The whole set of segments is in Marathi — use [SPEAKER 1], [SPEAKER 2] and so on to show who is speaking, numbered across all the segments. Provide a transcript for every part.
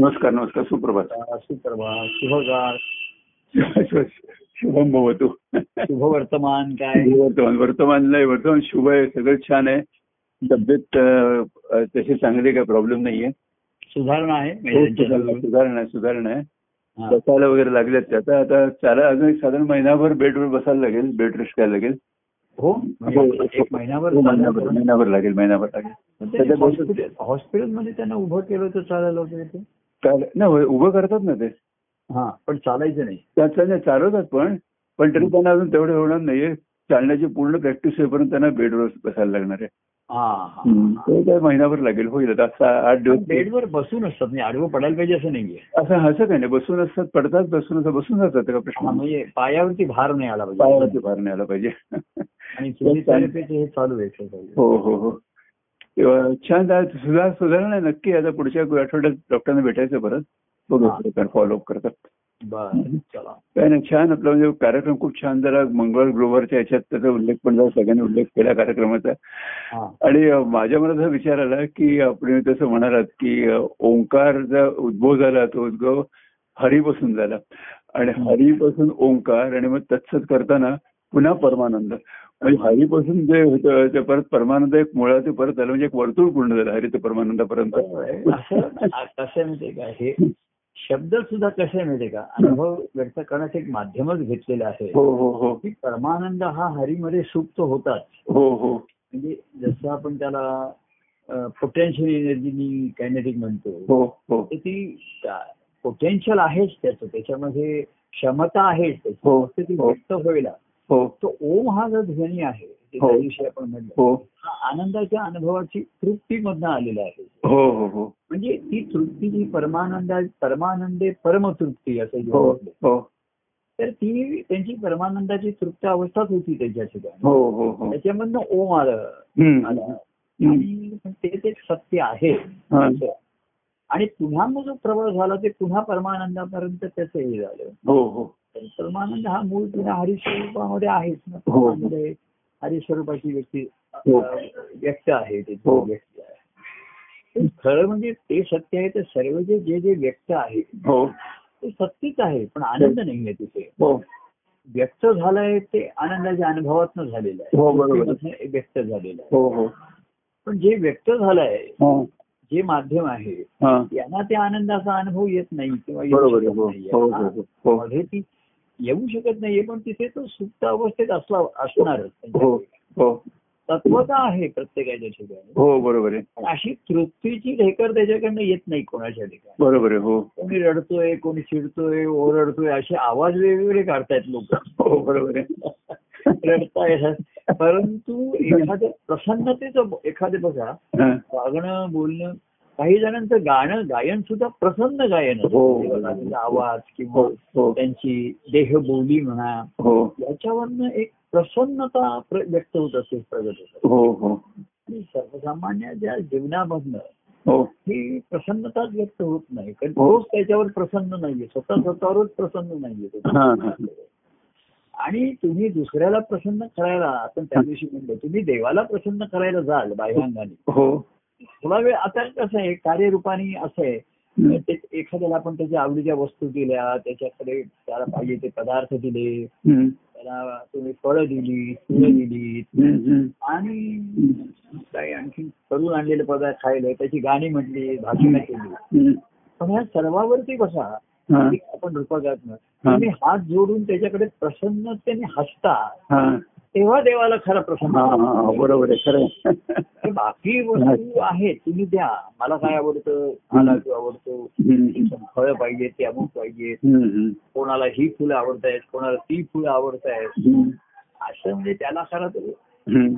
[SPEAKER 1] नमस्कार नमस्कार सुप्रभात
[SPEAKER 2] सुप्रभात शुभगार
[SPEAKER 1] शुभम भवतो
[SPEAKER 2] शुभ वर्तमान काय
[SPEAKER 1] वर्तमान वर्तमान नाही वर्तमान शुभ आहे सगळं छान आहे तब्येत अं, अं, तशी चांगली आहे, काही प्रॉब्लेम नाहीये
[SPEAKER 2] सुधारणा आहे
[SPEAKER 1] सुधारणा- सुधारणा हो, आहे, सुधारणा आहे
[SPEAKER 2] हा.
[SPEAKER 1] बसायला वगैरे लागल्यात ते. आता आता चाला अजून एक साधारण महिनाभर बेडवर बसायला लागेल बेड रेस्ट करायला लागेल
[SPEAKER 2] हो म्हणजे एक महिनाभर
[SPEAKER 1] हो, महिनाभर म्हणजे महिनाभर लागेल महिनाभर लागेल
[SPEAKER 2] पण ते
[SPEAKER 1] सध्या बसून-
[SPEAKER 2] हॉस्पिटल- हॉस्पिटलमध्ये त्यांना उभं केलं होतं चालायला वगैरे ते
[SPEAKER 1] चाल- नाही उभं करतात ना ते
[SPEAKER 2] हा पण चालायचं नाही
[SPEAKER 1] त्याचं नाही, चालवतात पण पण तरी त्यांना अजून तेवढं होणार नाहीये चालण्याची पूर्ण प्रॅक्टिस होईपर्यंत त्यांना बेडवर बसायला लागणार आहे
[SPEAKER 2] हा
[SPEAKER 1] ते काय महिनाभर लागेल होईल आता सहा- आठ दिवस
[SPEAKER 2] बेडवर बसून असतात म्हणजे आडवं पडायला पाहिजे असं नाहीये
[SPEAKER 1] असं हसं काही नाही बसून असतात पडतात बसून असतात बसून जातात का
[SPEAKER 2] हा,
[SPEAKER 1] प्रश्न
[SPEAKER 2] म्हणजे पायावरती भार नाही आला पाहिजे
[SPEAKER 1] पायावरती भार नाही आला पाहिजे
[SPEAKER 2] आणि फिजिओथेरपीचे हे चालू आहे exercise.
[SPEAKER 1] हो हो हो तेव्हा छान आहे. सुधार सुधारणा आहे नक्की आता पुढच्या आठवड्यात डॉक्टरांना भेटायचं परत बघू फॉलोअप करतात
[SPEAKER 2] बरं चला
[SPEAKER 1] काय नाही छान आपला म्हणजे कार्यक्रम खूप छान झाला मंगळ ग्रोव्हरच्या याच्यात त्याचा उल्लेख पण झाला सगळ्यांनी उल्लेख केला कार्यक्रमाचा
[SPEAKER 2] हा
[SPEAKER 1] आणि अ, माझ्या मनात हा विचार आला की आपण तसं म्हणालात की अ, ओंकारचा उद्भव झाला तो उद्भव हरीपासून झाला आणि हरीपासून ओंकार आणि मग तत्सत करताना पुन्हा परमानंद म्हणजे हरीपासून जे होतं ते परत परमानंद एक मुळात ते परत आलं म्हणजे एक वर्तुळ पूर्ण झालं हरी ते परमानंदापर्यंत हो.
[SPEAKER 2] असं आ- कसं आहे माहितीये का हे शब्द सुद्धा कसे आहे माहितीये का अनुभव व्यक्त करण्याचं एक माध्यमच घेतलेलं आहे
[SPEAKER 1] हो हो हो
[SPEAKER 2] की परमानंद हा हरीमध्ये सुप्त होताच
[SPEAKER 1] हो हो
[SPEAKER 2] म्हणजे जसं आपण त्याला पोटेन्शियल एनर्जी कायनेटिक म्हणतो
[SPEAKER 1] हो हो
[SPEAKER 2] तर ती पोटेन्शियल आहेच त्याचं त्याच्यामध्ये क्षमता आहेच त्याची
[SPEAKER 1] हो.
[SPEAKER 2] फक्त ती
[SPEAKER 1] हो.
[SPEAKER 2] व्यक्त व्हायला
[SPEAKER 1] हो
[SPEAKER 2] तो ओम हा जो ध्वनी आहे ते
[SPEAKER 1] हो.
[SPEAKER 2] त्या दिवशी आपण म्हणलं
[SPEAKER 1] हो
[SPEAKER 2] हा आनंदाच्या अनुभवाची तृप्तीमधनं आलेला आहे
[SPEAKER 1] हो हो हो
[SPEAKER 2] म्हणजे ती तृप्ती जी परमानंद परमानंदे परमतृप्ती असं जे
[SPEAKER 1] हो
[SPEAKER 2] म्हटलं.
[SPEAKER 1] हो
[SPEAKER 2] तर ती त्यांची परमानंदाची तृप्त अवस्थाच होती त्यांच्या ठिकाणी
[SPEAKER 1] हो हो हो
[SPEAKER 2] त्याच्यामधनं ओम आलं
[SPEAKER 1] हम्म.
[SPEAKER 2] आलं.
[SPEAKER 1] हम्म.
[SPEAKER 2] आणि ते ते सत्य आहे
[SPEAKER 1] हा.
[SPEAKER 2] असं. आणि पुन्हा मग जो प्रबळ झाला ते पुन्हा परमानंदापर्यंत त्याचं हे झालं
[SPEAKER 1] हो हो
[SPEAKER 2] तर परमानंद हा मूळ पुन्हा हरिस्वरूपामध्ये आहेच ना
[SPEAKER 1] हो.
[SPEAKER 2] परमानंद हे हरिस्वरूपाची व्यक्ती
[SPEAKER 1] हो.
[SPEAKER 2] अं, व्यक्त आहे ते
[SPEAKER 1] हो.
[SPEAKER 2] व्यक्ती आहे पण खरं म्हणजे ते सत्य आहे तर सर्व जे जे जे व्यक्त आहे
[SPEAKER 1] हो
[SPEAKER 2] ते सत्यच आहे पण आनंद नाहीये तिथे
[SPEAKER 1] हो
[SPEAKER 2] व्यक्त झालंय ते आनंदाच्या अनुभवातनं झालेलं आहे
[SPEAKER 1] हो, बरोबर.
[SPEAKER 2] कृतीमधनं व्यक्त झालेलं आहे
[SPEAKER 1] हो हो
[SPEAKER 2] पण जे व्यक्त झालंय
[SPEAKER 1] हा
[SPEAKER 2] जे माध्यम आहे
[SPEAKER 1] हा
[SPEAKER 2] यांना त्या आनंदाचा अनुभव येत नाही किंवा येऊ
[SPEAKER 1] बरोबर
[SPEAKER 2] शकत
[SPEAKER 1] हो
[SPEAKER 2] नाहीये.
[SPEAKER 1] हो
[SPEAKER 2] हा.
[SPEAKER 1] हो हो
[SPEAKER 2] मध्ये ती येऊ शकत नाहीये पण तिथे तो सुप्त अवस्थेत असला असणारच
[SPEAKER 1] हो हो
[SPEAKER 2] तत्वता आहे प्रत्येकाच्या ठिकाणी
[SPEAKER 1] हो बरोबर आहे
[SPEAKER 2] पण अशी तृप्तीची ढेकर त्याच्याकडनं येत नाही कोणाच्या ठिकाणी
[SPEAKER 1] बरोबर आहे हो
[SPEAKER 2] कोणी रडतोय कोणी चिडतोय ओरडतोय असे आवाज वेगवेगळे काढतायत लोक
[SPEAKER 1] हो बरोबर आहे
[SPEAKER 2] रडतायत परंतु एखाद्या प्रसन्नतेचं एखादे बघा
[SPEAKER 1] हा.
[SPEAKER 2] वागणं बोलणं काही जणांचं गाणं गायन सुद्धा प्रसन्न गायन असतं.
[SPEAKER 1] हो.
[SPEAKER 2] म्हणजे बघा, त्यांचा आवाज
[SPEAKER 1] हो
[SPEAKER 2] किंवा
[SPEAKER 1] हो
[SPEAKER 2] त्यांची देहबोली म्हणा
[SPEAKER 1] हो
[SPEAKER 2] याच्यावरनं एक प्रसन्नता प्र- व्यक्त होत असते प्रगट होत असते.
[SPEAKER 1] हो हो
[SPEAKER 2] आणि सर्वसामान्य ज्या जीवनामधनं
[SPEAKER 1] हो
[SPEAKER 2] ही प्रसन्नताच व्यक्त होत नाही कारण
[SPEAKER 1] हो.
[SPEAKER 2] तोच त्याच्यावर प्रसन्न नाहीये स्वतः स्वतःवरच प्रसन्न नाहीये तो.
[SPEAKER 1] हा, हा.
[SPEAKER 2] आणि तुम्ही दुसऱ्याला प्रसन्न करायला आपण त्या दिवशी म्हणतो तुम्ही देवाला प्रसन्न करायला जाल बाह्यांगाने
[SPEAKER 1] हो
[SPEAKER 2] थोडा वेळ आता कसं आहे कार्यरूपाने असं आहे ते एखाद्याला आपण त्याच्या आवडीच्या वस्तू दिल्या त्याच्याकडे त्याला पाहिजे ते पदार्थ दिले
[SPEAKER 1] हम्म.
[SPEAKER 2] त्याला तुम्ही फळं दिली फुलं दिली
[SPEAKER 1] हम्म, हम्म.
[SPEAKER 2] आणि काही आणखी करून आणलेले पदार्थ खायला त्याची गाणी म्हटली भाषणं केली
[SPEAKER 1] हम्म.
[SPEAKER 2] पण ह्या सर्वावरती बसा
[SPEAKER 1] हा.
[SPEAKER 2] आपण रूपकातनं तुम्ही हात जोडून त्याच्याकडे प्रसन्नतेने हसता
[SPEAKER 1] हा.
[SPEAKER 2] तेव्हा देवाला खरा
[SPEAKER 1] हा, हा, हा.
[SPEAKER 2] प्रसन्न
[SPEAKER 1] बरोबर आहे खरं आहे.
[SPEAKER 2] हे बाकी वस्तू आहेत तुम्ही द्या मला काय आवडतं मला तू आवडतो
[SPEAKER 1] हम्म.
[SPEAKER 2] फळं पाहिजे ते अमुक पाहिजे
[SPEAKER 1] हम्म, हम्म.
[SPEAKER 2] कोणाला ही फुलं आवडतायत कोणाला ती फुलं आवडतायत
[SPEAKER 1] हम्म.
[SPEAKER 2] असं म्हणजे त्याला खरं तर
[SPEAKER 1] हम्म.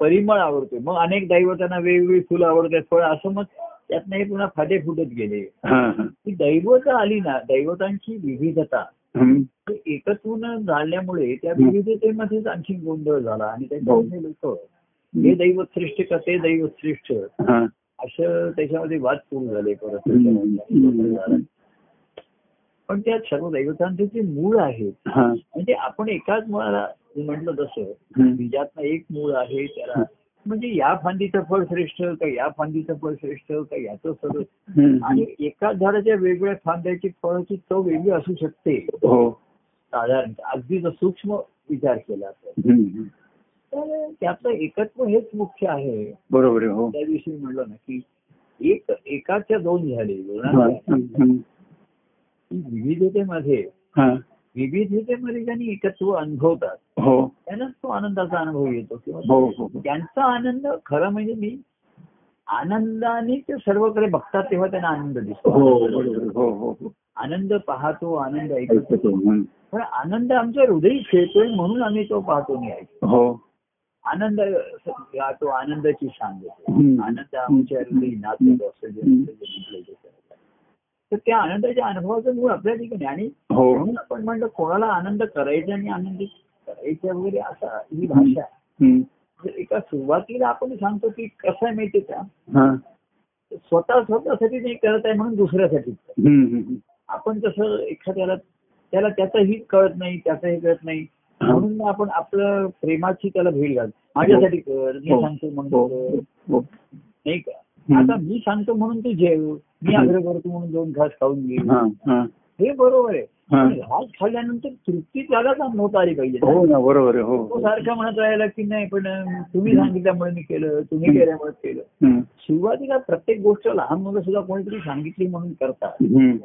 [SPEAKER 2] परिमळ आवडतो मग अनेक दैवतांना वेगवेगळी फुलं आवडतात फळ असं मग त्यातनं हे पुन्हा फाटे फुटत गेले
[SPEAKER 1] हा, हा.
[SPEAKER 2] ही दैवत आली ना दैवतांची विविधता
[SPEAKER 1] हम्म.
[SPEAKER 2] ते एकत्रून झाल्यामुळे त्या विविधतेमध्येच आणखी गोंधळ झाला आणि
[SPEAKER 1] हो.
[SPEAKER 2] त्याच्यामध्ये लोक हे दैवत श्रेष्ठ का ते दैवत श्रेष्ठ
[SPEAKER 1] हा.
[SPEAKER 2] असं त्याच्यामध्ये वाद सुरू झाले परत
[SPEAKER 1] हम्म. हम्म.
[SPEAKER 2] पण त्या सर्व दैवतांचे जे मूळ आहेत
[SPEAKER 1] हा.
[SPEAKER 2] म्हणजे आपण एकाच मुळाला म्हटलं तसं
[SPEAKER 1] हम्म.
[SPEAKER 2] बीजातनं एक मूळ आहे त्याला म्हणजे या फांदीचं फळ श्रेष्ठ का या फांदीचं फळ श्रेष्ठ का याचं सर्व
[SPEAKER 1] हम्म.
[SPEAKER 2] आणि एकाच झाडाच्या वेगवेगळ्या फांद्याची फळाची चव वेगळी असू शकते
[SPEAKER 1] हो
[SPEAKER 2] साधारण अगदी जर सूक्ष्म विचार केला तर
[SPEAKER 1] हम्म.
[SPEAKER 2] तर त्यातलं एकत्व हेच मुख्य आहे
[SPEAKER 1] बरोबर आहे हो
[SPEAKER 2] त्याविषयी म्हणलं ना की एक एकाच्या दोन झाले
[SPEAKER 1] हा.
[SPEAKER 2] दोनाच्या
[SPEAKER 1] हम्म. हम्म.
[SPEAKER 2] ही विविधतेमध्ये
[SPEAKER 1] हा.
[SPEAKER 2] विविधतेमध्ये ज्यांनी एकत्व अनुभवतात
[SPEAKER 1] हो
[SPEAKER 2] त्यांनाच तो आनंदाचा अनुभव येतो किंवा
[SPEAKER 1] हो हो हो.
[SPEAKER 2] त्यांचा आनंद खरं म्हणजे मी आनंदाने ते सर्वकडे बघतात तेव्हा त्यांना आनंद
[SPEAKER 1] हो
[SPEAKER 2] दिसतो
[SPEAKER 1] बरोबर हो हो हो.
[SPEAKER 2] आनंद पाहतो आनंद ऐकतो
[SPEAKER 1] ऐकतो. हम्म.
[SPEAKER 2] पण आनंद आमच्या हृदय खेळतोय म्हणून आम्ही तो पाहतो आणि ऐकतो
[SPEAKER 1] हो
[SPEAKER 2] आनंद गातो आनंदाची शान देतो
[SPEAKER 1] हम्म.
[SPEAKER 2] आनंद आमच्या हृदय नाचतो असं जे- असं जे म्हटलंय त्याच्यात. तर त्या आनंदाच्या अनुभवाचं मूळ आपल्या ठिकाणी आणि
[SPEAKER 1] हो
[SPEAKER 2] म्हणून आपण म्हणलं कोणाला आनंद करायचा आणि आनंद करायचा वगैरे असा ही भाषा आहे.
[SPEAKER 1] हम्म.
[SPEAKER 2] तर एका सुरुवातीला आपण सांगतो की कसं आहे माहिती का
[SPEAKER 1] हा.
[SPEAKER 2] स्वतः स्वतःसाठी नाही करत आहे म्हणून दुसऱ्यासाठी करतो.
[SPEAKER 1] हम्म. हम्म.
[SPEAKER 2] आपण कसं एखाद्याला त्याला त्याचंही कळत नाही त्याचंही कळत नाही म्हणून मग आपण आपलं प्रेमाची त्याला भेट घाल माझ्यासाठी कर मी
[SPEAKER 1] हो.
[SPEAKER 2] सांगतो म्हणून
[SPEAKER 1] हो
[SPEAKER 2] कर.
[SPEAKER 1] हो
[SPEAKER 2] नाही का
[SPEAKER 1] हम्म.
[SPEAKER 2] आता मी सांगतो म्हणून तू जेव मी
[SPEAKER 1] हम्म.
[SPEAKER 2] आग्रह करतो म्हणून दोन घास खाऊन घे
[SPEAKER 1] हा हा
[SPEAKER 2] हे बरोबर आहे
[SPEAKER 1] हा.
[SPEAKER 2] पण घास खाल्ल्यानंतर तृप्ती त्याला अनुभवता आली पाहिजे ना.
[SPEAKER 1] हो ना बरोबर आहे
[SPEAKER 2] तो
[SPEAKER 1] हो
[SPEAKER 2] सारखं म्हणत राहिला की नाही पण तुम्ही सांगितल्यामुळे मी केलं तुम्ही
[SPEAKER 1] हम्म.
[SPEAKER 2] केल्यामुळे केलं
[SPEAKER 1] हम्म.
[SPEAKER 2] सुरुवातीला प्रत्येक गोष्ट लहान मुलं सुद्धा कोणीतरी सांगितली म्हणून करतात
[SPEAKER 1] हम्म.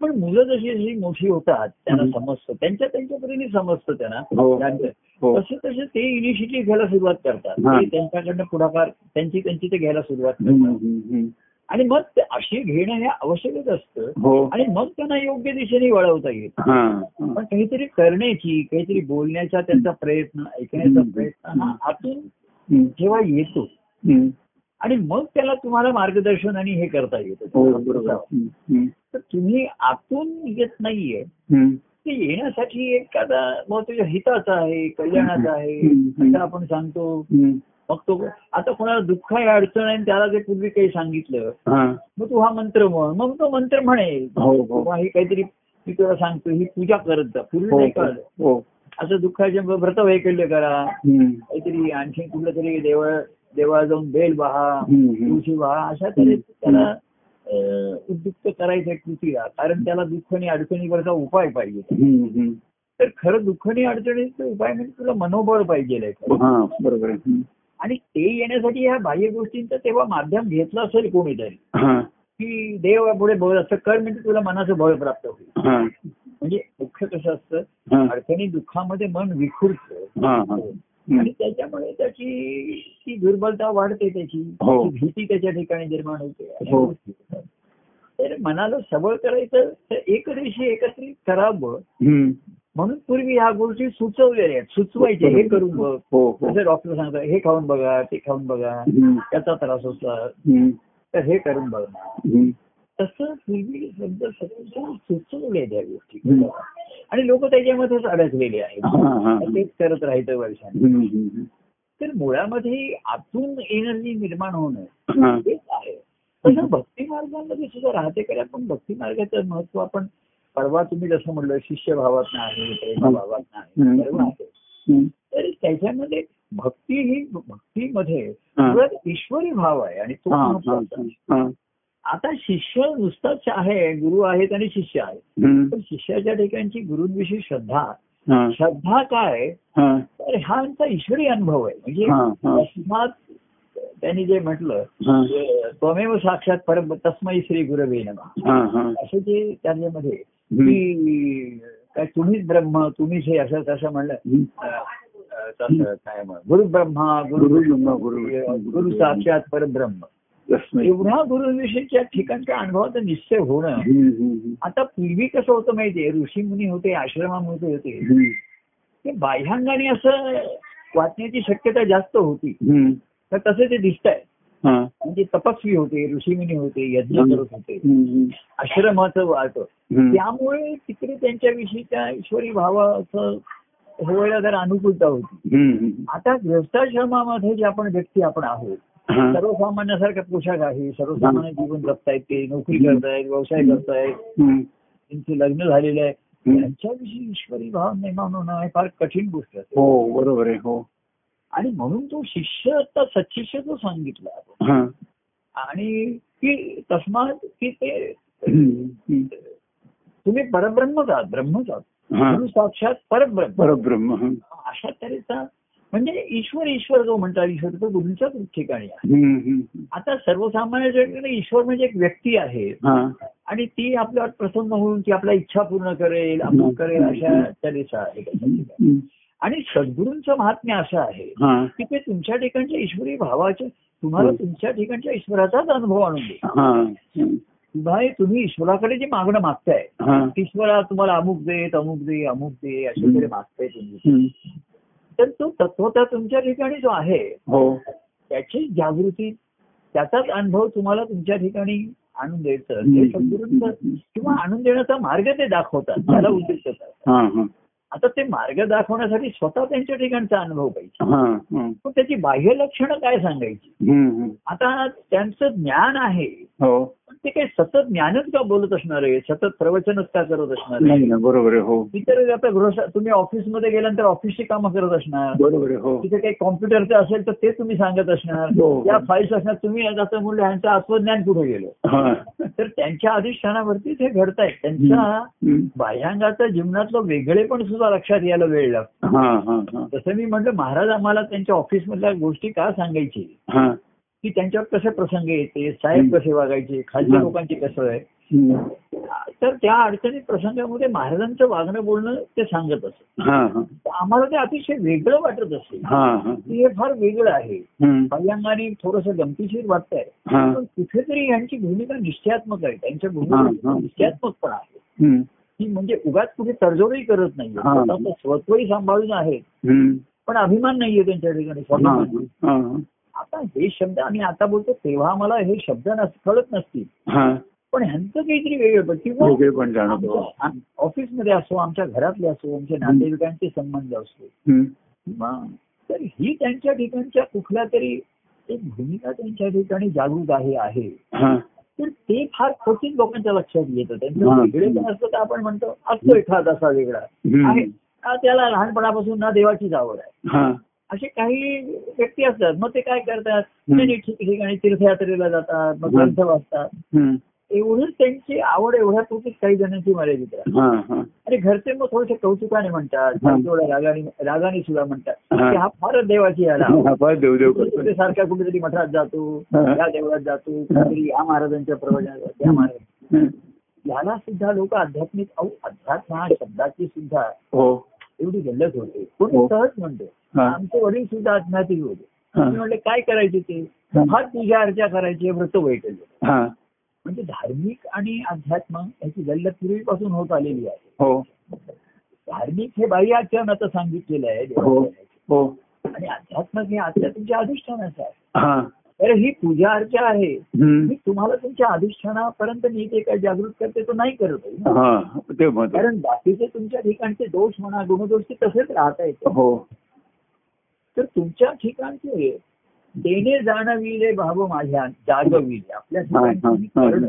[SPEAKER 2] पण मुलं जशी जशी मोठी होतात त्यांना
[SPEAKER 1] हम्म.
[SPEAKER 2] समजतं त्यांच्या त्यांच्या परीने समजतं त्यांना
[SPEAKER 1] हो.
[SPEAKER 2] त्यांचं.
[SPEAKER 1] हो
[SPEAKER 2] तसे तसे ते इनिशिएटिव्ह घ्यायला सुरुवात करतात
[SPEAKER 1] हा.
[SPEAKER 2] ते त्यांच्याकडनं पुढाकार त्यांची त्यांची ते घ्यायला सुरुवात
[SPEAKER 1] हम्म.
[SPEAKER 2] करतात
[SPEAKER 1] हम्म. हम्म.
[SPEAKER 2] आणि मग ते अशी घेणं हे आवश्यकच असतं
[SPEAKER 1] हो
[SPEAKER 2] आणि मग त्यांना योग्य दिशेने वळवता येईल
[SPEAKER 1] हा हा.
[SPEAKER 2] पण काहीतरी करण्याची काहीतरी बोलण्याचा त्यांचा प्रयत्न ऐकण्याचा
[SPEAKER 1] हम्म.
[SPEAKER 2] प्रयत्न हा आतून
[SPEAKER 1] हम्म.
[SPEAKER 2] जेव्हा येतो
[SPEAKER 1] हम्म.
[SPEAKER 2] आणि मग त्याला तुम्हाला मार्गदर्शन आणि हे करता
[SPEAKER 1] हो
[SPEAKER 2] येतं
[SPEAKER 1] बरोबर हम्म. हम्म.
[SPEAKER 2] तर तुम्ही आतून येत नाहीये
[SPEAKER 1] हम्म.
[SPEAKER 2] ते येण्यासाठी एखादा मग तुझ्या हिताचा आहे कल्याणाचा आहे
[SPEAKER 1] हम्म.
[SPEAKER 2] असं आपण सांगतो
[SPEAKER 1] हम्म.
[SPEAKER 2] मग तो आता कोणाला दुःख आहे अडचण आहे आणि त्याला जर पूर्वी काही सांगितलं
[SPEAKER 1] हा
[SPEAKER 2] मग तू हा मंत्र म्हण मग तो मंत्र म्हणेल
[SPEAKER 1] हो हो
[SPEAKER 2] किंवा हे काहीतरी मी तुला सांगतो ही पूजा करत जा पूर्वी
[SPEAKER 1] हो
[SPEAKER 2] नाही कळलं
[SPEAKER 1] हो
[SPEAKER 2] असं दुःखाचे व्रत वैकल्य करा
[SPEAKER 1] हम्म.
[SPEAKER 2] काहीतरी आणखी कुठलं तरी देवळ देवळा जाऊन बेल वाहा
[SPEAKER 1] हम्म. हम्म.
[SPEAKER 2] तुळशी वाहा अशा तऱ्हे त्याला अं, उद्युक्त करायचं कृतीला कारण त्याला दुःख आणि अडचणीवरचा उपाय पाहिजे
[SPEAKER 1] हम्म. हम्म.
[SPEAKER 2] तर खरं दुःख आणि अडचणीचा उपाय म्हणजे तुला मनोबळ पाहिजे आहे.
[SPEAKER 1] हा बरोबर आहे हम्म.
[SPEAKER 2] आणि ते येण्यासाठी ह्या बाह्य गोष्टींचं तेव्हा माध्यम घेतलं असेल कोणीतरी
[SPEAKER 1] हा
[SPEAKER 2] की देव पुढे बळ असं कर म्हणजे तुला मनाचं बळ प्राप्त होईल
[SPEAKER 1] हा
[SPEAKER 2] म्हणजे मुख्य कसं असतं
[SPEAKER 1] हा
[SPEAKER 2] अडचणी दुःखामध्ये मन विखुरतं
[SPEAKER 1] हा हा
[SPEAKER 2] हो. आणि
[SPEAKER 1] हम्म.
[SPEAKER 2] त्याच्यामुळे त्याची ती दुर्बलता वाढते त्याची
[SPEAKER 1] हो.
[SPEAKER 2] ती भीती त्याच्या ठिकाणी निर्माण होते अशा
[SPEAKER 1] हो.
[SPEAKER 2] गोष्टी होतात. तर मनाला सबळ करायचं तर एकदिवशी एकत्रित करावं
[SPEAKER 1] हम्म.
[SPEAKER 2] म्हणून पूर्वी ह्या गोष्टी सुचवलेल्या आहेत सुचवायचे हे करून बघ
[SPEAKER 1] हो हो
[SPEAKER 2] जसं डॉक्टर सांगतात हे खाऊन बघा ते खाऊन बघा
[SPEAKER 1] हम्म.
[SPEAKER 2] त्याचा त्रास होता
[SPEAKER 1] हम्म.
[SPEAKER 2] तर हे करून बघा
[SPEAKER 1] हम्म.
[SPEAKER 2] तसं पूर्वी समजा सगळ्यांना सुचवल्या त्या गोष्टी
[SPEAKER 1] हम्म.
[SPEAKER 2] आणि लोक त्याच्यामध्येच अडकलेले आहेत
[SPEAKER 1] हा हा
[SPEAKER 2] तेच करत राहायचं वर्षांनी
[SPEAKER 1] हम्म. हम्म.
[SPEAKER 2] तर मुळामध्ये आतून एनर्जी निर्माण होणं
[SPEAKER 1] हा
[SPEAKER 2] हेच आहे तसं भक्ती मार्गामध्ये सुद्धा राहते कारण पण भक्ती मार्गाचं महत्व आपण परवा तुम्ही जसं म्हणलं शिष्यभावात नाही प्रेमभावात नाही
[SPEAKER 1] हम्म.
[SPEAKER 2] सर्व आहे
[SPEAKER 1] हम्म.
[SPEAKER 2] तर त्याच्यामध्ये भक्ती ही भक्तीमध्ये
[SPEAKER 1] हा.
[SPEAKER 2] मुळात ईश्वरी भाव आहे आणि तो
[SPEAKER 1] हा, हा,
[SPEAKER 2] महत्वाचा आहे.
[SPEAKER 1] हा.
[SPEAKER 2] आता शिष्य नुसताच आहे गुरु आहेत आणि शिष्य आहे
[SPEAKER 1] हम्म.
[SPEAKER 2] पण शिष्याच्या ठिकाणची गुरुंविषयी श्रद्धा
[SPEAKER 1] हा,
[SPEAKER 2] श्रद्धा काय
[SPEAKER 1] हा,
[SPEAKER 2] तर हा आमचा ईश्वरी अनुभव आहे म्हणजे
[SPEAKER 1] हा, हा.
[SPEAKER 2] तस्मात त्यांनी जे म्हटलं
[SPEAKER 1] हा,
[SPEAKER 2] अं, त्वमेव साक्षात परम तस्मै श्री गुरवे नमः
[SPEAKER 1] हा, हा.
[SPEAKER 2] असं जे त्याच्यामध्ये
[SPEAKER 1] हम्म.
[SPEAKER 2] की काय तुम्हीच ब्रह्म तुम्हीच हे असं तसं म्हणलं
[SPEAKER 1] हम्म.
[SPEAKER 2] अं, अं, तसं काय म्हण गुरु ब्रह्मा गुरु
[SPEAKER 1] गुरु ब्रह्मा, गुरु विष्णू, गुरु
[SPEAKER 2] गुरु साक्षात परब्रह्म
[SPEAKER 1] तस्मै.
[SPEAKER 2] एवढ्या गुरुविषयीच्या ठिकाणच्या अनुभवाचा निश्चय होणं
[SPEAKER 1] हम्म, हम्म,
[SPEAKER 2] आता पूर्वी कसं होतं माहितीये ऋषी मुनी होते आश्रमामध्ये होते
[SPEAKER 1] हम्म.
[SPEAKER 2] ते बाह्यांगाने असं वाचण्याची शक्यता जास्त होती
[SPEAKER 1] हम्म.
[SPEAKER 2] तर तसे ते दिसत आहे
[SPEAKER 1] हा.
[SPEAKER 2] म्हणजे तपस्वी होते ऋषीमुनी होते यज्ञ
[SPEAKER 1] हम्म.
[SPEAKER 2] करत होते
[SPEAKER 1] हम्म,
[SPEAKER 2] आश्रमाचं वाहतं
[SPEAKER 1] हम्म.
[SPEAKER 2] त्यामुळे तिकडे त्यांच्याविषयी त्या ईश्वरी भावाचं होयला जर अनुकूलता होती
[SPEAKER 1] हम्म, हम्म.
[SPEAKER 2] आता गृहस्थाश्रमामध्ये जे आपण व्यक्ती आपण आहोत
[SPEAKER 1] हा.
[SPEAKER 2] सर्वसामान्यासारखा पोशाख आहे सर्वसामान्य जीवन जगतायत ते नोकरी करतायत व्यवसाय करतायत
[SPEAKER 1] हम्म.
[SPEAKER 2] त्यांचं लग्न झालेलं आहे
[SPEAKER 1] हम्म.
[SPEAKER 2] त्यांच्याविषयी ईश्वरी भाव निर्माण होणं हे फार कठीण गोष्ट असते
[SPEAKER 1] हो बरोबर आहे हो
[SPEAKER 2] आणि म्हणून तो शिष्य आता सच्शिष्य जो सांगितला आपण.
[SPEAKER 1] हा.
[SPEAKER 2] आणि की तस्मात की ते
[SPEAKER 1] हम्म.
[SPEAKER 2] तुम्ही परब्रह्मच आहात ब्रह्मच आहात
[SPEAKER 1] हा.
[SPEAKER 2] म्हणून साक्षात परब्रह्म
[SPEAKER 1] परब्रह्म हा.
[SPEAKER 2] अशा तऱ्हेचा म्हणजे ईश्वर ईश्वर जो म्हणता ईश्वर तो तुमच्याच ठिकाणी आहे
[SPEAKER 1] हम्म, हम्म.
[SPEAKER 2] आता सर्वसामान्यांकडे ईश्वर म्हणजे एक व्यक्ती आहे
[SPEAKER 1] हा.
[SPEAKER 2] आणि ती आपल्यावर प्रसन्न होऊन ती आपल्या इच्छा पूर्ण करेल आपण करेल अशा तऱ्हेचा आहे
[SPEAKER 1] हम्म.
[SPEAKER 2] आणि सद्गुरूंचं महात्म्य असं आहे
[SPEAKER 1] हा.
[SPEAKER 2] की ते तुमच्या ठिकाणच्या ईश्वरी भावाच्या तुम्हाला
[SPEAKER 1] हम्म.
[SPEAKER 2] तुमच्या ठिकाणच्या ईश्वराचाच अनुभव आणून दे
[SPEAKER 1] हा.
[SPEAKER 2] तुम्हा तुम्ही ईश्वराकडे जे मागणं मागताय
[SPEAKER 1] हा.
[SPEAKER 2] ईश्वरा तुम्हाला अमुक दे अमुक दे अमुक दे असे
[SPEAKER 1] हम्म.
[SPEAKER 2] वगैरे मागताय तुम्ही
[SPEAKER 1] हम्म.
[SPEAKER 2] तर तो तत्वता तुमच्या ठिकाणी जो आहे
[SPEAKER 1] हो
[SPEAKER 2] त्याची जागृती त्याचाच अनुभव तुम्हाला तुमच्या ठिकाणी आणून द्यायचं
[SPEAKER 1] हम्म.
[SPEAKER 2] ते सद्गुरूंचं किंवा आणून देण्याचा मार्ग ते दाखवतात त्याला उद्देश येतात
[SPEAKER 1] हा, हा.
[SPEAKER 2] आता ते मार्ग दाखवण्यासाठी स्वतः त्यांच्या ठिकाणचा अनुभव पाहिजे
[SPEAKER 1] हा, हा.
[SPEAKER 2] पण त्याची बाह्य लक्षणं काय सांगायची
[SPEAKER 1] हम्म, हम्म.
[SPEAKER 2] आता त्यांचं ज्ञान आहे
[SPEAKER 1] हो
[SPEAKER 2] पण ते काही सतत ज्ञानच का बोलत असणार आहे सतत प्रवचनच का करत असणार आहे
[SPEAKER 1] नाही ना बरोबर आहे हो
[SPEAKER 2] इतर आता गृह तुम्ही ऑफिसमध्ये गेल्यानंतर ऑफिसची कामं करत असणार
[SPEAKER 1] बरोबर आहे हो
[SPEAKER 2] तिथे काही कॉम्प्युटरचं असेल तर ते तुम्ही सांगत असणार
[SPEAKER 1] हो, हो.
[SPEAKER 2] त्या फाईल्स असणार तुम्ही जसं म्हणलं ह्यांचं आत्मज्ञान कुठे गेलं
[SPEAKER 1] हा.
[SPEAKER 2] तर त्यांच्या अधिष्ठानावरती ते घडतायत त्यांच्या
[SPEAKER 1] हम्म.
[SPEAKER 2] बाह्यांगाचा जीवनातलं वेगळेपण सुद्धा लक्षात यायला वेळ लागतो
[SPEAKER 1] हा, हा, हा.
[SPEAKER 2] जसं मी म्हटलं महाराज आम्हाला त्यांच्या ऑफिसमधल्या गोष्टी का सांगायची
[SPEAKER 1] हा.
[SPEAKER 2] की त्यांच्यावर कसे प्रसंग येते साहेब
[SPEAKER 1] हम्म.
[SPEAKER 2] कसे वागायचे खालच्या
[SPEAKER 1] हम्म.
[SPEAKER 2] लोकांची कसं आहे
[SPEAKER 1] हम्म.
[SPEAKER 2] तर त्या अडचणीत प्रसंगामध्ये महाराजांचं वागणं बोलणं ते सांगत असत
[SPEAKER 1] हा, हा.
[SPEAKER 2] तर आम्हाला ते अतिशय वेगळं वाटत असे
[SPEAKER 1] हा, हा.
[SPEAKER 2] की हे फार वेगळं आहे
[SPEAKER 1] हम्म.
[SPEAKER 2] बाह्यांगाने थोडस गमतीशीर वाटतंय
[SPEAKER 1] हा.
[SPEAKER 2] पण कुठेतरी यांची भूमिका निश्चयात्मक आहे त्यांच्या
[SPEAKER 1] हा,
[SPEAKER 2] भूमिका
[SPEAKER 1] हा.
[SPEAKER 2] निश्चयात्मक पण आहे
[SPEAKER 1] हम्म.
[SPEAKER 2] ती म्हणजे उगाच कुठे तडजोडही करत नाहीये
[SPEAKER 1] हा.
[SPEAKER 2] स्वतःचं स्वत्वही सांभाळून आहेत
[SPEAKER 1] हम्म.
[SPEAKER 2] पण अभिमान नाहीये त्यांच्या ठिकाणी
[SPEAKER 1] हा,
[SPEAKER 2] स्वाभिमान नाही.
[SPEAKER 1] हा.
[SPEAKER 2] आता हे शब्द आम्ही आता बोलतो तेव्हा मला हे शब्द नस- कळत नसतील
[SPEAKER 1] हा.
[SPEAKER 2] पण ह्यांचं काहीतरी वेगळं पण किंवा
[SPEAKER 1] वेगळे पण जाणवतो
[SPEAKER 2] आमच्या- आम- ऑफिसमध्ये असो आमच्या घरातले असो आमच्या नातेवाईकांचे संबंध असो
[SPEAKER 1] हम्म.
[SPEAKER 2] किंवा तर ही त्यांच्या ठिकाणच्या कुठल्या तरी एक भूमिका त्यांच्या ठिकाणी जागृत आहे आहे
[SPEAKER 1] हा.
[SPEAKER 2] तर ते फार क्वचित लोकांच्या लक्षात येतं
[SPEAKER 1] हा.
[SPEAKER 2] त्यांचं वेगळे पण असतं तर आपण म्हणतो असतो एखादा असा वेगळा आहे
[SPEAKER 1] हम्म.
[SPEAKER 2] हा, त्याला लहानपणापासून ना देवाचीच आवड आहे
[SPEAKER 1] हा.
[SPEAKER 2] असे काही व्यक्ती असतात मग ते काय करतात ते नी- ठिकठिकाणी तीर्थयात्रेला जातात मग
[SPEAKER 1] हा.
[SPEAKER 2] ग्रंथ वाचतात
[SPEAKER 1] हम्म.
[SPEAKER 2] एवढीच त्यांची आवड एवढ्या पुरतीच काही जणांची मर्यादित राहते
[SPEAKER 1] हा, हा.
[SPEAKER 2] आणि घरचे मग थोडेसे कौतुकाने म्हणतात
[SPEAKER 1] हा.
[SPEAKER 2] थोड्या रागाने रागाने सुद्धा म्हणतात
[SPEAKER 1] हा.
[SPEAKER 2] की हा फारच देवाची याला
[SPEAKER 1] हा, फार देवदेव
[SPEAKER 2] कुठे
[SPEAKER 1] करतो
[SPEAKER 2] सारखा कुठेतरी मठात जातो
[SPEAKER 1] हा.
[SPEAKER 2] या देवळात जातो कुठेतरी या महाराजांच्या प्रवचनात जातो, या महाराज
[SPEAKER 1] हम्म.
[SPEAKER 2] याला सुद्धा लोक आध्यात्मिक अहो अध्यात्म हा शब्दाची सुद्धा
[SPEAKER 1] हो
[SPEAKER 2] एवढी गल्लत होते कोणी
[SPEAKER 1] हो.
[SPEAKER 2] सहज म्हणतो
[SPEAKER 1] हा.
[SPEAKER 2] आमचे वडील सुद्धा आध्यात्मिक होते
[SPEAKER 1] हा.
[SPEAKER 2] मी म्हणले काय करायचे ते फार पूजा अर्चा करायची व्रत वैकल्य
[SPEAKER 1] हा.
[SPEAKER 2] म्हणजे धार्मिक आणि अध्यात्म याची गल्लत पूर्वीपासून होत आलेली आहे
[SPEAKER 1] हो
[SPEAKER 2] धार्मिक हे बाह्य आचरण आता सांगितलेलं आहे
[SPEAKER 1] हो
[SPEAKER 2] देवाचं.
[SPEAKER 1] हो
[SPEAKER 2] आणि अध्यात्म हे अध्यात्मच्या अधिष्ठानाचं आहे
[SPEAKER 1] हा
[SPEAKER 2] तर ही पूजा अर्चा आहे
[SPEAKER 1] हम्म.
[SPEAKER 2] मी तुम्हाला तुमच्या अधिष्ठानापर्यंत मी ते काय जागृत करते तो नाही करत आहे ना.
[SPEAKER 1] हा ते मत
[SPEAKER 2] कारण बाकीचे तुमच्या ठिकाणचे दोष म्हणा गुणदोष ते तसेच राहता येते
[SPEAKER 1] हो
[SPEAKER 2] तर तुमच्या ठिकाणचे देणे जाणविले भाव माझ्या जागविले आपल्या
[SPEAKER 1] हा, हा,
[SPEAKER 2] ठिकाणी
[SPEAKER 1] हा.
[SPEAKER 2] करणं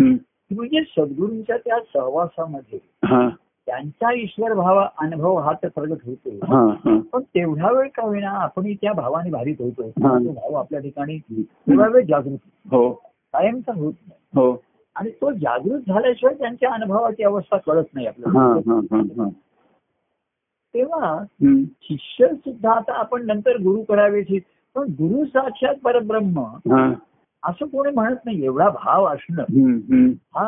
[SPEAKER 1] हम्म.
[SPEAKER 2] म्हणजे सद्गुरूंच्या त्या सहवासामध्ये
[SPEAKER 1] हा
[SPEAKER 2] त्यांचा ईश्वर भाव अनुभव हा तर प्रगट होतो
[SPEAKER 1] हा हा
[SPEAKER 2] पण तेवढा वेळ का होईना आपण त्या भावाने भारित होतोय
[SPEAKER 1] हा.
[SPEAKER 2] तो भाव आपल्या ठिकाणी तेवढा वेळ जागृत
[SPEAKER 1] हो
[SPEAKER 2] कायमचा होत नाही
[SPEAKER 1] हो
[SPEAKER 2] आणि तो जागृत झाल्याशिवाय त्यांच्या अनुभवाची अवस्था कळत नाही
[SPEAKER 1] हा
[SPEAKER 2] आपल्याला
[SPEAKER 1] हा हा हा
[SPEAKER 2] तेव्हा
[SPEAKER 1] हम्म.
[SPEAKER 2] शिष्य सुद्धा आता आपण नंतर गुरु करावे शिक- पण गुरु साक्षात परब्रह्म
[SPEAKER 1] हा
[SPEAKER 2] असं कोणी म्हणत नाही एवढा भाव असणं
[SPEAKER 1] हम्म, हम्म.
[SPEAKER 2] हा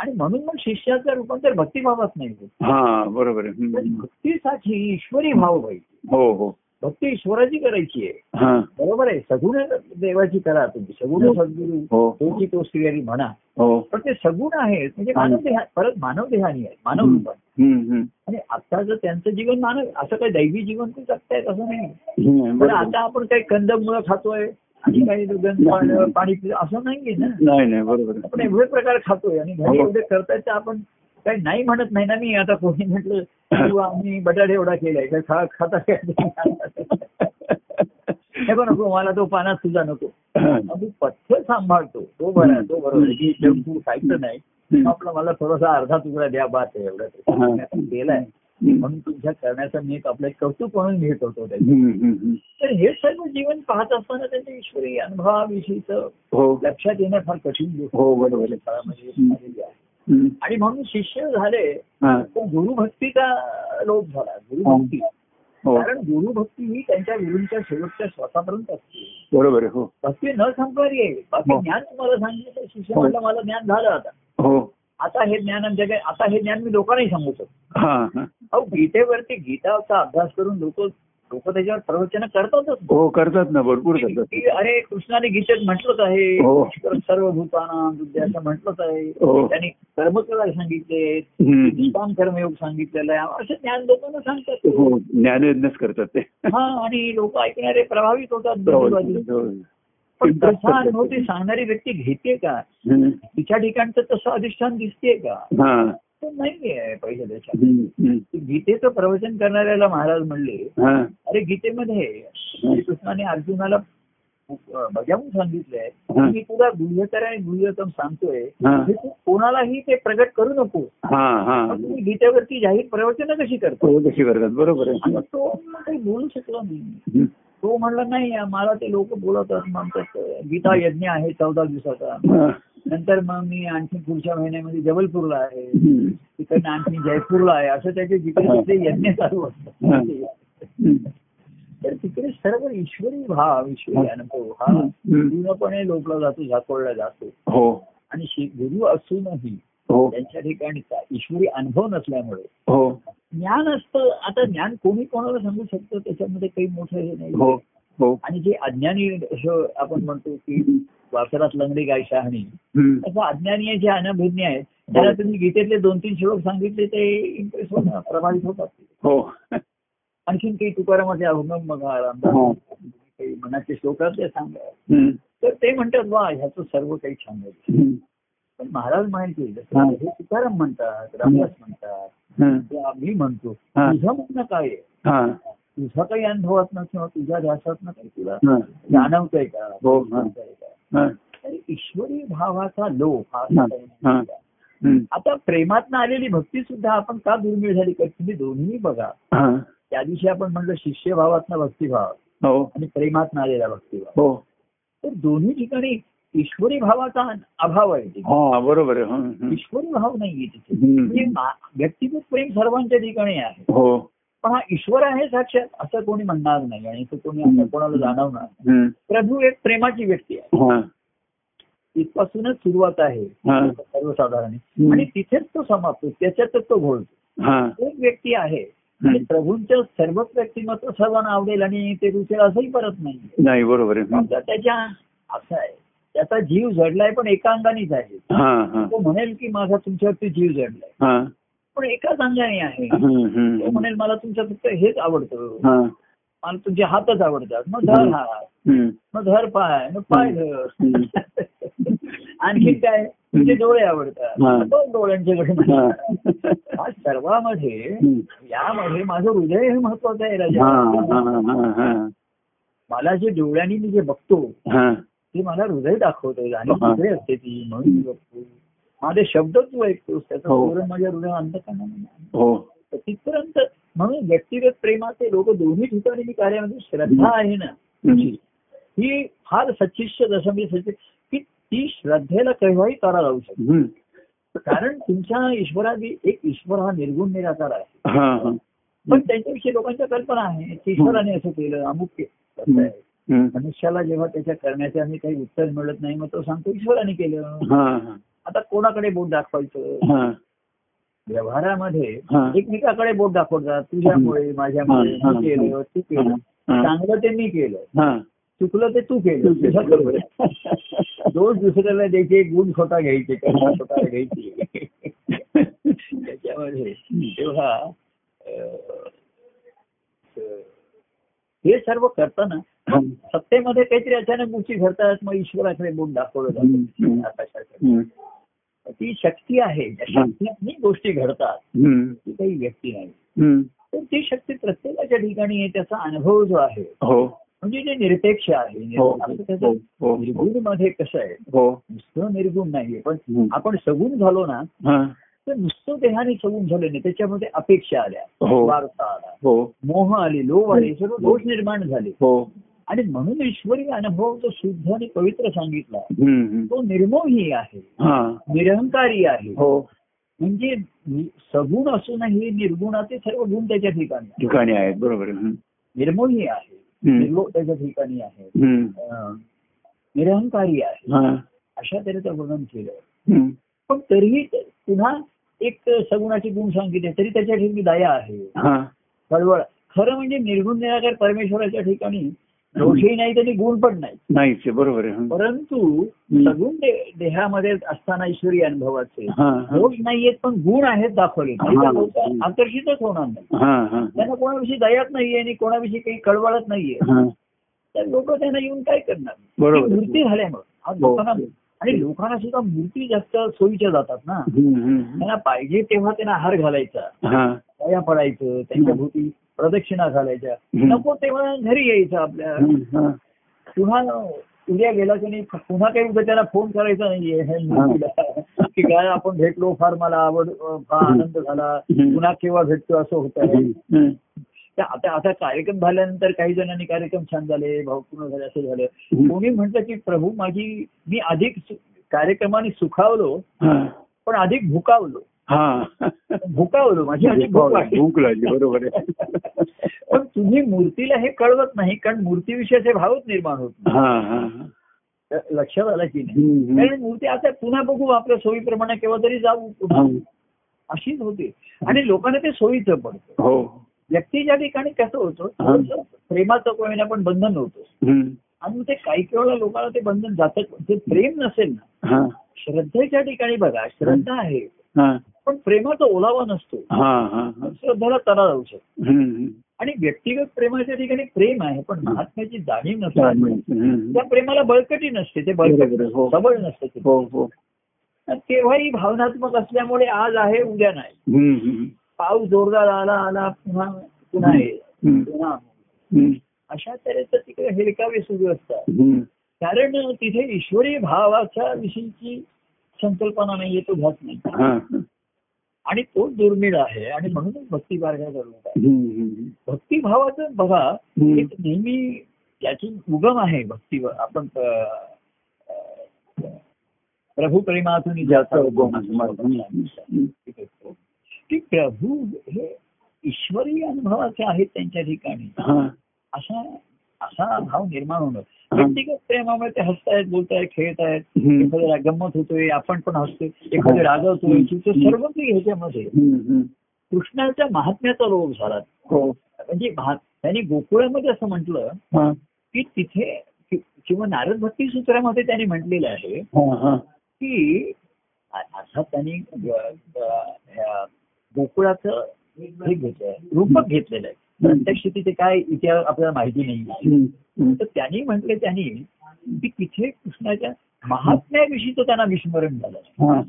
[SPEAKER 2] आणि म्हणून मग शिष्याचं रूपांतर भक्तिभावात नाही होत.
[SPEAKER 1] हा बरोबर आहे
[SPEAKER 2] तर
[SPEAKER 1] हम्म.
[SPEAKER 2] भक्तीसाठी ईश्वरी भाव पाहिजे
[SPEAKER 1] हो हो
[SPEAKER 2] भक्ती ईश्वराची करायची आहे
[SPEAKER 1] हा
[SPEAKER 2] बरोबर आहे सगुण देवाची करा तुम्ही सगुण
[SPEAKER 1] हो.
[SPEAKER 2] सद्गुरु
[SPEAKER 1] हो
[SPEAKER 2] तुमची तो श्रीहरी म्हणा
[SPEAKER 1] हो
[SPEAKER 2] पण ते सगुण आहेत म्हणजे
[SPEAKER 1] हा.
[SPEAKER 2] मानव देहा परत मानव देहानी आहे मानव रूपात
[SPEAKER 1] हम्म, हम्म.
[SPEAKER 2] आणि आता जर त्यांचं जीवन मानव असं काही दैवी जीवन ते जगतायत असं नाही
[SPEAKER 1] हम्म,
[SPEAKER 2] पण
[SPEAKER 1] बरोबर.
[SPEAKER 2] आता आपण काही कंदमुळं खातोय आणि काही दुर्गंध पान- पाणी पितो असं नाहीये ना
[SPEAKER 1] नाही नाही बरोबर आहे.
[SPEAKER 2] आपण एवढे प्रकार खातोय आणि घरी
[SPEAKER 1] हो.
[SPEAKER 2] एवढे करतायत तर आपण काही नाही म्हणत नाही ना मी आता कोणी म्हटलं किंवा आम्ही बटाटे एवढा केलाय काय खा खाता काय हे पण नको मला तो पानात तुझा नको मग मी पथ्य सांभाळतो तो बरा तो बरोबर की जंक फूड खायचं नाही
[SPEAKER 1] हम्म.
[SPEAKER 2] आपलं मला थोडासा अर्धा तुकडा द्या बात आहे एवढा
[SPEAKER 1] हा.
[SPEAKER 2] केलाय
[SPEAKER 1] हम्म.
[SPEAKER 2] म्हणून तुमच्या करण्याचं मी एक आपलं एक कौतुक म्हणून घेत होतो त्याचं.
[SPEAKER 1] हम्म, हम्म, हम्म.
[SPEAKER 2] तर हे सर्व जीवन पाहत असताना त्यांच्या ईश्वरी अनुभवाविषयीचं
[SPEAKER 1] हो
[SPEAKER 2] लक्षात येणं फार कठीण गोष्ट
[SPEAKER 1] हो, बरोबर आहे.
[SPEAKER 2] काळामध्ये
[SPEAKER 1] हम्म.
[SPEAKER 2] झालेली आहे.
[SPEAKER 1] हम्म.
[SPEAKER 2] आणि म्हणून शिष्य झाले
[SPEAKER 1] हा.
[SPEAKER 2] तर गुरुभक्तीचा लोप झाला गुरुभक्ती
[SPEAKER 1] हो
[SPEAKER 2] कारण गुरुभक्ती ही त्यांच्या गुरुंच्या शेवटच्या श्वासापर्यंत असते
[SPEAKER 1] बरोबर आहे हो
[SPEAKER 2] भक्ती न संपणारी आहे बाकी
[SPEAKER 1] हो.
[SPEAKER 2] ज्ञान तुम्हाला सांगितलं तर शिष्य
[SPEAKER 1] हो.
[SPEAKER 2] म्हटलं मला ज्ञान झालं आता
[SPEAKER 1] हो
[SPEAKER 2] आता हे ज्ञान आमच्या काही आता हे ज्ञान मी लोकांनाही सांगू शकतो
[SPEAKER 1] हा हा.
[SPEAKER 2] अहो गीतेवरती गीताचा अभ्यास करून लोक लोक त्याच्यावर प्रवचन करतातच
[SPEAKER 1] हो करतात ना भरपूर
[SPEAKER 2] की-
[SPEAKER 1] करतात
[SPEAKER 2] की अरे कृष्णाने गीतेत म्हटलंच
[SPEAKER 1] हो.
[SPEAKER 2] आहे सर्व भूताना असं म्हटलंच आहे
[SPEAKER 1] हो.
[SPEAKER 2] त्यांनी कर्म करायला सांगितले
[SPEAKER 1] हम्म.
[SPEAKER 2] निष्काम कर्मयोग सांगितलेलं आहे असं ज्ञान लोकांना सांगतात
[SPEAKER 1] हो ज्ञानयज्ञच करतात ते हो,
[SPEAKER 2] हा आणि लोक ऐकणारे प्रभावित होतात दोन्ही बाजू. पण हो,
[SPEAKER 1] Impress
[SPEAKER 2] तसा
[SPEAKER 1] करतात
[SPEAKER 2] अनुभव
[SPEAKER 1] ते.
[SPEAKER 2] ती सांगणारी व्यक्ती घेते का
[SPEAKER 1] हम्म.
[SPEAKER 2] तिच्या ठिकाणचं तसं अधिष्ठान दिसते का
[SPEAKER 1] हा
[SPEAKER 2] तर नाहीये पहिल्या देशात
[SPEAKER 1] हम्म, हम्म.
[SPEAKER 2] गीतेचं प्रवचन करणाऱ्याला महाराज म्हणले
[SPEAKER 1] हा.
[SPEAKER 2] अरे गीतेमध्ये श्रीकृष्णाने अर्जुनाला अं, बजावून सांगितलंय
[SPEAKER 1] हा.
[SPEAKER 2] की मी तुला गुह्यतर आणि गुह्यतम सांगतोय
[SPEAKER 1] हा.
[SPEAKER 2] हे तू कोणालाही ते प्रगट करू नको
[SPEAKER 1] हा हा
[SPEAKER 2] मग तुम्ही गीतेवरती जाहीर प्रवचन कशी करतो
[SPEAKER 1] हो तशी करतात बरोबर आहे
[SPEAKER 2] आणि तो काही बोलू शकला नाही
[SPEAKER 1] हम्म.
[SPEAKER 2] तो म्हणला नाही मला ते लोक बोलवतात म्हणतात गीता यज्ञ आहे चौदा दिवसाचा
[SPEAKER 1] हा.
[SPEAKER 2] नंतर मग मी आणखी पुढच्या महिन्यामध्ये जबलपूरला आहे
[SPEAKER 1] हम्म.
[SPEAKER 2] तिकडनं आणखी जयपूरला आहे असं त्याचे जिकडे यज्ञ चालू
[SPEAKER 1] हा.
[SPEAKER 2] असतात
[SPEAKER 1] हम्म.
[SPEAKER 2] तर तिकडे सर्व ईश्वरी भाव ईश्वरी अनुभव हा
[SPEAKER 1] हम्म.
[SPEAKER 2] पूर्णपणे लोकला जातो झाकोळला जातो
[SPEAKER 1] हो
[SPEAKER 2] आणि शि- गुरु असूनही
[SPEAKER 1] हो
[SPEAKER 2] त्यांच्या ठिकाणी का- ईश्वरी अनुभव नसल्यामुळे
[SPEAKER 1] हो
[SPEAKER 2] ज्ञान असतं आता ज्ञान कोणी कोणाला सांगू शकतो त्याच्यामध्ये काही मोठं हे
[SPEAKER 1] हो
[SPEAKER 2] नाही
[SPEAKER 1] हो
[SPEAKER 2] आणि जे अज्ञानी असं आपण म्हणतो की वासरात लंगडी गाय शहाणी
[SPEAKER 1] हम्म.
[SPEAKER 2] असं अज्ञानी आहे जे अनभिज्ञ आहेत
[SPEAKER 1] हो.
[SPEAKER 2] त्याला तुम्ही गीतेतले दोन तीन श्लोक सांगितले ते इम्प्रेस होणार प्रभावित होतात
[SPEAKER 1] हो
[SPEAKER 2] आणखीन काही तुकारामाचे अभंग बघा रामदास
[SPEAKER 1] हो.
[SPEAKER 2] काही मनाचे श्लोक आहेत ते सांगा
[SPEAKER 1] हम्म.
[SPEAKER 2] तर ते म्हणतात वा ह्याचं सर्व काही छान आहे
[SPEAKER 1] हम्म.
[SPEAKER 2] पण महाराज माहिती
[SPEAKER 1] हा.
[SPEAKER 2] जसं हे तुकाराम म्हणतात रामदास म्हणतात
[SPEAKER 1] हम्म.
[SPEAKER 2] ते आम्ही म्हणतो
[SPEAKER 1] हा.
[SPEAKER 2] तुझं म्हणणं काय आहे
[SPEAKER 1] हा.
[SPEAKER 2] तुझा काही अनुभवातनं किंवा तुझ्या ध्यासातनं काही तुला
[SPEAKER 1] हा.
[SPEAKER 2] जाणवतंय का
[SPEAKER 1] हो.
[SPEAKER 2] जाणवतंय का?
[SPEAKER 1] हा.
[SPEAKER 2] तर ईश्वरी भावाचा लोभ हा
[SPEAKER 1] हा. हा. हम्म.
[SPEAKER 2] आता प्रेमातनं आलेली भक्ती सुद्धा आपण का दुर्मिळ झाली का तुम्ही दोन्ही बघा
[SPEAKER 1] हा.
[SPEAKER 2] त्या दिवशी आपण म्हणलं शिष्यभावातनं भक्तिभाव
[SPEAKER 1] हो
[SPEAKER 2] आणि प्रेमातनं आलेला भक्तिभाव
[SPEAKER 1] हो
[SPEAKER 2] तर दोन्ही ठिकाणी ईश्वरी भावाचा अभाव आहे तिथे.
[SPEAKER 1] हा बरोबर आहे हम्म. हम्म.
[SPEAKER 2] ईश्वरी भाव नाहीये तिथे
[SPEAKER 1] हम्म.
[SPEAKER 2] म्हणजे मा- व्यक्तिगत प्रेम सर्वांच्या ठिकाणी आहे
[SPEAKER 1] हो
[SPEAKER 2] पण हा ईश्वर आहे साक्षात असं कोणी म्हणणार नाही आणि तो कोणी
[SPEAKER 1] हम्म.
[SPEAKER 2] असं कोणाला जाणवणार नाही.
[SPEAKER 1] हम्म.
[SPEAKER 2] प्रभू एक प्रेमाची व्यक्ती आहे
[SPEAKER 1] हा.
[SPEAKER 2] तिथपासूनच सुरुवात आहे
[SPEAKER 1] हा.
[SPEAKER 2] सर्वसाधारण
[SPEAKER 1] हम्म.
[SPEAKER 2] आणि तिथेच तो समाप्तो त्याच्यातच तो घोळतो
[SPEAKER 1] हा.
[SPEAKER 2] एक व्यक्ती आहे आणि
[SPEAKER 1] हम्म.
[SPEAKER 2] प्रभूंचं सर्वच व्यक्तिमत्व सर्वांना आवडेल आणि ते दुसरं असंही परत नाही
[SPEAKER 1] नाही बरोबर आहे हम्म.
[SPEAKER 2] समजा त्याच्या असं आहे त्याचा जीव जडलाय पण एका अंगानेच आहे
[SPEAKER 1] हा हा
[SPEAKER 2] तो म्हणेल की माझा तुमच्यावरती जीव जडलाय
[SPEAKER 1] हा
[SPEAKER 2] पण एकाच अंगाने आहे
[SPEAKER 1] हम्म.
[SPEAKER 2] तो
[SPEAKER 1] हम्म.
[SPEAKER 2] म्हणेल मला तुमचं फक्त हेच आवडतं
[SPEAKER 1] हा.
[SPEAKER 2] मला तुमचे हातच आवडतात मग धर हात
[SPEAKER 1] हम्म.
[SPEAKER 2] मग धर पाय मग पाय धर आणखी काय तुमचे डोळे आवडतात
[SPEAKER 1] हा.
[SPEAKER 2] मग दोन डोळ्यांच्याकडे
[SPEAKER 1] हा.
[SPEAKER 2] म्हणा. हा सर्वामध्ये
[SPEAKER 1] हम्म.
[SPEAKER 2] यामध्ये माझं हृदय हे महत्वाचं आहे
[SPEAKER 1] हा. हा.
[SPEAKER 2] राजा
[SPEAKER 1] हा. हा.
[SPEAKER 2] मला जे डोळ्यांनी मी जे बघतो
[SPEAKER 1] हा.
[SPEAKER 2] ते मला हृदय दाखवतोय आणि
[SPEAKER 1] हा.
[SPEAKER 2] हृदय असते ती म्हणून मी बघतो माझे शब्द तू ऐकतोस त्याचं
[SPEAKER 1] हो.
[SPEAKER 2] धोरण माझ्या हृदय अंतकरणामध्ये
[SPEAKER 1] हो
[SPEAKER 2] तिथपर्यंत म्हणून व्यक्तिगत प्रेमाचे लोक दोन्ही ठिकाणी मी कार्यामध्ये श्रद्धा आहे ना
[SPEAKER 1] हम्म.
[SPEAKER 2] ही फार सचिष्य जसं मी सचिव की ती श्रद्धेला केव्हाही तारा लावू शकते
[SPEAKER 1] हम्म.
[SPEAKER 2] कारण तुमच्या ईश्वराची एक ईश्वर हा निर्गुण निराकार आहे
[SPEAKER 1] हा. हा.
[SPEAKER 2] पण
[SPEAKER 1] हम्म.
[SPEAKER 2] त्याच्याविषयी लोकांच्या कल्पना आहे की ईश्वराने असं केलं अमुक केलं असं आहे.
[SPEAKER 1] हम्म.
[SPEAKER 2] मनुष्याला जेव्हा त्याच्या करण्याचे आम्ही काही उत्तर मिळत नाही मग तो सांगतो ईश्वराने केलं
[SPEAKER 1] हा.
[SPEAKER 2] आता कोणाकडे बोट दाखवायचं
[SPEAKER 1] हा.
[SPEAKER 2] व्यवहारामध्ये
[SPEAKER 1] हा.
[SPEAKER 2] एकमेकाकडे बोट दाखवतात तुझ्यामुळे माझ्यामुळे
[SPEAKER 1] हा,
[SPEAKER 2] तू केलं तू केलं
[SPEAKER 1] हा.
[SPEAKER 2] चांगलं ते मी केलं
[SPEAKER 1] हा.
[SPEAKER 2] चुकलं ते तू केलं तुझ्या बरोबर आहे. दोष दुसऱ्याला द्यायचे गुण स्वतः घ्यायचे करुणा स्वतः घ्यायची त्याच्यामध्ये तेव्हा अं, अं, हे सर्व करताना
[SPEAKER 1] हम्म.
[SPEAKER 2] सत्तेमध्ये काहीतरी अचानक गोष्टी घडतात मग ईश्वराकडे गुण दाखवलं
[SPEAKER 1] हम्म.
[SPEAKER 2] जातं आकाशाकडे
[SPEAKER 1] हम्म.
[SPEAKER 2] ती शक्ती आहे ज्या
[SPEAKER 1] हम्म.
[SPEAKER 2] शक्तीतनी गोष्टी घडतात
[SPEAKER 1] हम्म.
[SPEAKER 2] ती काही व्यक्ती नाही
[SPEAKER 1] हम्म.
[SPEAKER 2] तर ती शक्ती प्रत्येकाच्या ठिकाणी आहे त्याचा अनुभव जो आहे
[SPEAKER 1] हो
[SPEAKER 2] म्हणजे जे निरपेक्ष आहे
[SPEAKER 1] हो
[SPEAKER 2] असं
[SPEAKER 1] हो
[SPEAKER 2] त्याचं
[SPEAKER 1] हो
[SPEAKER 2] निर्गुण मध्ये कसं आहे
[SPEAKER 1] हो
[SPEAKER 2] नुसतं निर्गुण नाहीये पण
[SPEAKER 1] हम्म.
[SPEAKER 2] आपण सगुण झालो ना
[SPEAKER 1] हा.
[SPEAKER 2] तर नुसतं देहाने सवून झालं नाही त्याच्यामध्ये अपेक्षा आल्या
[SPEAKER 1] हो.
[SPEAKER 2] स्वार्थ आला
[SPEAKER 1] हो
[SPEAKER 2] मोह आले लोभ आले सर्व दोष निर्माण झाले
[SPEAKER 1] हो
[SPEAKER 2] आणि म्हणून ईश्वरी अनुभव जो शुद्ध आणि पवित्र सांगितला
[SPEAKER 1] हम्म, हम्म.
[SPEAKER 2] तो निर्मोही आहे
[SPEAKER 1] हा
[SPEAKER 2] निरहंकारी आहे
[SPEAKER 1] हो
[SPEAKER 2] म्हणजे नि- सगुण असूनही निर्गुणाचे सर्व गुण त्याच्या ठिकाणी आहेत.
[SPEAKER 1] ठिकाणी आहेत बरोबर आहे. हम्म.
[SPEAKER 2] निर्मोही आहे
[SPEAKER 1] हम्म.
[SPEAKER 2] निर्लोक त्याच्या ठिकाणी आहे
[SPEAKER 1] हम्म.
[SPEAKER 2] अं, निरहंकारी आहे
[SPEAKER 1] हा.
[SPEAKER 2] अशा तऱ्हेचं वर्णन केलं
[SPEAKER 1] हम्म.
[SPEAKER 2] पण तरीही ते- पुन्हा एक सगुणाचे गुण सांगितले तरी त्याच्या ठिकाणी दया आहे
[SPEAKER 1] हा.
[SPEAKER 2] कळवळ खरं म्हणजे निर्गुण निराकार परमेश्वराच्या ठिकाणी दोषही नाही त्यांनी गुण पण नाही
[SPEAKER 1] नाहीच आहे, बरोबर आहे हम्म.
[SPEAKER 2] परंतु सगुण दे- देहामध्ये असताना ईश्वरी अनुभवाचे
[SPEAKER 1] हा, हा.
[SPEAKER 2] दोष नाहीयेत पण गुण आहेत दाखवले नाही तर
[SPEAKER 1] हा.
[SPEAKER 2] लोक आकर्षितच होणार नाही
[SPEAKER 1] हा, हा.
[SPEAKER 2] त्यांना कोणाविषयी दयात नाहीये आणि कोणाविषयी काही कळवळत नाहीये
[SPEAKER 1] हा.
[SPEAKER 2] तर लोक त्यांना येऊन काय करणार
[SPEAKER 1] बरोबर.
[SPEAKER 2] ती मूर्ती झाल्यामुळे आज
[SPEAKER 1] हो.
[SPEAKER 2] लोकांना आणि लोकांना सुद्धा मूर्ती जास्त सोयीच्या जातात ना
[SPEAKER 1] हम्म, हम्म.
[SPEAKER 2] त्यांना पाहिजे तेव्हा त्यांना हार घालायचा
[SPEAKER 1] हा.
[SPEAKER 2] दया पडायचं त्यांच्या भोवती प्रदक्षिणा घालायच्या
[SPEAKER 1] हम्म.
[SPEAKER 2] नको तेव्हा घरी यायचं आपल्या
[SPEAKER 1] हम्म, हा.
[SPEAKER 2] पुन्हा उद्या गेला की नाही पुन्हा काही उद्या त्याला फोन करायचा नाहीये हे मुलीला. की काय आपण भेटलो फार मला आवड फार आनंद झाला
[SPEAKER 1] हम्म.
[SPEAKER 2] पुन्हा केव्हा भेटतो असं होत आहे
[SPEAKER 1] हम्म, हम्म.
[SPEAKER 2] तर आता आता कार्यक्रम झाल्यानंतर काही जणांनी कार्यक्रम छान झाले भावपूर्ण झाले असं झालं
[SPEAKER 1] हम्म.
[SPEAKER 2] कोणी म्हटलं की प्रभू माझी मी अधिक सु- कार्यक्रमाने सुखावलो
[SPEAKER 1] हा.
[SPEAKER 2] पण अधिक भुकावलो
[SPEAKER 1] हा.
[SPEAKER 2] भुकावलो माझी अधिक भूक वाटली
[SPEAKER 1] भूक लागली बरोबर आहे
[SPEAKER 2] पण तुम्ही मूर्तीला हे कळवत नाही कारण मूर्तीविषयीचे भावच निर्माण होत
[SPEAKER 1] हा हा हा.
[SPEAKER 2] नाही. लक्षात आलं की नाही
[SPEAKER 1] हम्म, हम्म.
[SPEAKER 2] कारण मूर्ती आता पुन्हा बघू आपल्या सोयीप्रमाणे केव्हा तरी जाऊ पुन्हा. अशीच होते आणि लोकांना ते सोयीचं पडतं
[SPEAKER 1] हो
[SPEAKER 2] व्यक्तीच्या ठिकाणी कसं होतं
[SPEAKER 1] हा.
[SPEAKER 2] थोडंसं प्रेमाचं कोणी पण बंधन होतं
[SPEAKER 1] हम्म.
[SPEAKER 2] आणि ते काही वेळा लोकांना ते बंधन जातं पण. ते प्रेम नसेल ना
[SPEAKER 1] हा
[SPEAKER 2] श्रद्धेच्या ठिकाणी बघा श्रद्धा आहे
[SPEAKER 1] हा
[SPEAKER 2] पण प्रेमाचा ओलावा नसतो
[SPEAKER 1] हा हा हा.
[SPEAKER 2] श्रद्धेला तरा जाऊ शकतो
[SPEAKER 1] हम्म,
[SPEAKER 2] आणि व्यक्तिगत प्रेमाच्या ठिकाणी प्रेम आहे पण महात्म्याची जाणीव
[SPEAKER 1] हम्म.
[SPEAKER 2] नसते
[SPEAKER 1] हम्म.
[SPEAKER 2] त्या प्रेमाला बळकटी नसते ते
[SPEAKER 1] बरोबर
[SPEAKER 2] बळकट
[SPEAKER 1] आहे, हो.
[SPEAKER 2] सबळ नसते ते.
[SPEAKER 1] हो हो
[SPEAKER 2] तर तेव्हाही भावनात्मक असल्यामुळे आज आहे उद्या नाही
[SPEAKER 1] हम्म, हम्म.
[SPEAKER 2] पाऊस जोरदार आला आला पुन्हा पुन्हा येईल
[SPEAKER 1] हम्म,
[SPEAKER 2] पुन्हा
[SPEAKER 1] हम्म.
[SPEAKER 2] अशा तऱ्हेचं तिकडे हेलकावे सुरू असतात
[SPEAKER 1] हम्म.
[SPEAKER 2] कारण तिथे ईश्वरी भावाच्या विषयीची संकल्पना नाहीये तो घात नाही
[SPEAKER 1] हा.
[SPEAKER 2] आणि तो दुर्मिळ आहे आणि म्हणूनच भक्ती मार्गाचा लोक आहे
[SPEAKER 1] हम्म, हम्म.
[SPEAKER 2] भक्तिभावाचं बघा
[SPEAKER 1] हम्म.
[SPEAKER 2] एक नेहमी त्याची उगम आहे भक्ती आपण अं, अं, प्रभु प्रेमातून ज्याचा
[SPEAKER 1] হ্যাঁ,
[SPEAKER 2] उगम
[SPEAKER 1] हम्म.
[SPEAKER 2] की प्रभू हे ईश्वरी अनुभवाचे आहेत त्यांच्या ठिकाणी
[SPEAKER 1] हा.
[SPEAKER 2] असा असा भाव निर्माण होणं व्यक्तिगत प्रेमामुळे ते हसतायत बोलतायत खेळतायत
[SPEAKER 1] हम्म.
[SPEAKER 2] एखाद्याला गंमत होतोय आपण पण हसतोय एखादं रागवतोय चिंता सर्व काही ह्याच्यामध्ये
[SPEAKER 1] हम्म, हम्म.
[SPEAKER 2] कृष्णाच्या महात्म्याचा लोभ झाला
[SPEAKER 1] हो
[SPEAKER 2] म्हणजे महा- त्यांनी गोकुळामध्ये असं म्हटलं
[SPEAKER 1] हा
[SPEAKER 2] की तिथे कि- किंवा नारद भक्ती सूत्रामध्ये त्यांनी म्हटलेलं आहे
[SPEAKER 1] हा हा
[SPEAKER 2] की अ- अर्थात त्यांनी ग- ग- ह्या गोकुळाचं हे घेतलंय रूपक घेतलेलं आहे प्रत्यक्ष तिथे काय इतिहास आपल्याला माहिती नाही
[SPEAKER 1] हम्म, हम्म.
[SPEAKER 2] तर त्यांनी म्हटले त्यांनी की तिथे कृष्णाच्या महात्म्याविषयीचं त्यांना विस्मरण झालं नाही.
[SPEAKER 1] हा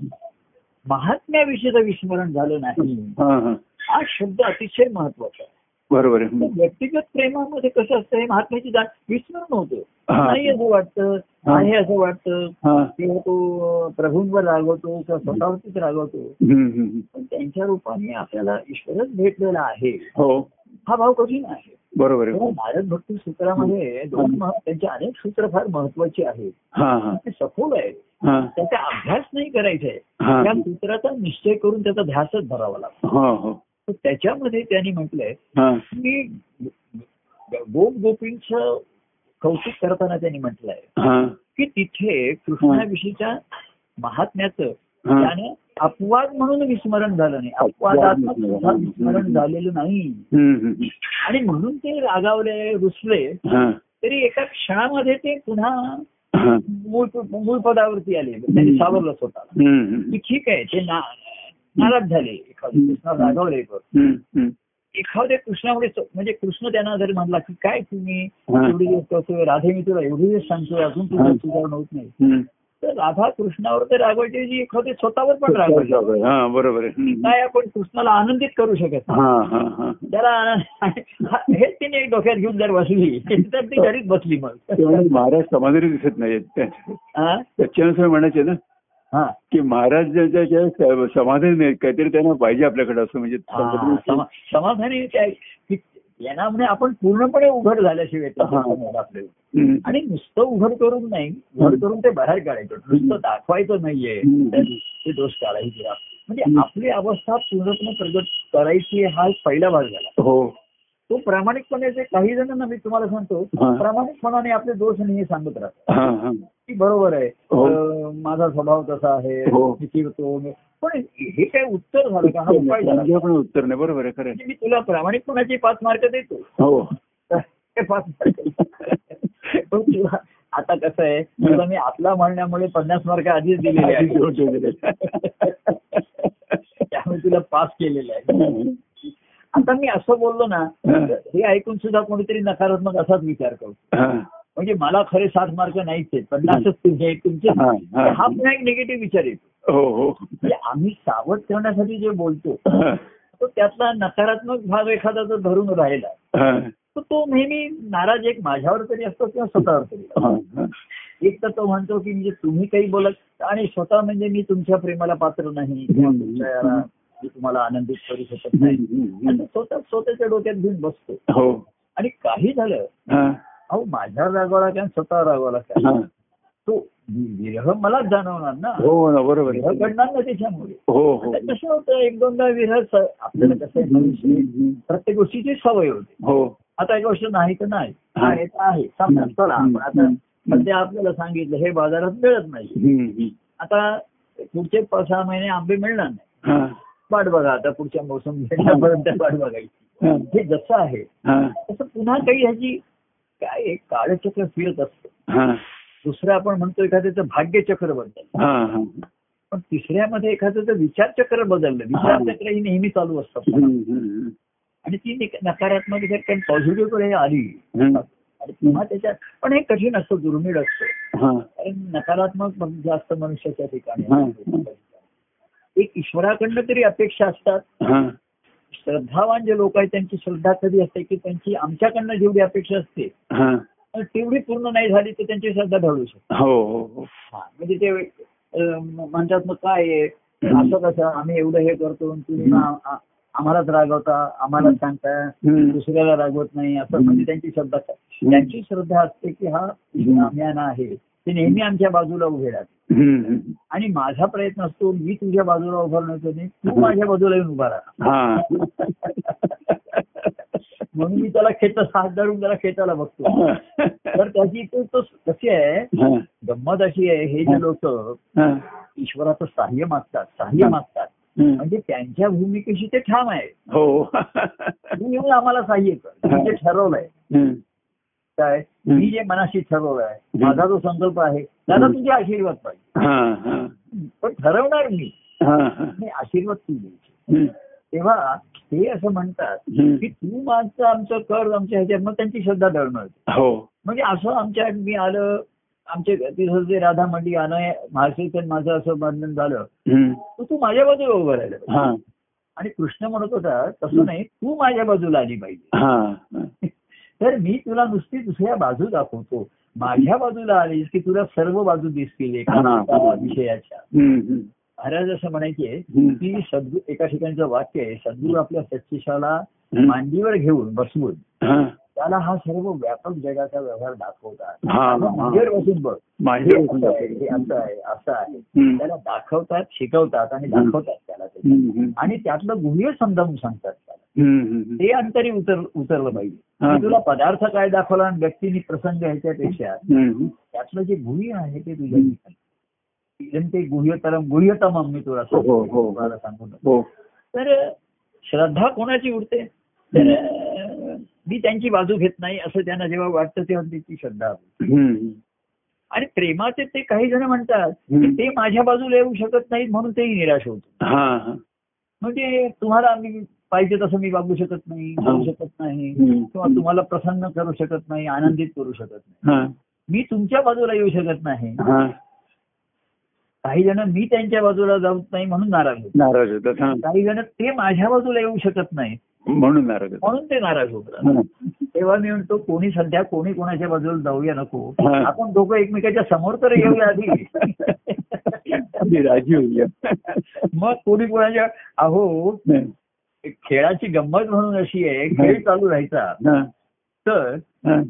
[SPEAKER 2] महात्म्याविषयीचं विस्मरण झालं नाही
[SPEAKER 1] हा हा.
[SPEAKER 2] हा शब्द अतिशय महत्वाचा आहे
[SPEAKER 1] बरोबर आहे
[SPEAKER 2] तर
[SPEAKER 1] हम्म.
[SPEAKER 2] व्यक्तिगत प्रेमामध्ये कसं असतं हे महात्म्याची जाण विस्मरण होतो
[SPEAKER 1] हा.
[SPEAKER 2] नाही असं वाटतं
[SPEAKER 1] हा.
[SPEAKER 2] आहे असं वाटतं
[SPEAKER 1] हा
[SPEAKER 2] तेव्हा तो प्रभूंवर रागवतो किंवा स्वतःवरतीच रागवतो
[SPEAKER 1] हम्म, हम्म.
[SPEAKER 2] पण त्यांच्या रूपाने आपल्याला ईश्वरच भेटलेला आहे
[SPEAKER 1] हो
[SPEAKER 2] हा भाव कठीण आहे
[SPEAKER 1] बरोबर आहे
[SPEAKER 2] तेव्हा भारत भक्ती सूत्रामध्ये दोन मह- त्यांचे अनेक सूत्र फार महत्वाची आहेत
[SPEAKER 1] हा हा
[SPEAKER 2] ते सखोल आहेत
[SPEAKER 1] हा
[SPEAKER 2] त्याचा अभ्यास नाही करायचा आहे
[SPEAKER 1] हा
[SPEAKER 2] त्या सूत्राचा निश्चय करून त्याचा ध्यासच धरावा लागतो
[SPEAKER 1] हो हो
[SPEAKER 2] तर त्याच्यामध्ये त्यांनी म्हटलंय
[SPEAKER 1] हा
[SPEAKER 2] की गोप गोपींचं कौतुक करताना त्यांनी म्हटलंय
[SPEAKER 1] हा
[SPEAKER 2] की तिथे कृष्णाविषयीच्या महात्म्याचं
[SPEAKER 1] हा
[SPEAKER 2] त्याने अपवाद म्हणून विस्मरण झालं नाही अपवादात्मक सुद्धा विस्मरण झालेलं नाही
[SPEAKER 1] हम्म, हम्म.
[SPEAKER 2] आणि म्हणून ते रागावले रुसले
[SPEAKER 1] हा
[SPEAKER 2] तरी एका क्षणामध्ये ते पुन्हा
[SPEAKER 1] हा
[SPEAKER 2] मूळ मूळ पदावरती आले त्यांनी सावरलं स्वतःला
[SPEAKER 1] हम्म,
[SPEAKER 2] की ठीक आहे ते ना नाराज झाले एखाद्या कृष्णाला रागावले बघ.
[SPEAKER 1] हम्म, हम्म.
[SPEAKER 2] एखाद्या कृष्णामुळे स- म्हणजे कृष्ण त्यांना जरी म्हणला की काय तुम्ही
[SPEAKER 1] हा.
[SPEAKER 2] एवढी दिवस करतोय राधे मी तुला एवढी दिवस सांगतोय अजून
[SPEAKER 1] हा.
[SPEAKER 2] तुझं सुधारण होत नाही
[SPEAKER 1] हम्म.
[SPEAKER 2] तर राधा कृष्णावर तर रागवायची जी एखादी स्वतःवर पण रागवायची
[SPEAKER 1] हा बरोबर आहे
[SPEAKER 2] की
[SPEAKER 1] हम्म.
[SPEAKER 2] काय आपण कृष्णाला आनंदित करू शकत नाही.
[SPEAKER 1] हा हा हा
[SPEAKER 2] त्याला आनंद हेच तिने एक डोक्यात घेऊन जर बसली तर ती घरीच बसली मग
[SPEAKER 1] त्यामुळे महाराज समाधानी दिसत नाहीयेत त्या-
[SPEAKER 2] हा?
[SPEAKER 1] त्याच्यानुसार म्हणायचे ना
[SPEAKER 2] हा
[SPEAKER 1] की महाराज ज्याच्या ज्या स- समाधानी आहेत काहीतरी त्यांना पाहिजे आपल्याकडे असं म्हणजे
[SPEAKER 2] हा, समा- समाधानी काय की यांना म्हणजे आपण पूर्णपणे उघड झाल्याशिवाय ते
[SPEAKER 1] हा.
[SPEAKER 2] समाधान आपलं.
[SPEAKER 1] हम्म.
[SPEAKER 2] आणि नुसतं उघड करून नाही उघड करून ते बाहेर काढायचं नुसतं दाखवायचं नाहीये
[SPEAKER 1] हम्म.
[SPEAKER 2] ते दोष काढायचे म्हणजे
[SPEAKER 1] हम्म.
[SPEAKER 2] आपली अवस्था पूर्णपणे प्रगट करायची हा एक पहिला भाग झाला
[SPEAKER 1] हो
[SPEAKER 2] तो प्रामाणिकपणे जे काही जणांना मी तुम्हाला सांगतो
[SPEAKER 1] हा.
[SPEAKER 2] प्रामाणिकपणाने आपले दोष आणि हे सांगत राहतात
[SPEAKER 1] हा हा
[SPEAKER 2] की बरोबर आहे
[SPEAKER 1] हो.
[SPEAKER 2] अं, माझा स्वभाव तसा आहे
[SPEAKER 1] हो.
[SPEAKER 2] मी चिडतो मी- पण हे काय उत्तर झालं का हा उपाय झाला
[SPEAKER 1] तुझ्या पण उत्तर नाही बरोबर आहे खरं आहे.
[SPEAKER 2] म्हणजे मी तुला प्रामाणिकपणाचे पाच मार्क देतो
[SPEAKER 1] हो
[SPEAKER 2] हे पाच मार्क पण तुला आता कसं आहे तुला मी आपला म्हणण्यामुळे पन्नास मार्क आधीच दिलेले
[SPEAKER 1] आधी
[SPEAKER 2] आहेत
[SPEAKER 1] घेऊन ठेवलेलं आहे.
[SPEAKER 2] त्यामुळे तुला पास केलेले आहे आता मी असं बोललो ना तर हे ऐकून सुद्धा कोणीतरी नकारात्मक असाच विचार करतो
[SPEAKER 1] हा,
[SPEAKER 2] म्हणजे मला खरे साठ मार्क नाहीच आहेत पन्नासच तुझे आहेत, तुमचे
[SPEAKER 1] हा, हा.
[SPEAKER 2] हा पुन्हा एक निगेटिव्ह विचार येतो
[SPEAKER 1] हो हो
[SPEAKER 2] म्हणजे आम्ही सावध ठेवण्यासाठी जे बोलतो
[SPEAKER 1] हा,
[SPEAKER 2] तो त्यातला नकारात्मक भाग एखादा जर धरून राहिला
[SPEAKER 1] हा,
[SPEAKER 2] तर तो नेहमी नाराज एक माझ्यावर तरी असतो किंवा स्वतःवर तरी असतो.
[SPEAKER 1] हा, हा.
[SPEAKER 2] एक तर तो म्हणतो की म्हणजे तुम्ही काही बोलत आणि स्वतः म्हणजे मी तुमच्या प्रेमाला पात्र नाही किंवा
[SPEAKER 1] हम्म.
[SPEAKER 2] तुमच्या याला मी तुम्हाला आनंदित करू शकत नाही आणि स्वतः स्वतःच्या डोक्यात घेऊन बसतो
[SPEAKER 1] हो
[SPEAKER 2] आणि काही झालं
[SPEAKER 1] हा,
[SPEAKER 2] अहो माझ्यावर रागवला काय स्वतः रागवला काय
[SPEAKER 1] हा.
[SPEAKER 2] तो विरह मलाच जाणवणार ना
[SPEAKER 1] हो ना बरोबर
[SPEAKER 2] विरह
[SPEAKER 1] आहे.
[SPEAKER 2] घडणार ना त्याच्यामुळे
[SPEAKER 1] हो हो
[SPEAKER 2] आता कसं होतं एक दोनदा विरह स- आपल्याला कसं आहे, मनुष्य
[SPEAKER 1] हम्म.
[SPEAKER 2] प्रत्येक गोष्टीची सवय होते
[SPEAKER 1] हो
[SPEAKER 2] आता एक गोष्ट नाही तर नाही आहे तर आहे समजा
[SPEAKER 1] हम्म.
[SPEAKER 2] चला आपण आता
[SPEAKER 1] हम्म.
[SPEAKER 2] सध्या आपल्याला सांगितलं हे बाजारात मिळत नाही
[SPEAKER 1] हम्म, हम्म.
[SPEAKER 2] आता पुढचे पाच सहा महिने आंबे मिळणार नाही
[SPEAKER 1] हा,
[SPEAKER 2] वाट बघा आता पुढच्या मोसम मिळण्यापर्यंत वाट बघायची
[SPEAKER 1] हा,
[SPEAKER 2] हे जसं आहे
[SPEAKER 1] हा,
[SPEAKER 2] तसं पुन्हा काही ह्याची काय एक काळचक्र फिरत असतं
[SPEAKER 1] हा,
[SPEAKER 2] दुसरं आपण म्हणतो एखाद्याचं भाग्यचक्र बदल
[SPEAKER 1] हा, हा.
[SPEAKER 2] पण तिसऱ्यामध्ये एखाद्याचं विचारचक्र बदललं विचारचक्र ही नेहमी चालू असतात
[SPEAKER 1] हम्म, हम्म,
[SPEAKER 2] आणि ती निक- नकारात्मक जर काही पॉझिटिव्ह कडे आली
[SPEAKER 1] हम्म.
[SPEAKER 2] आणि पुन्हा त्याच्यात पण हे कठीण असतं दुर्मिळ असतं
[SPEAKER 1] हा,
[SPEAKER 2] कारण नकारात्मक मन जास्त मनुष्याच्या ठिकाणी
[SPEAKER 1] हं.
[SPEAKER 2] आहे. एक ईश्वराकडनं तरी अपेक्षा असतात
[SPEAKER 1] हा,
[SPEAKER 2] श्रद्धावान जे लोक आहेत त्यांची श्रद्धा कधी असते की त्यांची आमच्याकडनं जेवढी अपेक्षा असते
[SPEAKER 1] हा.
[SPEAKER 2] पण तेवढी पूर्ण नाही झाली तर त्यांची श्रद्धा ढळू शकते
[SPEAKER 1] हो हो हो
[SPEAKER 2] म्हणजे ते अं, म्हणतात मग काय आहे?
[SPEAKER 1] हं.
[SPEAKER 2] असं कसं आम्ही एवढं हे करतो आणि तुम्ही मग आ- आ- आम्हालाच रागवता आम्हालाच सांगता
[SPEAKER 1] हम्म.
[SPEAKER 2] दुसऱ्याला रागवत नाही असं म्हणजे त्यांची श्रद्धा
[SPEAKER 1] हं.
[SPEAKER 2] त्यांची श्रद्धा असते की हा
[SPEAKER 1] हं.
[SPEAKER 2] आम्ही आहे ते नेहमी आमच्या बाजूला उभे राहतात
[SPEAKER 1] हम्म, हम्म.
[SPEAKER 2] आणि माझा प्रयत्न असतो मी तुझ्या बाजूला उभारण्याचा नाही तू माझ्या बाजूला येऊन उभा राहा
[SPEAKER 1] हा
[SPEAKER 2] म्हणून मी त्याला खेचा हात धरून त्याला खेचायला बघतो तर त्याची तो तो कशी आहे
[SPEAKER 1] हा,
[SPEAKER 2] गंमत अशी आहे हे जे लोक
[SPEAKER 1] हा,
[SPEAKER 2] ईश्वराचं सहाय्य मागतात सहाय्य मागतात
[SPEAKER 1] हम्म.
[SPEAKER 2] म्हणजे त्यांच्या भूमिकेशी ते ठाम आहे
[SPEAKER 1] हो
[SPEAKER 2] तू येऊन आम्हाला सहाय्य कर मी जे ठरवलंय
[SPEAKER 1] हम्म.
[SPEAKER 2] काय मी जे मनाशी ठरवलंय माझा जो संकल्प आहे त्याला तुझे आशीर्वाद पाहिजे
[SPEAKER 1] हा, हा,
[SPEAKER 2] पण ठरवणार मी
[SPEAKER 1] हा, हा.
[SPEAKER 2] आणि आशीर्वाद तू द्यायचे
[SPEAKER 1] हम्म,
[SPEAKER 2] तेव्हा ते असं म्हणतात की
[SPEAKER 1] हम्म.
[SPEAKER 2] तू माझं आमचं कर आमच्या ह्याच्यात मग त्यांची श्रद्धा धरणं
[SPEAKER 1] हो
[SPEAKER 2] म्हणजे असं आमच्या मी आलं आमचे तिथं जे राधा मंडी अनय महाशेषन माझं असं बंधन झालं
[SPEAKER 1] हम्म.
[SPEAKER 2] तर तू माझ्या बाजूला उभं राहिलं पाहिजे.
[SPEAKER 1] हा,
[SPEAKER 2] आणि कृष्ण म्हणत होता तसं नाही तू माझ्या बाजूला आली पाहिजे
[SPEAKER 1] हा, हा.
[SPEAKER 2] तर मी तुला नुसती दुसऱ्या बाजू दाखवतो माझ्या बाजूला आलीस की तुला सर्व बाजू दिसतील एका
[SPEAKER 1] हा.
[SPEAKER 2] एका विषयाच्या
[SPEAKER 1] हम्म, हम्म.
[SPEAKER 2] महाराज असं म्हणायचे
[SPEAKER 1] हम्म.
[SPEAKER 2] की सद्गुरू एका ठिकाणचं वाक्य आहे सद्गुरू आपल्या सच्चिशाला
[SPEAKER 1] हम्म.
[SPEAKER 2] मांडीवर घेऊन बसवून
[SPEAKER 1] हा,
[SPEAKER 2] त्याला हा सर्व व्यापक जगाचा व्यवहार दाखवतात
[SPEAKER 1] हा, हा.
[SPEAKER 2] मांडीवर बसून बघ हे
[SPEAKER 1] माझे
[SPEAKER 2] असं आहे, हे असं आहे असं आहे
[SPEAKER 1] हम्म.
[SPEAKER 2] त्याला दाखवतात शिकवतात आणि दाखवतात त्याला ते
[SPEAKER 1] हम्म, हम्म.
[SPEAKER 2] आणि त्यातलं गुह्य समजावून सांगतात त्याला
[SPEAKER 1] हम्म, हम्म.
[SPEAKER 2] ते अंतरी उतर उतरलं पाहिजे
[SPEAKER 1] हा.
[SPEAKER 2] मी तुला पदार्थ काय दाखवला आणि व्यक्तीनी प्रसंग ह्याच्यापेक्षा
[SPEAKER 1] हम्म.
[SPEAKER 2] त्यातलं जे गुह्य आहे ते तुझ्या ठिकाणी इदं ते गुह्यतरम गुह्यतमम मी तुला
[SPEAKER 1] हो, हो, हो.
[SPEAKER 2] तुम्हाला सांगून
[SPEAKER 1] हो
[SPEAKER 2] तर श्रद्धा कोणाची उरते तर अं, मी त्यांची बाजू घेत नाही असं त्यांना जेव्हा वाटतं तेव्हा त्याची श्रद्धा उरते.
[SPEAKER 1] हम्म.
[SPEAKER 2] आणि प्रेमाचे ते काही जण म्हणतात की
[SPEAKER 1] हम्म.
[SPEAKER 2] ते माझ्या बाजूला येऊ शकत नाहीत म्हणून तेही निराश होतो
[SPEAKER 1] हा, हा.
[SPEAKER 2] म्हणजे तुम्हाला मी पाहिजे तसं मी वागू शकत नाही करू
[SPEAKER 1] हा.
[SPEAKER 2] शकत नाही
[SPEAKER 1] हम्म.
[SPEAKER 2] किंवा तुम्हाला प्रसन्न करू शकत नाही आनंदित करू शकत नाही
[SPEAKER 1] हा,
[SPEAKER 2] मी तुमच्या बाजूला येऊ शकत नाही
[SPEAKER 1] हा.
[SPEAKER 2] काही जण मी त्यांच्या बाजूला जाऊत नाही म्हणून नाराज होतो
[SPEAKER 1] नाराज होतात हा
[SPEAKER 2] काही जण ते माझ्या बाजूला येऊ शकत नाही
[SPEAKER 1] म्हणून नाराज होतो
[SPEAKER 2] म्हणून ते नाराज होतात
[SPEAKER 1] हा.
[SPEAKER 2] तेव्हा मी म्हणतो कोणी सध्या कोणी कोणाच्या बाजूला जाऊया नको
[SPEAKER 1] हा.
[SPEAKER 2] आपण दोघं एकमेकाच्या समोर तर येऊया आधी
[SPEAKER 1] आधी राजी होऊया
[SPEAKER 2] मग कोणी कोणाच्या अहो खेळाची गंमत म्हणून अशी आहे खेळ चालू राहायचा
[SPEAKER 1] हा,
[SPEAKER 2] तर
[SPEAKER 1] हा.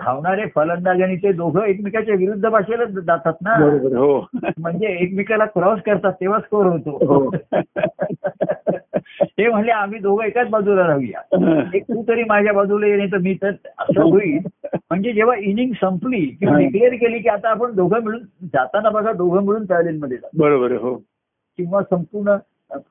[SPEAKER 2] धावणारे फलंदाज आणि ते दोघं एकमेकाच्या विरुद्ध भाषेला जातात ना
[SPEAKER 1] बरोबर हो
[SPEAKER 2] म्हणजे एकमेकाला क्रॉस करतात तेव्हा स्कोर होतो
[SPEAKER 1] हो
[SPEAKER 2] ते म्हणले आम्ही दोघं एकाच बाजूला राहूया एक तू तरी म्हणजे माझ्या बाजूला ये नाही तर मी तर असं होईल म्हणजे जेव्हा इनिंग संपली किंवा
[SPEAKER 1] हा.
[SPEAKER 2] डिक्लेअर केली की आता आपण दोघं मिळून जाताना बघा दोघं मिळून ट्रॅव्हलिंग मध्ये जातो
[SPEAKER 1] बरोबर हो
[SPEAKER 2] किंवा संपूर्ण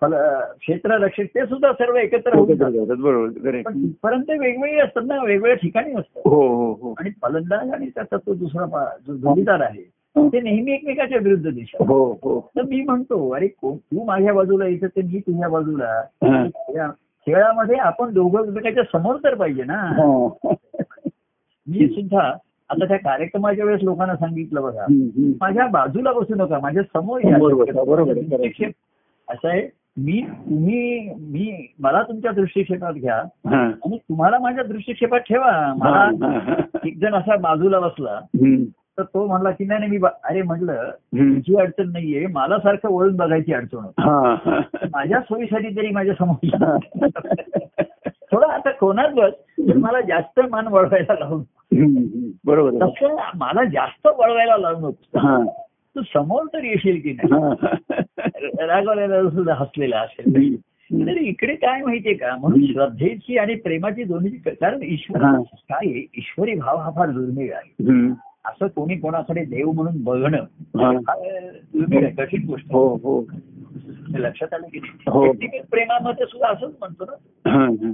[SPEAKER 2] फल क्षेत्र रक्षक ते सुद्धा सर्व एकत्र होऊन
[SPEAKER 1] एकत्र
[SPEAKER 2] जातात.
[SPEAKER 1] जातात, बरोबर correct.
[SPEAKER 2] पण तिथपर्यंत ते वेगवेगळे असतात ना वेगवेगळ्या ठिकाणी असतात
[SPEAKER 1] हो हो हो
[SPEAKER 2] आणि फलंदाज आणि त्याचा तो दुसरा पा- जो जोडीदार आहे
[SPEAKER 1] हो
[SPEAKER 2] ते नेहमी एकमेकाच्या विरुद्ध दिशा
[SPEAKER 1] हो
[SPEAKER 2] तर मी म्हणतो अरे कोण तू माझ्या बाजूला यायचं ते मी तुझ्या बाजूला
[SPEAKER 1] हा.
[SPEAKER 2] या खेळामध्ये आपण दोघं एकमेकाच्या समोर तर पाहिजे
[SPEAKER 1] हो.
[SPEAKER 2] ना
[SPEAKER 1] हा.
[SPEAKER 2] मी सुद्धा आता त्या कार्यक्रमाच्या वेळेस लोकांना सांगितलं बघा
[SPEAKER 1] हम्म, हम्म.
[SPEAKER 2] माझ्या बाजूला बसू नका माझ्या समोर या
[SPEAKER 1] बरोबर, बरोबर, बरोबर.
[SPEAKER 2] दृष्टिक्षेप असं आहे मी तुम्ही मी मला तुमच्या दृष्टिक्षेपात घ्या
[SPEAKER 1] हा.
[SPEAKER 2] आणि तुम्हाला माझ्या दृष्टिक्षेपात ठेवा मला
[SPEAKER 1] हा, हा, हा.
[SPEAKER 2] एक जण असा बाजूला बसला
[SPEAKER 1] हम्म,
[SPEAKER 2] तर तो म्हणला की नाही नाही, मी बा- अरे म्हटलं
[SPEAKER 1] हम्म.
[SPEAKER 2] तुझी अडचण नाहीये मला सारखं वळून बघायची अडचण होती
[SPEAKER 1] हा, हा.
[SPEAKER 2] माझ्या सोयीसाठी तरी माझ्या समोर या. थोडं आता कोणाच बस पण मला जास्त मान वळवायला लावू नको.
[SPEAKER 1] हम्म, हम्म. बरोबर आहे.
[SPEAKER 2] तसं मला जास्त वळवायला लावू नको
[SPEAKER 1] हा.
[SPEAKER 2] तू समोर तर येशील की नाही
[SPEAKER 1] हा.
[SPEAKER 2] रागवलेला सुद्धा हसलेला असेल
[SPEAKER 1] हम्म, हम्म.
[SPEAKER 2] तर इकडे काय माहितीये का म्हणून श्रद्धेची आणि प्रेमाची दोन्ही कारण ईश्वर
[SPEAKER 1] हा.
[SPEAKER 2] काय आहे? ईश्वरी भाव हा फार दुर्मिळ आहे
[SPEAKER 1] हम्म.
[SPEAKER 2] असं कोणी कोणाकडे देव म्हणून
[SPEAKER 1] हा.
[SPEAKER 2] बघणं फार दुर्मिळ आहे कठीण गोष्ट
[SPEAKER 1] हो हो
[SPEAKER 2] आहे. लक्षात आलं की नाही
[SPEAKER 1] हो.
[SPEAKER 2] व्यक्तिगत प्रेमामध्ये सुद्धा असंच म्हणतो ना
[SPEAKER 1] हा, हा.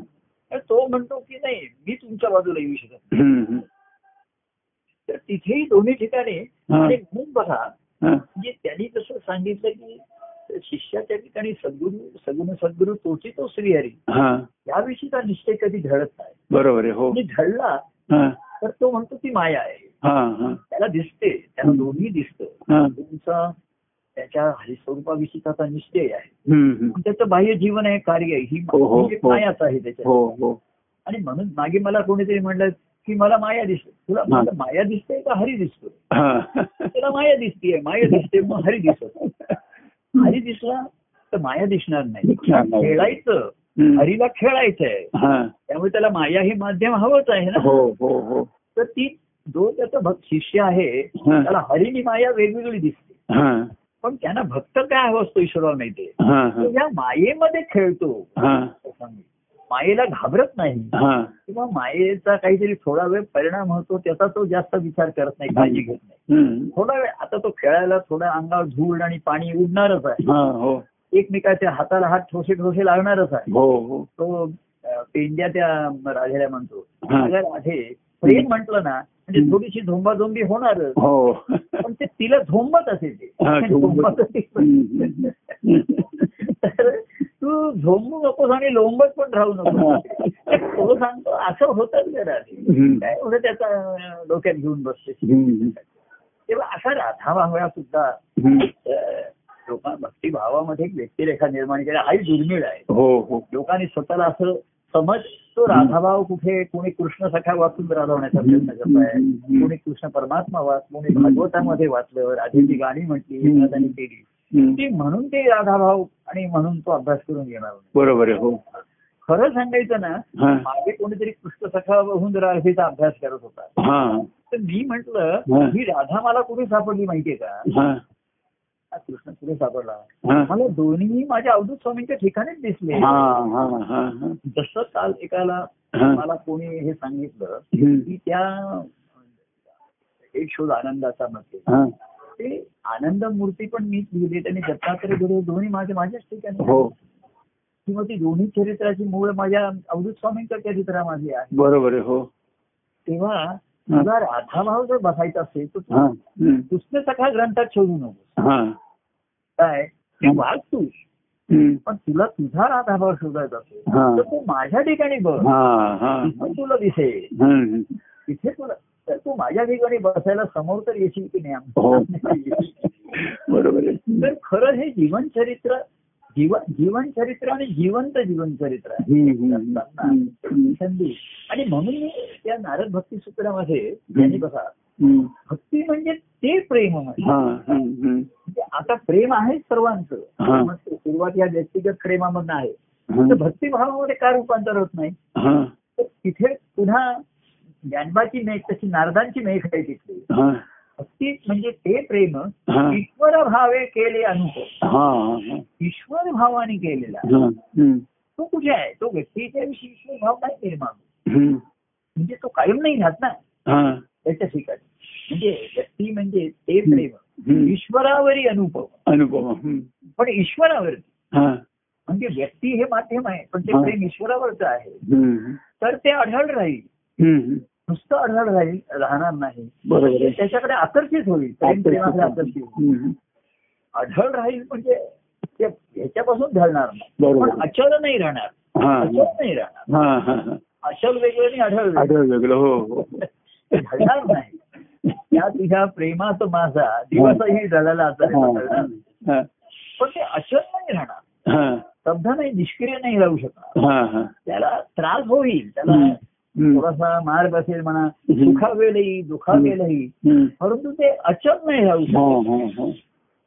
[SPEAKER 2] तर तो म्हणतो की नाही मी तुमच्या बाजूला येऊ शकत नाही.
[SPEAKER 1] हम्म, हम्म.
[SPEAKER 2] तर तिथेही दोन्ही ठिकाणी
[SPEAKER 1] हा.
[SPEAKER 2] आणि म्हणून बघा
[SPEAKER 1] हा.
[SPEAKER 2] म्हणजे त्यांनी जसं सांगितलं की शिष्याच्या ठिकाणी सद्गुरु सगुण सद्गुरु तोची तो श्रीहरी
[SPEAKER 1] हा.
[SPEAKER 2] याविषयीचा निश्चय कधी घडत नाही
[SPEAKER 1] बरोबर आहे हो
[SPEAKER 2] आणि घडला
[SPEAKER 1] हा.
[SPEAKER 2] तर तो म्हणतो ती माया आहे
[SPEAKER 1] हा, हा.
[SPEAKER 2] त्याला दिसते त्याला दोन्ही दिसतं
[SPEAKER 1] हा.
[SPEAKER 2] तुमचा त्याच्या हरिस्वरूपाविषयी त्याचा निश्चय आहे
[SPEAKER 1] हम्म, हम्म.
[SPEAKER 2] पण त्याचं बाह्य जीवन आहे कार्य आहे ही
[SPEAKER 1] हो, हो,
[SPEAKER 2] म्हणजे
[SPEAKER 1] हो.
[SPEAKER 2] मायाच आहे त्याच्यात
[SPEAKER 1] हो हो
[SPEAKER 2] आणि म्हणून मागे मला कोणीतरी म्हणलं की मला माया दिसते तुला
[SPEAKER 1] हा.
[SPEAKER 2] मला माया दिसते का हरी दिसतो
[SPEAKER 1] हा.
[SPEAKER 2] तुला माया दिसतीये माया दिसते मग हरी दिसत हरी दिसला तर माया दिसणार नाही
[SPEAKER 1] दिसणार नाही.
[SPEAKER 2] खेळायचं
[SPEAKER 1] हम्म.
[SPEAKER 2] हरीला खेळायचंय
[SPEAKER 1] हा.
[SPEAKER 2] त्यामुळे त्याला माया हे माध्यम हवंच आहे ना
[SPEAKER 1] हो हो हो
[SPEAKER 2] तर ती जो त्याचा भक्त शिष्य आहे
[SPEAKER 1] हा.
[SPEAKER 2] त्याला हरीनी माया वेगवेगळी दिसते
[SPEAKER 1] हा.
[SPEAKER 2] पण त्यांना भक्त काय हवं असतो ईश्वराला माहिती आहे
[SPEAKER 1] हा,
[SPEAKER 2] तो या मायेमध्ये खेळतो
[SPEAKER 1] हा.
[SPEAKER 2] मायेला घाबरत नाही
[SPEAKER 1] हा.
[SPEAKER 2] किंवा मायेचा काहीतरी थोडा वेळ परिणाम होतो त्याचा तो जास्त विचार करत नाही काळजी घेत नाही
[SPEAKER 1] हम्म.
[SPEAKER 2] थोडा वेळ आता तो खेळायला थोडा अंगावर धूळ आणि पाणी उडणारच आहे
[SPEAKER 1] हा, हो
[SPEAKER 2] एकमेकाच्या हाताला हात ठोसे ठोसे लागणारच आहे
[SPEAKER 1] हो हो
[SPEAKER 2] तो अ, पेंड्या त्या राजाला म्हणतो
[SPEAKER 1] हा.
[SPEAKER 2] अगर राधे प्रेम म्हटलं ना म्हणजे थोडीशी झोंबाझोंबी होणारच
[SPEAKER 1] हो
[SPEAKER 2] पण ते तिला झोंबत असे ते
[SPEAKER 1] हा,
[SPEAKER 2] झोंबत
[SPEAKER 1] झोंबत.
[SPEAKER 2] असे. तर तू झोंबू नकोस आणि लोंबत पण राहू नकोस तो सांगतो असं होतं जरा आधी.
[SPEAKER 1] हम्म.
[SPEAKER 2] काय एवढं त्याचा अ, डोक्यात घेऊन बसते
[SPEAKER 1] हम्म.
[SPEAKER 2] तेव्हा असा राधा भावळा सुद्धा
[SPEAKER 1] हम्म.
[SPEAKER 2] अ, लोकां भक्तिभावामध्ये एक व्यक्तिरेखा निर्माण केली हाही दुर्मिळ आहे
[SPEAKER 1] हो हो
[SPEAKER 2] लोकांनी स्वतःला असं समज तो राधाभाव कुठे कोणी कृष्ण सखा वाचून राधवण्याचा प्रयत्न करत आहे कोणी कृष्ण परमात्मा वाच कोणी भागवतामध्ये वाचलं राधेची गाणी म्हटली राधाने केली
[SPEAKER 1] हम्म.
[SPEAKER 2] ती म्हणून ते राधाभाव आणि म्हणून तो अभ्यास करून घेणार नाही.
[SPEAKER 1] बरोबर आहे हो
[SPEAKER 2] खरं सांगायचं ना
[SPEAKER 1] हा
[SPEAKER 2] मागे कोणीतरी कृष्ण सखा होऊन राधेचा अभ्यास करत होता
[SPEAKER 1] हा
[SPEAKER 2] तर मी म्हंटल
[SPEAKER 1] हा.
[SPEAKER 2] ही राधा मला कुठे सापडली माहितीये का
[SPEAKER 1] हा
[SPEAKER 2] हा कृष्ण कुठे सापडला
[SPEAKER 1] हा
[SPEAKER 2] मला दोन्ही माझ्या अवधूत स्वामींच्या ठिकाणीच दिसले
[SPEAKER 1] हा हा हा हा
[SPEAKER 2] जसं काल एकाला
[SPEAKER 1] हा.
[SPEAKER 2] मला कोणी हे सांगितलं
[SPEAKER 1] हम्म.
[SPEAKER 2] की त्या एक शोध आनंदाचा मध्ये
[SPEAKER 1] हा.
[SPEAKER 2] ते आनंद मूर्ती पण मीच लिहिली आणि दत्तात्रय गुरु दोन्ही माझे माझ्याच ठिकाणी
[SPEAKER 1] हो
[SPEAKER 2] किंवा ती दोन्ही चरित्राची मूळ माझ्या अवधूत स्वामींच्या चरित्रामध्ये आहे
[SPEAKER 1] बरोबर आहे हो
[SPEAKER 2] तेव्हा तुला राधाभाव जर बसायचा असेल तर
[SPEAKER 1] हा
[SPEAKER 2] तू
[SPEAKER 1] हम्म.
[SPEAKER 2] कृष्ण सखा ग्रंथात शोधू नकोस
[SPEAKER 1] हा
[SPEAKER 2] काय ते वाच तू
[SPEAKER 1] हम्म.
[SPEAKER 2] पण तुला तुझा राधाभाव शोधायचा असेल
[SPEAKER 1] हा.
[SPEAKER 2] तर तू माझ्या ठिकाणी बघ
[SPEAKER 1] हा हा
[SPEAKER 2] तिथे तुला दिसेल
[SPEAKER 1] हम्म.
[SPEAKER 2] तिथे तुला तर तू माझ्या ठिकाणी बसायला समोर तर येशील की नाही
[SPEAKER 1] हो
[SPEAKER 2] आमच्या?
[SPEAKER 1] बरोबर आहे
[SPEAKER 2] तर खरं हे जीवन चरित्र जीवन जीवन चरित्र आणि जिवंत जीवन चरित्र आहे
[SPEAKER 1] हम्म, हम्म, हम्म, हम्म,
[SPEAKER 2] संधी आणि म्हणून मी त्या नारद भक्ती सूत्रामध्ये त्यांनी बघा
[SPEAKER 1] हम्म.
[SPEAKER 2] भक्ती म्हणजे ते प्रेम म्हणजे.
[SPEAKER 1] हा, हम्म, हम्म,
[SPEAKER 2] म्हणजे आता प्रेम आहे सर्वांचं
[SPEAKER 1] हा.
[SPEAKER 2] मग सुरुवात या व्यक्तिगत प्रेमामधनं आहे तर
[SPEAKER 1] हा,
[SPEAKER 2] भक्तिभावामध्ये का रूपांतर होत नाही
[SPEAKER 1] हा,
[SPEAKER 2] तर तिथे पुन्हा ज्ञानबाची मेघ तशी नारदांची मेघ आहे तिथे
[SPEAKER 1] हा,
[SPEAKER 2] भक्ती म्हणजे ते प्रेम
[SPEAKER 1] हा.
[SPEAKER 2] ईश्वर भावे केले अनुभव
[SPEAKER 1] हा, हा,
[SPEAKER 2] ईश्वर भावाने केलेला
[SPEAKER 1] हा, हम्म,
[SPEAKER 2] तो कुठे आहे तो व्यक्तीच्या विषयी ईश्वर भाव नाही निर्माण होत.
[SPEAKER 1] हम्म,
[SPEAKER 2] म्हणजे तो कायम नाही राहत ना
[SPEAKER 1] हा,
[SPEAKER 2] त्याच्या ठिकाणी म्हणजे व्यक्ती म्हणजे ते
[SPEAKER 1] हम्म.
[SPEAKER 2] प्रेम
[SPEAKER 1] हम्म.
[SPEAKER 2] ईश्वरावरी अनुभव
[SPEAKER 1] अनुभव हम्म,
[SPEAKER 2] पण ईश्वरावर
[SPEAKER 1] हा,
[SPEAKER 2] म्हणजे व्यक्ती हे माध्यम आहे पण
[SPEAKER 1] हा.
[SPEAKER 2] ते प्रेम ईश्वरावरचं आहे
[SPEAKER 1] हम्म,
[SPEAKER 2] तर ते अढळ राहील
[SPEAKER 1] हम्म.
[SPEAKER 2] नुसतं अढळ राहील राहणार नाही
[SPEAKER 1] बरोबर आहे.
[SPEAKER 2] त्याच्याकडे आकर्षित होईल प्रेम प्रेमाकडे आकर्षित होईल
[SPEAKER 1] हम्म,
[SPEAKER 2] अढळ राहील म्हणजे ते ह्याच्यापासून ढळणार नाही
[SPEAKER 1] बरोबर.
[SPEAKER 2] पण अचल नाही राहणार
[SPEAKER 1] हा,
[SPEAKER 2] अचल
[SPEAKER 1] हा,
[SPEAKER 2] नाही राहणार
[SPEAKER 1] हा, हा, हा.
[SPEAKER 2] अचल वेगळं आणि अढळ वेगळं.
[SPEAKER 1] आढळ वेगळं हो हो
[SPEAKER 2] ढळणार नाही या तुझ्या प्रेमाचं माझा दिवसही
[SPEAKER 1] हो.
[SPEAKER 2] ढळाला आता
[SPEAKER 1] हा,
[SPEAKER 2] ढळणार नाही.
[SPEAKER 1] हा,
[SPEAKER 2] पण ते अचल नाही राहणार
[SPEAKER 1] हा,
[SPEAKER 2] स्तब्ध नाही निष्क्रिय नाही राहू शकणार
[SPEAKER 1] हा, हा.
[SPEAKER 2] त्याला त्रास होईल त्याला
[SPEAKER 1] हम्म, हम्म,
[SPEAKER 2] थोडासा मार्ग असेल म्हणा
[SPEAKER 1] हम्म.
[SPEAKER 2] सुखावेलही दुखावेलही
[SPEAKER 1] हम्म. हो.
[SPEAKER 2] परंतु ते अचल नाही राहू
[SPEAKER 1] हा,
[SPEAKER 2] शकत
[SPEAKER 1] हा, हा.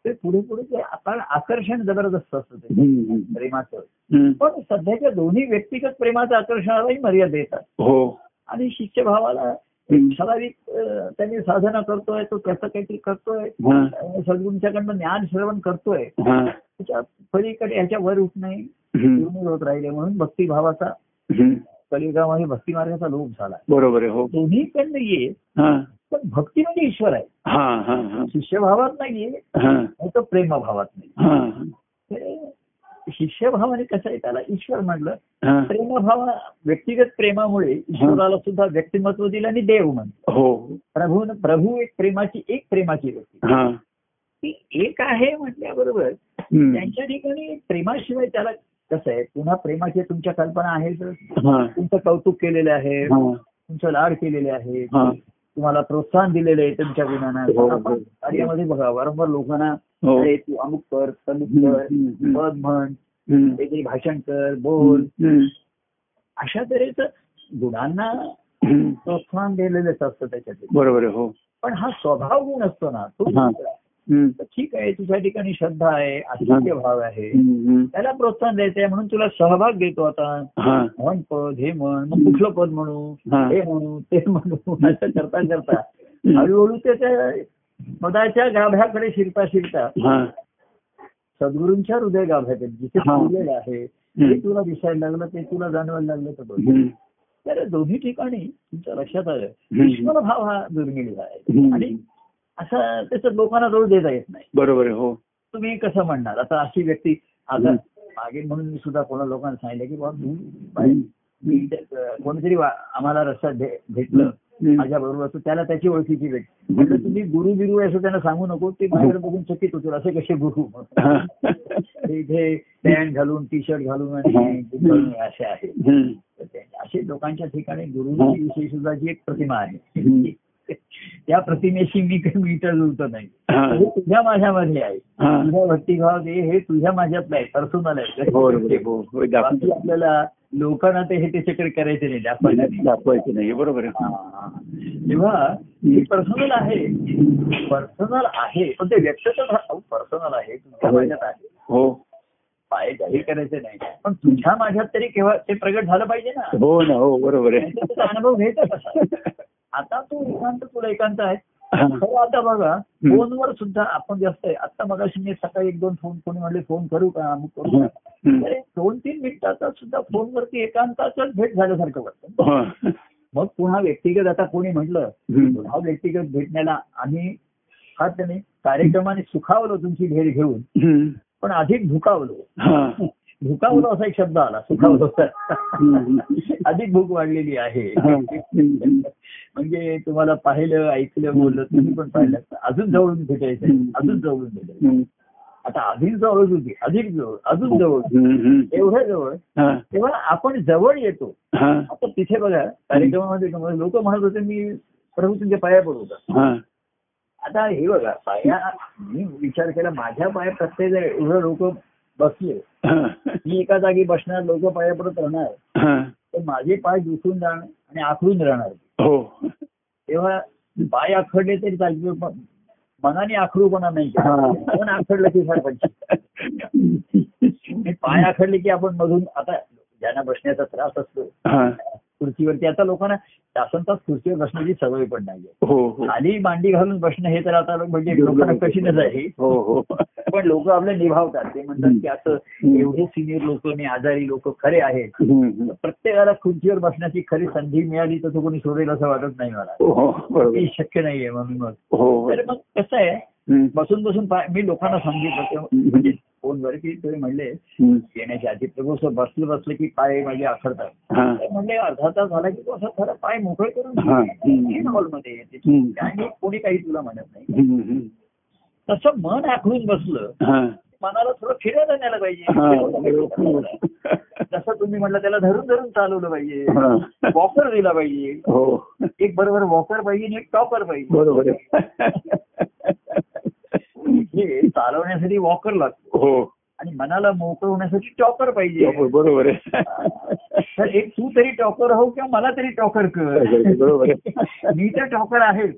[SPEAKER 2] ते पुढे पुढे ते आपण आकर्षण जबरदस्त असतं ते
[SPEAKER 1] हम्म, हम्म,
[SPEAKER 2] प्रेमाचं
[SPEAKER 1] हम्म.
[SPEAKER 2] पण सध्याच्या दोन्ही व्यक्तिगत प्रेमाचं आकर्षणालाही मर्यादा येतात
[SPEAKER 1] हो
[SPEAKER 2] आणि शिष्यभावाला
[SPEAKER 1] हम्म.
[SPEAKER 2] ठराविक अं, त्यांनी साधना करतोय तो त्याचं काहीतरी करतोय
[SPEAKER 1] हा.
[SPEAKER 2] अं, सद्गुरूंच्याकडनं ज्ञान श्रवण करतोय
[SPEAKER 1] हा.
[SPEAKER 2] त्याच्या पलीकडे याच्या वर उठ नाही
[SPEAKER 1] हम्म.
[SPEAKER 2] दुर्मिळ होत राहिले म्हणून भक्तिभावाचा
[SPEAKER 1] हम्म.
[SPEAKER 2] कलियुगामध्ये भक्ती मार्गाचा लोप झाला
[SPEAKER 1] बरोबर आहे हो
[SPEAKER 2] दोन्हीकडनं ये
[SPEAKER 1] हा
[SPEAKER 2] पण भक्ती म्हणजे ईश्वर आहे
[SPEAKER 1] हा हा हा
[SPEAKER 2] शिष्यभावात नाहीये
[SPEAKER 1] हा
[SPEAKER 2] नाही तर प्रेमभावात नाही
[SPEAKER 1] हा
[SPEAKER 2] ते शिष्यभावाने कसं आहे त्याला ईश्वर म्हटलं
[SPEAKER 1] हा.
[SPEAKER 2] प्रेमभाव व्यक्तिगत प्रेमामुळे ईश्वराला सुद्धा व्यक्तिमत्व दिलं आणि देव म्हणतो
[SPEAKER 1] हो
[SPEAKER 2] प्रभू प्रभू एक प्रेमाची एक प्रेमाची व्यक्ती
[SPEAKER 1] हा
[SPEAKER 2] ती एक आहे म्हटल्याबरोबर
[SPEAKER 1] हम्म.
[SPEAKER 2] त्यांच्या ठिकाणी प्रेमाशिवाय त्याला कसं आहे पुन्हा प्रेमाची तुमच्या कल्पना आहे तर
[SPEAKER 1] हा
[SPEAKER 2] तुमचं कौतुक केलेलं आहे
[SPEAKER 1] हा
[SPEAKER 2] तुमचं लाड केलेले आहे
[SPEAKER 1] हा
[SPEAKER 2] तुम्हाला प्रोत्साहन दिलेलं आहे तुमच्या
[SPEAKER 1] हो,
[SPEAKER 2] गुणांना
[SPEAKER 1] हो.
[SPEAKER 2] आपण कार्यामध्ये बघा वारंवार लोकांना
[SPEAKER 1] हो
[SPEAKER 2] अरे तू अमुक कर तमुक
[SPEAKER 1] हम्म,
[SPEAKER 2] कर
[SPEAKER 1] हम्म, हम्म.
[SPEAKER 2] पद म्हण
[SPEAKER 1] हम्म.
[SPEAKER 2] वेगळी भाषण कर बोल
[SPEAKER 1] हम्म.
[SPEAKER 2] अशा तऱ्हेचं गुणांना
[SPEAKER 1] हम्म.
[SPEAKER 2] प्रोत्साहन दिलेलंच असतं त्याच्यात
[SPEAKER 1] बरोबर आहे हो
[SPEAKER 2] पण हा स्वभाव गुण असतो ना तो
[SPEAKER 1] हा.
[SPEAKER 2] दुसरा.
[SPEAKER 1] हम्म.
[SPEAKER 2] तर ठीक आहे तुझ्या ठिकाणी श्रद्धा आहे आतिथ्य भाव आहे
[SPEAKER 1] हम्म, हम्म.
[SPEAKER 2] त्याला प्रोत्साहन द्यायचं आहे म्हणून तुला सहभाग देतो आता
[SPEAKER 1] हा
[SPEAKER 2] म्हण पद हे म्हण मग कुठलं पद म्हणू
[SPEAKER 1] हा.
[SPEAKER 2] हे म्हणू ते म्हणू असं करता करता
[SPEAKER 1] हम्म.
[SPEAKER 2] हळूहळू त्याच्या पदाच्या गाभ्याकडे शिरता शिरता
[SPEAKER 1] हा
[SPEAKER 2] सद्गुरूंच्या हृदय गाभ्याकडे जिथे
[SPEAKER 1] हा.
[SPEAKER 2] शिरलेलं आहे ते
[SPEAKER 1] हम्म.
[SPEAKER 2] तुला दिसायला लागलं ते तुला जाणवायला लागलं तर बघ
[SPEAKER 1] हम्म.
[SPEAKER 2] तर दोन्ही ठिकाणी तुमच्या लक्षात आलं
[SPEAKER 1] हम्म.
[SPEAKER 2] ईश्वर भाव हा दुर्मिळ आहे
[SPEAKER 1] हम्म.
[SPEAKER 2] आणि असं त्याचं लोकांना रोल देता येत नाही
[SPEAKER 1] बरोबर आहे हो
[SPEAKER 2] तुम्ही कसं म्हणणार आता अशी व्यक्ती आता
[SPEAKER 1] हम्म.
[SPEAKER 2] मागे म्हणून मी सुद्धा कोणा लोकांना सांगितलं की बाबा मी
[SPEAKER 1] हम्म.
[SPEAKER 2] मी त्या- कोणीतरी वा- आम्हाला रस्त्यात भे- भेटलं
[SPEAKER 1] हम्म.
[SPEAKER 2] माझ्या बरोबर असतो त्याला त्याची ओळखीची भेट म्हणजे तुम्ही गुरु बिरू आहे असं त्यांना सांगू नको ते माझ्याकडे बघून चकित होतील असे कसे गुरु
[SPEAKER 1] हा.
[SPEAKER 2] ते इथे पॅन्ट घालून टी शर्ट घालून आणि
[SPEAKER 1] हम्म.
[SPEAKER 2] घालून असे आहे
[SPEAKER 1] हम्म.
[SPEAKER 2] तर ते- असे लोकांच्या ठिकाणी गुरुची विषयी सुद्धा जी एक प्रतिमा
[SPEAKER 1] हम्म.
[SPEAKER 2] आहे त्या प्रतिमेशी मी काही मीटर जुळतो नाही
[SPEAKER 1] हा. हो,
[SPEAKER 2] हे तुझ्या माझ्यामध्ये आहे
[SPEAKER 1] हा.
[SPEAKER 2] तुझा भक्तिभाव हे हे तुझ्या माझ्यातलं आहे पर्सनल आहे
[SPEAKER 1] बरोबर आहे, हो हो दाखव-
[SPEAKER 2] बाकी आपल्याला लोकांना ते हे त्याच्याकडे करायचे नाही दाखवायला नाही.
[SPEAKER 1] दाखवायचं नाही बरोबर आहे
[SPEAKER 2] हा. तेव्हा हे पर्सनल आहे पर्सनल आहे पण ते व्यक्त तर पर्सनल आहे तुझ्या माझ्यात आहे
[SPEAKER 1] हो
[SPEAKER 2] पाय जाहीर करायचे नाही पण तुझ्या माझ्यात तरी केव्हा ते प्रगट झालं पाहिजे ना
[SPEAKER 1] हो ना हो बरोबर आहे
[SPEAKER 2] नाहीतर त्याचा अनुभव घेतच असा. आता तू एकांत तुला एकांत आहे
[SPEAKER 1] हा.
[SPEAKER 2] खरं आता बघा
[SPEAKER 1] हम्म.
[SPEAKER 2] फोनवर सुद्धा आपण जास्त आहे आता मग मी सकाळी एक दोन फोन कोणी म्हणले फोन करू का अमुक करू
[SPEAKER 1] हम्म.
[SPEAKER 2] का
[SPEAKER 1] हम्म.
[SPEAKER 2] अरे दोन तीन मिनिटाचा सुद्धा फोनवरती एकांताचाच भेट झाल्यासारखं वाटतं
[SPEAKER 1] हा.
[SPEAKER 2] मग पुन्हा व्यक्तिगत आता कोणी म्हटलं
[SPEAKER 1] हम्म.
[SPEAKER 2] पुन्हा व्यक्तिगत भेटण्याला आम्ही हा त्याने कार्यक्रमाने सुखावलं तुमची भेट घेऊन
[SPEAKER 1] हम्म.
[SPEAKER 2] पण अधिक भुकावलो
[SPEAKER 1] हा.
[SPEAKER 2] भुकावलं असा एक शब्द आला सुखावलं
[SPEAKER 1] हम्म.
[SPEAKER 2] अधिक भूक वाढलेली आहे
[SPEAKER 1] हा. हम्म.
[SPEAKER 2] म्हणजे तुम्हाला पाहिलं ऐकलं बोललं तुम्ही पण पाहिलं अजून जवळून भेटायचं अजून जवळून भेटायचं
[SPEAKER 1] हम्म.
[SPEAKER 2] आता अधिक जवळ होती अधिक जवळ अजून जवळ
[SPEAKER 1] हम्म.
[SPEAKER 2] एवढ्या जवळ
[SPEAKER 1] हा.
[SPEAKER 2] तेव्हा आपण जवळ येतो
[SPEAKER 1] हा.
[SPEAKER 2] आता तिथे बघा कार्यक्रमामध्ये लोक म्हणत होते मी प्रभू तुमच्या पाया पडू का
[SPEAKER 1] हा.
[SPEAKER 2] आता हे बघा पाया मी विचार केला माझ्या पाया प्रत्येक एवढं लोक बसले मी एका जागी बसणार लोक पाया पडत राहणार तर माझे पाय दुसून जाणार आणि आखडून राहणार
[SPEAKER 1] हो
[SPEAKER 2] तेव्हा पाय आखडले तरी चालते पण मनाने आखडूपणा नाही
[SPEAKER 1] हा.
[SPEAKER 2] पण आखडलं की सरपंच आणि पाय आखडले की आपण मधून आता ज्यांना बसण्याचा त्रास असतो
[SPEAKER 1] हा.
[SPEAKER 2] खुर्चीवरती आता लोकांना तासन तास खुर्चीवर बसण्याची सवय पण नाहीये
[SPEAKER 1] हो हो
[SPEAKER 2] खाली मांडी घालून बसणं हे तर आता म्हणजे लोकांना कठीणच आहे
[SPEAKER 1] हो हो
[SPEAKER 2] पण लोक आपले निभावतात ते म्हणतात की असं
[SPEAKER 1] हम्म.
[SPEAKER 2] एवढे सिनियर लोक आणि आजारी लोक खरे आहेत
[SPEAKER 1] हम्म, हम्म.
[SPEAKER 2] प्रत्येकाला खुर्चीवर बसण्याची खरी संधी मिळाली तर तो कोणी सोडेल असं वाटत नाही मला
[SPEAKER 1] हो बरोबर
[SPEAKER 2] ते शक्य नाहीये म्हणून मग
[SPEAKER 1] हो
[SPEAKER 2] तर मग कसं आहे
[SPEAKER 1] हम्म,
[SPEAKER 2] बसून बसून पाय- मी लोकांना सांगितलं ते म्हणजे फोनवर की तुम्ही म्हणले
[SPEAKER 1] हम्म.
[SPEAKER 2] येण्याच्या आधी प्रभू असं बसलं बसलं की पाय माझे आखडतात
[SPEAKER 1] हा.
[SPEAKER 2] तर म्हणले अर्धा तास झाला की तू असं खरं पाय मोकळे
[SPEAKER 1] हा.
[SPEAKER 2] करून ये ना हॉलमध्ये येते
[SPEAKER 1] हम्म.
[SPEAKER 2] आणि कोणी काही तुला म्हणत नाही
[SPEAKER 1] हम्म, हम्म.
[SPEAKER 2] तसं मन आखडून बसलं
[SPEAKER 1] हा.
[SPEAKER 2] मनाला थोडं फिरायला न्यायला पाहिजे
[SPEAKER 1] हा.
[SPEAKER 2] जसं तुम्ही म्हटलं त्याला धरून धरून चालवलं पाहिजे
[SPEAKER 1] हा.
[SPEAKER 2] वॉकर दिला पाहिजे
[SPEAKER 1] हो
[SPEAKER 2] एक बरोबर वॉकर पाहिजे आणि एक टॉपर पाहिजे
[SPEAKER 1] बरोबर आहे.
[SPEAKER 2] हे चालवण्यासाठी वॉकर लागतो
[SPEAKER 1] हो
[SPEAKER 2] आणि मनाला मोकळं होण्यासाठी टॉपर पाहिजे
[SPEAKER 1] बरोबर आहे
[SPEAKER 2] तर एक तू तरी टॉपर हो किंवा मला तरी टॉकर कर
[SPEAKER 1] बरोबर आहे
[SPEAKER 2] मी तर टॉपर आहेच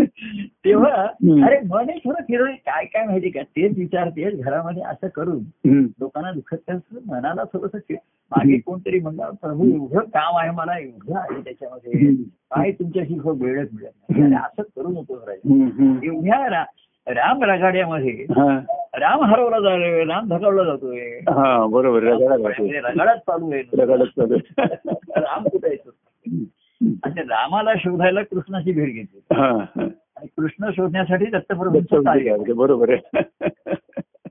[SPEAKER 2] तेव्हा
[SPEAKER 1] हम्म.
[SPEAKER 2] अरे मन हे थोडं फिरवलं काय काय माहिती का तेच विचार तेच घरामध्ये असं करून
[SPEAKER 1] हम्म.
[SPEAKER 2] लोकांना दुखत नाही, असं मनाला थोडस मागे कोणतरी म्हणलं प्रभू एवढं काम आहे मला एवढं आहे त्याच्यामध्ये
[SPEAKER 1] हम्म.
[SPEAKER 2] काय तुमच्याशी थोडं वेळच मिळत नाही. अरे असं करू नको राजा.
[SPEAKER 1] हम्म, हम्म.
[SPEAKER 2] एवढ्या रा- राम रगाड्यामध्ये
[SPEAKER 1] हा.
[SPEAKER 2] राम हरवला जातोय राम धकावला जातोय
[SPEAKER 1] हा बरोबर आहे. रगाडा घालतोय.
[SPEAKER 2] रगाडाच चालू आहे
[SPEAKER 1] रगाडाच चालू आहे.
[SPEAKER 2] राम कुठे आहे तो? आणि रामाला शोधायला कृष्णाची भेट घेतली
[SPEAKER 1] हा, हा.
[SPEAKER 2] आणि कृष्ण शोधण्यासाठी दत्तप्रभूंचं कार्य
[SPEAKER 1] बरोबर आहे. बरोबर आहे.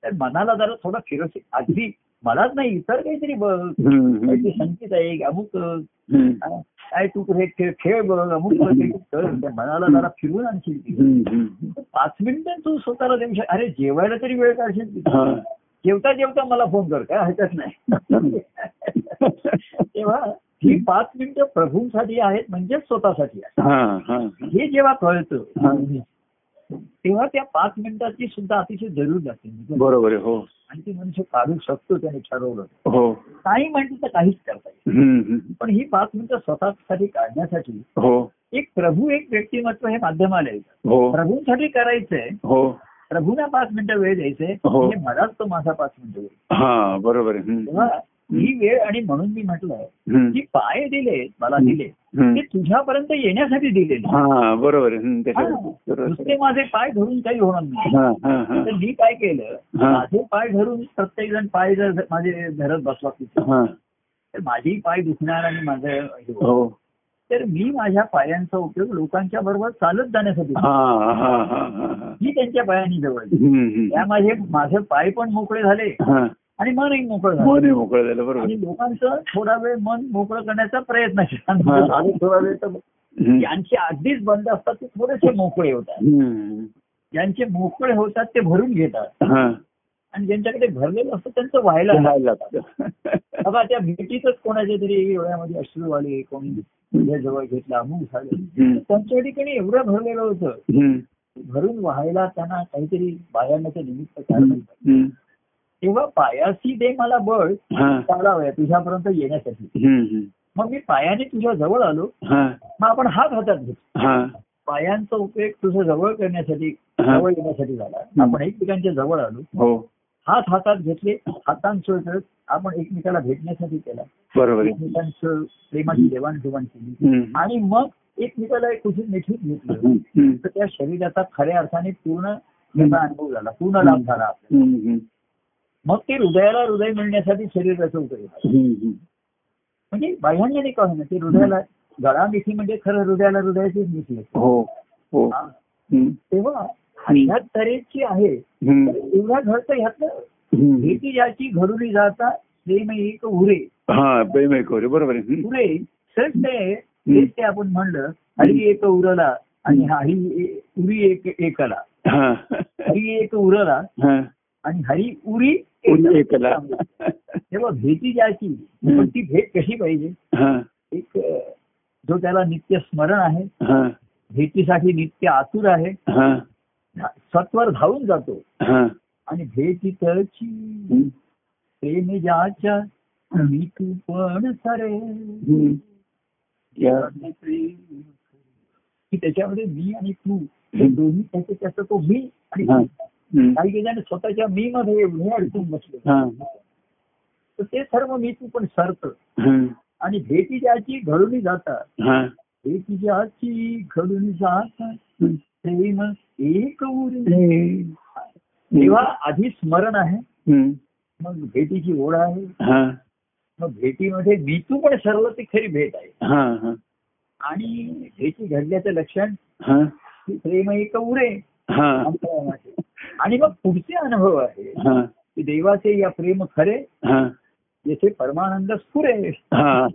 [SPEAKER 2] तर मनाला जरा थोडा फिरस अगदी मलाच नाही इतर काहीतरी बघ
[SPEAKER 1] हम्म,
[SPEAKER 2] काहीतरी
[SPEAKER 1] हम्म.
[SPEAKER 2] संकेत आहे अमुक अ,
[SPEAKER 1] हम्म.
[SPEAKER 2] काय तू हे खेळ खेळ बघ अमुक बघ, काहीतरी कर त्या मनाला जरा फिरून आणशील तिथे.
[SPEAKER 1] हम्म, हम्म.
[SPEAKER 2] पाच मिनिटं तू स्वतःला देऊ शक अरे जेवायला तरी वेळ काढशील तिथे.
[SPEAKER 1] हा.
[SPEAKER 2] जेवता जेवता मला फोन कर काय हरकत नाही तेव्हा ही पाच मिनिटं प्रभूंसाठी आहेत म्हणजेच स्वतःसाठी आहे
[SPEAKER 1] हा, हा.
[SPEAKER 2] हे जेव्हा कळतं
[SPEAKER 1] हा.
[SPEAKER 2] तेव्हा त्या पाच मिनिटाची सुद्धा अतिशय जरूर लागते
[SPEAKER 1] बरोबर आहे. हो
[SPEAKER 2] आणि ती मनुष्य काढू शकतो त्याने ठरवलं
[SPEAKER 1] हो
[SPEAKER 2] काही म्हटलं तर काहीच करता येईल
[SPEAKER 1] हम्म, हम्म.
[SPEAKER 2] पण ही पाच मिनिटं स्वतःसाठी काढण्यासाठी
[SPEAKER 1] हो
[SPEAKER 2] एक प्रभू एक व्यक्तिमत्व हे माध्यम आले
[SPEAKER 1] हो
[SPEAKER 2] प्रभूंसाठी करायचंय
[SPEAKER 1] हो
[SPEAKER 2] प्रभूला पाच मिनिटं वेळ द्यायचंय
[SPEAKER 1] हो.
[SPEAKER 2] म्हणजे मलाच तो माझा पाच मिनिटं वेळ
[SPEAKER 1] हा बरोबर आहे हम्म.
[SPEAKER 2] तेव्हा ही वेळ आणि म्हणून मी म्हटलं
[SPEAKER 1] हम्म.
[SPEAKER 2] की पाय दिले मला दिले ते
[SPEAKER 1] हम्म.
[SPEAKER 2] तुझ्यापर्यंत येण्यासाठी दिलेले
[SPEAKER 1] हा बरोबर आहे हम्म,
[SPEAKER 2] हा.
[SPEAKER 1] त्याच्यावर. बरोबर
[SPEAKER 2] नुसते
[SPEAKER 1] आहे.
[SPEAKER 2] माझे पाय धरून काही होणार नाही
[SPEAKER 1] हा, हा, हा.
[SPEAKER 2] तर मी काय केलं
[SPEAKER 1] हा.
[SPEAKER 2] माझे पाय धरून प्रत्येक जण पाय जर माझे धरत बसला तिथे
[SPEAKER 1] हा.
[SPEAKER 2] तर माझेही पाय दुखणार आणि माझं हे होणार.
[SPEAKER 1] हो
[SPEAKER 2] तर मी माझ्या पायांचा उपयोग लोकांच्या बरोबर चालत जाण्यासाठी
[SPEAKER 1] हा हा हा हा हा.
[SPEAKER 2] मी त्यांच्या पायांनी जवळ गेलो.
[SPEAKER 1] हम्म, हम्म.
[SPEAKER 2] या माझे माझे पाय पण मोकळे झाले
[SPEAKER 1] हा.
[SPEAKER 2] आणि मनही मोकळं झालं
[SPEAKER 1] मन मोकळं झालं बरोबर
[SPEAKER 2] आणि लोकांचं थोडा वेळ मन मोकळं करण्याचा प्रयत्न केला
[SPEAKER 1] हा.
[SPEAKER 2] आणि थोडा वेळ तर
[SPEAKER 1] हम्म.
[SPEAKER 2] ज्यांचे अगदीच बंद असतात ते थोडेसे मोकळे होतात
[SPEAKER 1] हम्म.
[SPEAKER 2] ज्यांचे मोकळे होतात ते भरून घेतात
[SPEAKER 1] हा.
[SPEAKER 2] आणि ज्यांच्याकडे भरलेलं असतं त्यांचं व्हायला
[SPEAKER 1] राहायला
[SPEAKER 2] लागतं.
[SPEAKER 1] लागतं.
[SPEAKER 2] बाबा त्या भेटीतच कोणाच्या तरी एवढ्यामध्ये अश्रू आले कोणी तुझ्या जवळ घेतला अमुक झालं
[SPEAKER 1] हम्म.
[SPEAKER 2] त्यांच्या ठिकाणी एवढं भरलेलं होतं
[SPEAKER 1] हम्म.
[SPEAKER 2] भरून व्हायला त्यांना काहीतरी बाळगण्याचं निमित्त कारण
[SPEAKER 1] हम्म.
[SPEAKER 2] होतं.
[SPEAKER 1] हम्म.
[SPEAKER 2] तेव्हा पायाशी दे मला बळ
[SPEAKER 1] हा.
[SPEAKER 2] चालावया तुझ्यापर्यंत येण्यासाठी
[SPEAKER 1] हम्म. हम्म.
[SPEAKER 2] मग मी पायाने तुझ्या जवळ आलो
[SPEAKER 1] हा.
[SPEAKER 2] मग आपण हात हातात घेतो
[SPEAKER 1] हा.
[SPEAKER 2] पायांचा उपयोग तुझं जवळ करण्यासाठी
[SPEAKER 1] हा.
[SPEAKER 2] जवळ येण्यासाठी झाला आपण एकमेकांच्या जवळ आलो
[SPEAKER 1] हो
[SPEAKER 2] हात हातात घेतले हातांसोय करत आपण एकमेकाला भेटण्यासाठी केला
[SPEAKER 1] बरोबर आहे
[SPEAKER 2] एकमेकांचं प्रेमाची देवाणघेवाण केली
[SPEAKER 1] हम्म.
[SPEAKER 2] आणि मग एकमेकाला एक कुठून मिठीत घेतलं
[SPEAKER 1] हम्म. हम्म.
[SPEAKER 2] तर त्या शरीराचा खऱ्या अर्थाने पूर्ण त्याचा अनुभव झाला पूर्ण लाभ झाला आपल्याला
[SPEAKER 1] हम्म. हम्म.
[SPEAKER 2] मग ते हृदयाला हृदय मिळण्यासाठी शरीराचा उपयोग झाला.
[SPEAKER 1] हम्म.
[SPEAKER 2] म्हणजे बाह्यांनी का होईना ते हृदयाला गळामिठी म्हणजे खरं हृदयाला हृदयाची मिठी आहे.
[SPEAKER 1] हो हो
[SPEAKER 2] हा.
[SPEAKER 1] हम्म.
[SPEAKER 2] तेव्हा ह्या तऱ्हेची आहे तर
[SPEAKER 1] हम्म.
[SPEAKER 2] एवढा घडतं ह्यातलं
[SPEAKER 1] हम्म.
[SPEAKER 2] भेटी ज्याची घरुली जाता प्रेम एक उरे
[SPEAKER 1] हा प्रेम आहे खरं, बरोबर आहे हम्म.
[SPEAKER 2] उरे सच ते तेच ते आपण म्हणलं हरी एक उरला आणि हरी ए- उरी एक एकाला
[SPEAKER 1] हा.
[SPEAKER 2] हरी एक उरला
[SPEAKER 1] हा.
[SPEAKER 2] आणि हरी उरी
[SPEAKER 1] उरी
[SPEAKER 2] एकाला.
[SPEAKER 1] एकला
[SPEAKER 2] तेव्हा भेटी ज्याची पण ती भेट कशी पाहिजे
[SPEAKER 1] हा.
[SPEAKER 2] एक अ, जो त्याला नित्य स्मरण आहे
[SPEAKER 1] हा.
[SPEAKER 2] भेटीसाठी नित्य आतुर आहे
[SPEAKER 1] हा.
[SPEAKER 2] सत्वर धावून जातो
[SPEAKER 1] हा.
[SPEAKER 2] आणि भेटी तळची
[SPEAKER 1] हम्म.
[SPEAKER 2] प्रेम ज्याच्या मी तू पण सरे
[SPEAKER 1] हम्म. या.
[SPEAKER 2] की त्याच्यामध्ये मी आणि तू हे दोन्ही त्याचं त्याचं तो मी आणि
[SPEAKER 1] हा.
[SPEAKER 2] तू.
[SPEAKER 1] हम्म.
[SPEAKER 2] काही जण स्वतःच्या मी मध्ये एवढे अडकून बसले
[SPEAKER 1] हा.
[SPEAKER 2] तर ते सर्व मी तू पण सरत
[SPEAKER 1] हम्म.
[SPEAKER 2] आणि भेटी ज्याची घडून जातात
[SPEAKER 1] हा.
[SPEAKER 2] भेटी ज्याची घडून जातात
[SPEAKER 1] हम्म.
[SPEAKER 2] प्रेम एक उरी
[SPEAKER 1] हम्म.
[SPEAKER 2] तेव्हा आधी स्मरण आहे
[SPEAKER 1] हम्म.
[SPEAKER 2] मग भेटीची ओढ आहे
[SPEAKER 1] हा.
[SPEAKER 2] मग भेटीमध्ये मीतू पण सरलं ती खरी भेट आहे
[SPEAKER 1] हा. हा.
[SPEAKER 2] आणि भेटी घडल्याचं लक्षण
[SPEAKER 1] हा.
[SPEAKER 2] की प्रेम एक उरे
[SPEAKER 1] हा.
[SPEAKER 2] अंतराळाचे. आणि मग पुढचे अनुभव आहे
[SPEAKER 1] हा.
[SPEAKER 2] की देवाचे या प्रेम खरे
[SPEAKER 1] हा.
[SPEAKER 2] येथे परमानंद स्फुरे
[SPEAKER 1] हा.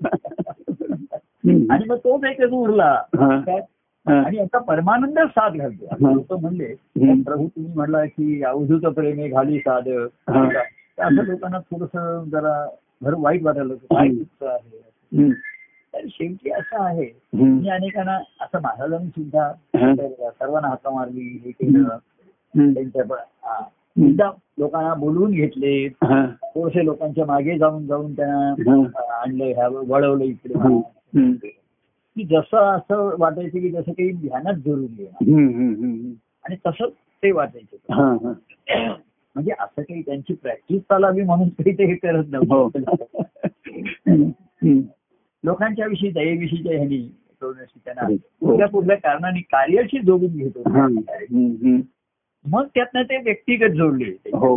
[SPEAKER 1] हम्म.
[SPEAKER 2] आणि मग तोच एक उरला
[SPEAKER 1] हा.
[SPEAKER 2] काय?
[SPEAKER 1] हा.
[SPEAKER 2] आणि आता परमानंद साध घालतो आता लोक म्हणले
[SPEAKER 1] हम्म.
[SPEAKER 2] प्रभू तुम्ही म्हणला की अवधूत प्रेम आहे घाली साध
[SPEAKER 1] हा.
[SPEAKER 2] तर असं लोकांना थोडस जरा भर वाईट वाटायला लागलं. काय
[SPEAKER 1] हम्म.
[SPEAKER 2] तुमचं आहे
[SPEAKER 1] हम्म.
[SPEAKER 2] तर शेवटी असं आहे
[SPEAKER 1] हम्म.
[SPEAKER 2] मी अनेकांना असं महाराजांनी सुद्धा
[SPEAKER 1] हा.
[SPEAKER 2] सर्वांना हाका मारली हे केलं
[SPEAKER 1] हम्म.
[SPEAKER 2] त्यांच्या प- हा. सुद्धा लोकांना बोलवून घेतले
[SPEAKER 1] हा.
[SPEAKER 2] थोडेसे लोकांच्या मागे जाऊन जाऊन त्यांना
[SPEAKER 1] हं.
[SPEAKER 2] अं, आणलं ह्या वळवलं
[SPEAKER 1] हम्म.
[SPEAKER 2] इकडे
[SPEAKER 1] हम्म.
[SPEAKER 2] की जसं असं वाटायचं की जसं काही ध्यानात जरुरी आहे
[SPEAKER 1] हम्म. हम्म. हम्म.
[SPEAKER 2] आणि तसंच ते वाटायचं
[SPEAKER 1] हा. हा.
[SPEAKER 2] म्हणजे असं काही त्यांची प्रॅक्टिस चालावी म्हणून काही ते हे करत
[SPEAKER 1] हो.
[SPEAKER 2] नव्हतं
[SPEAKER 1] हम्म. हम्म.
[SPEAKER 2] लोकांच्या विषयी दयेविषयीच्या ह्यानी करुणेशी त्यांना
[SPEAKER 1] हो.
[SPEAKER 2] कुठल्या कुठल्या कारणाने कार्याशी जोडून घेत
[SPEAKER 1] हा.
[SPEAKER 2] होते
[SPEAKER 1] हम्म. हम्म.
[SPEAKER 2] मग त्यातनं ते व्यक्तिगत जोडले
[SPEAKER 1] हो.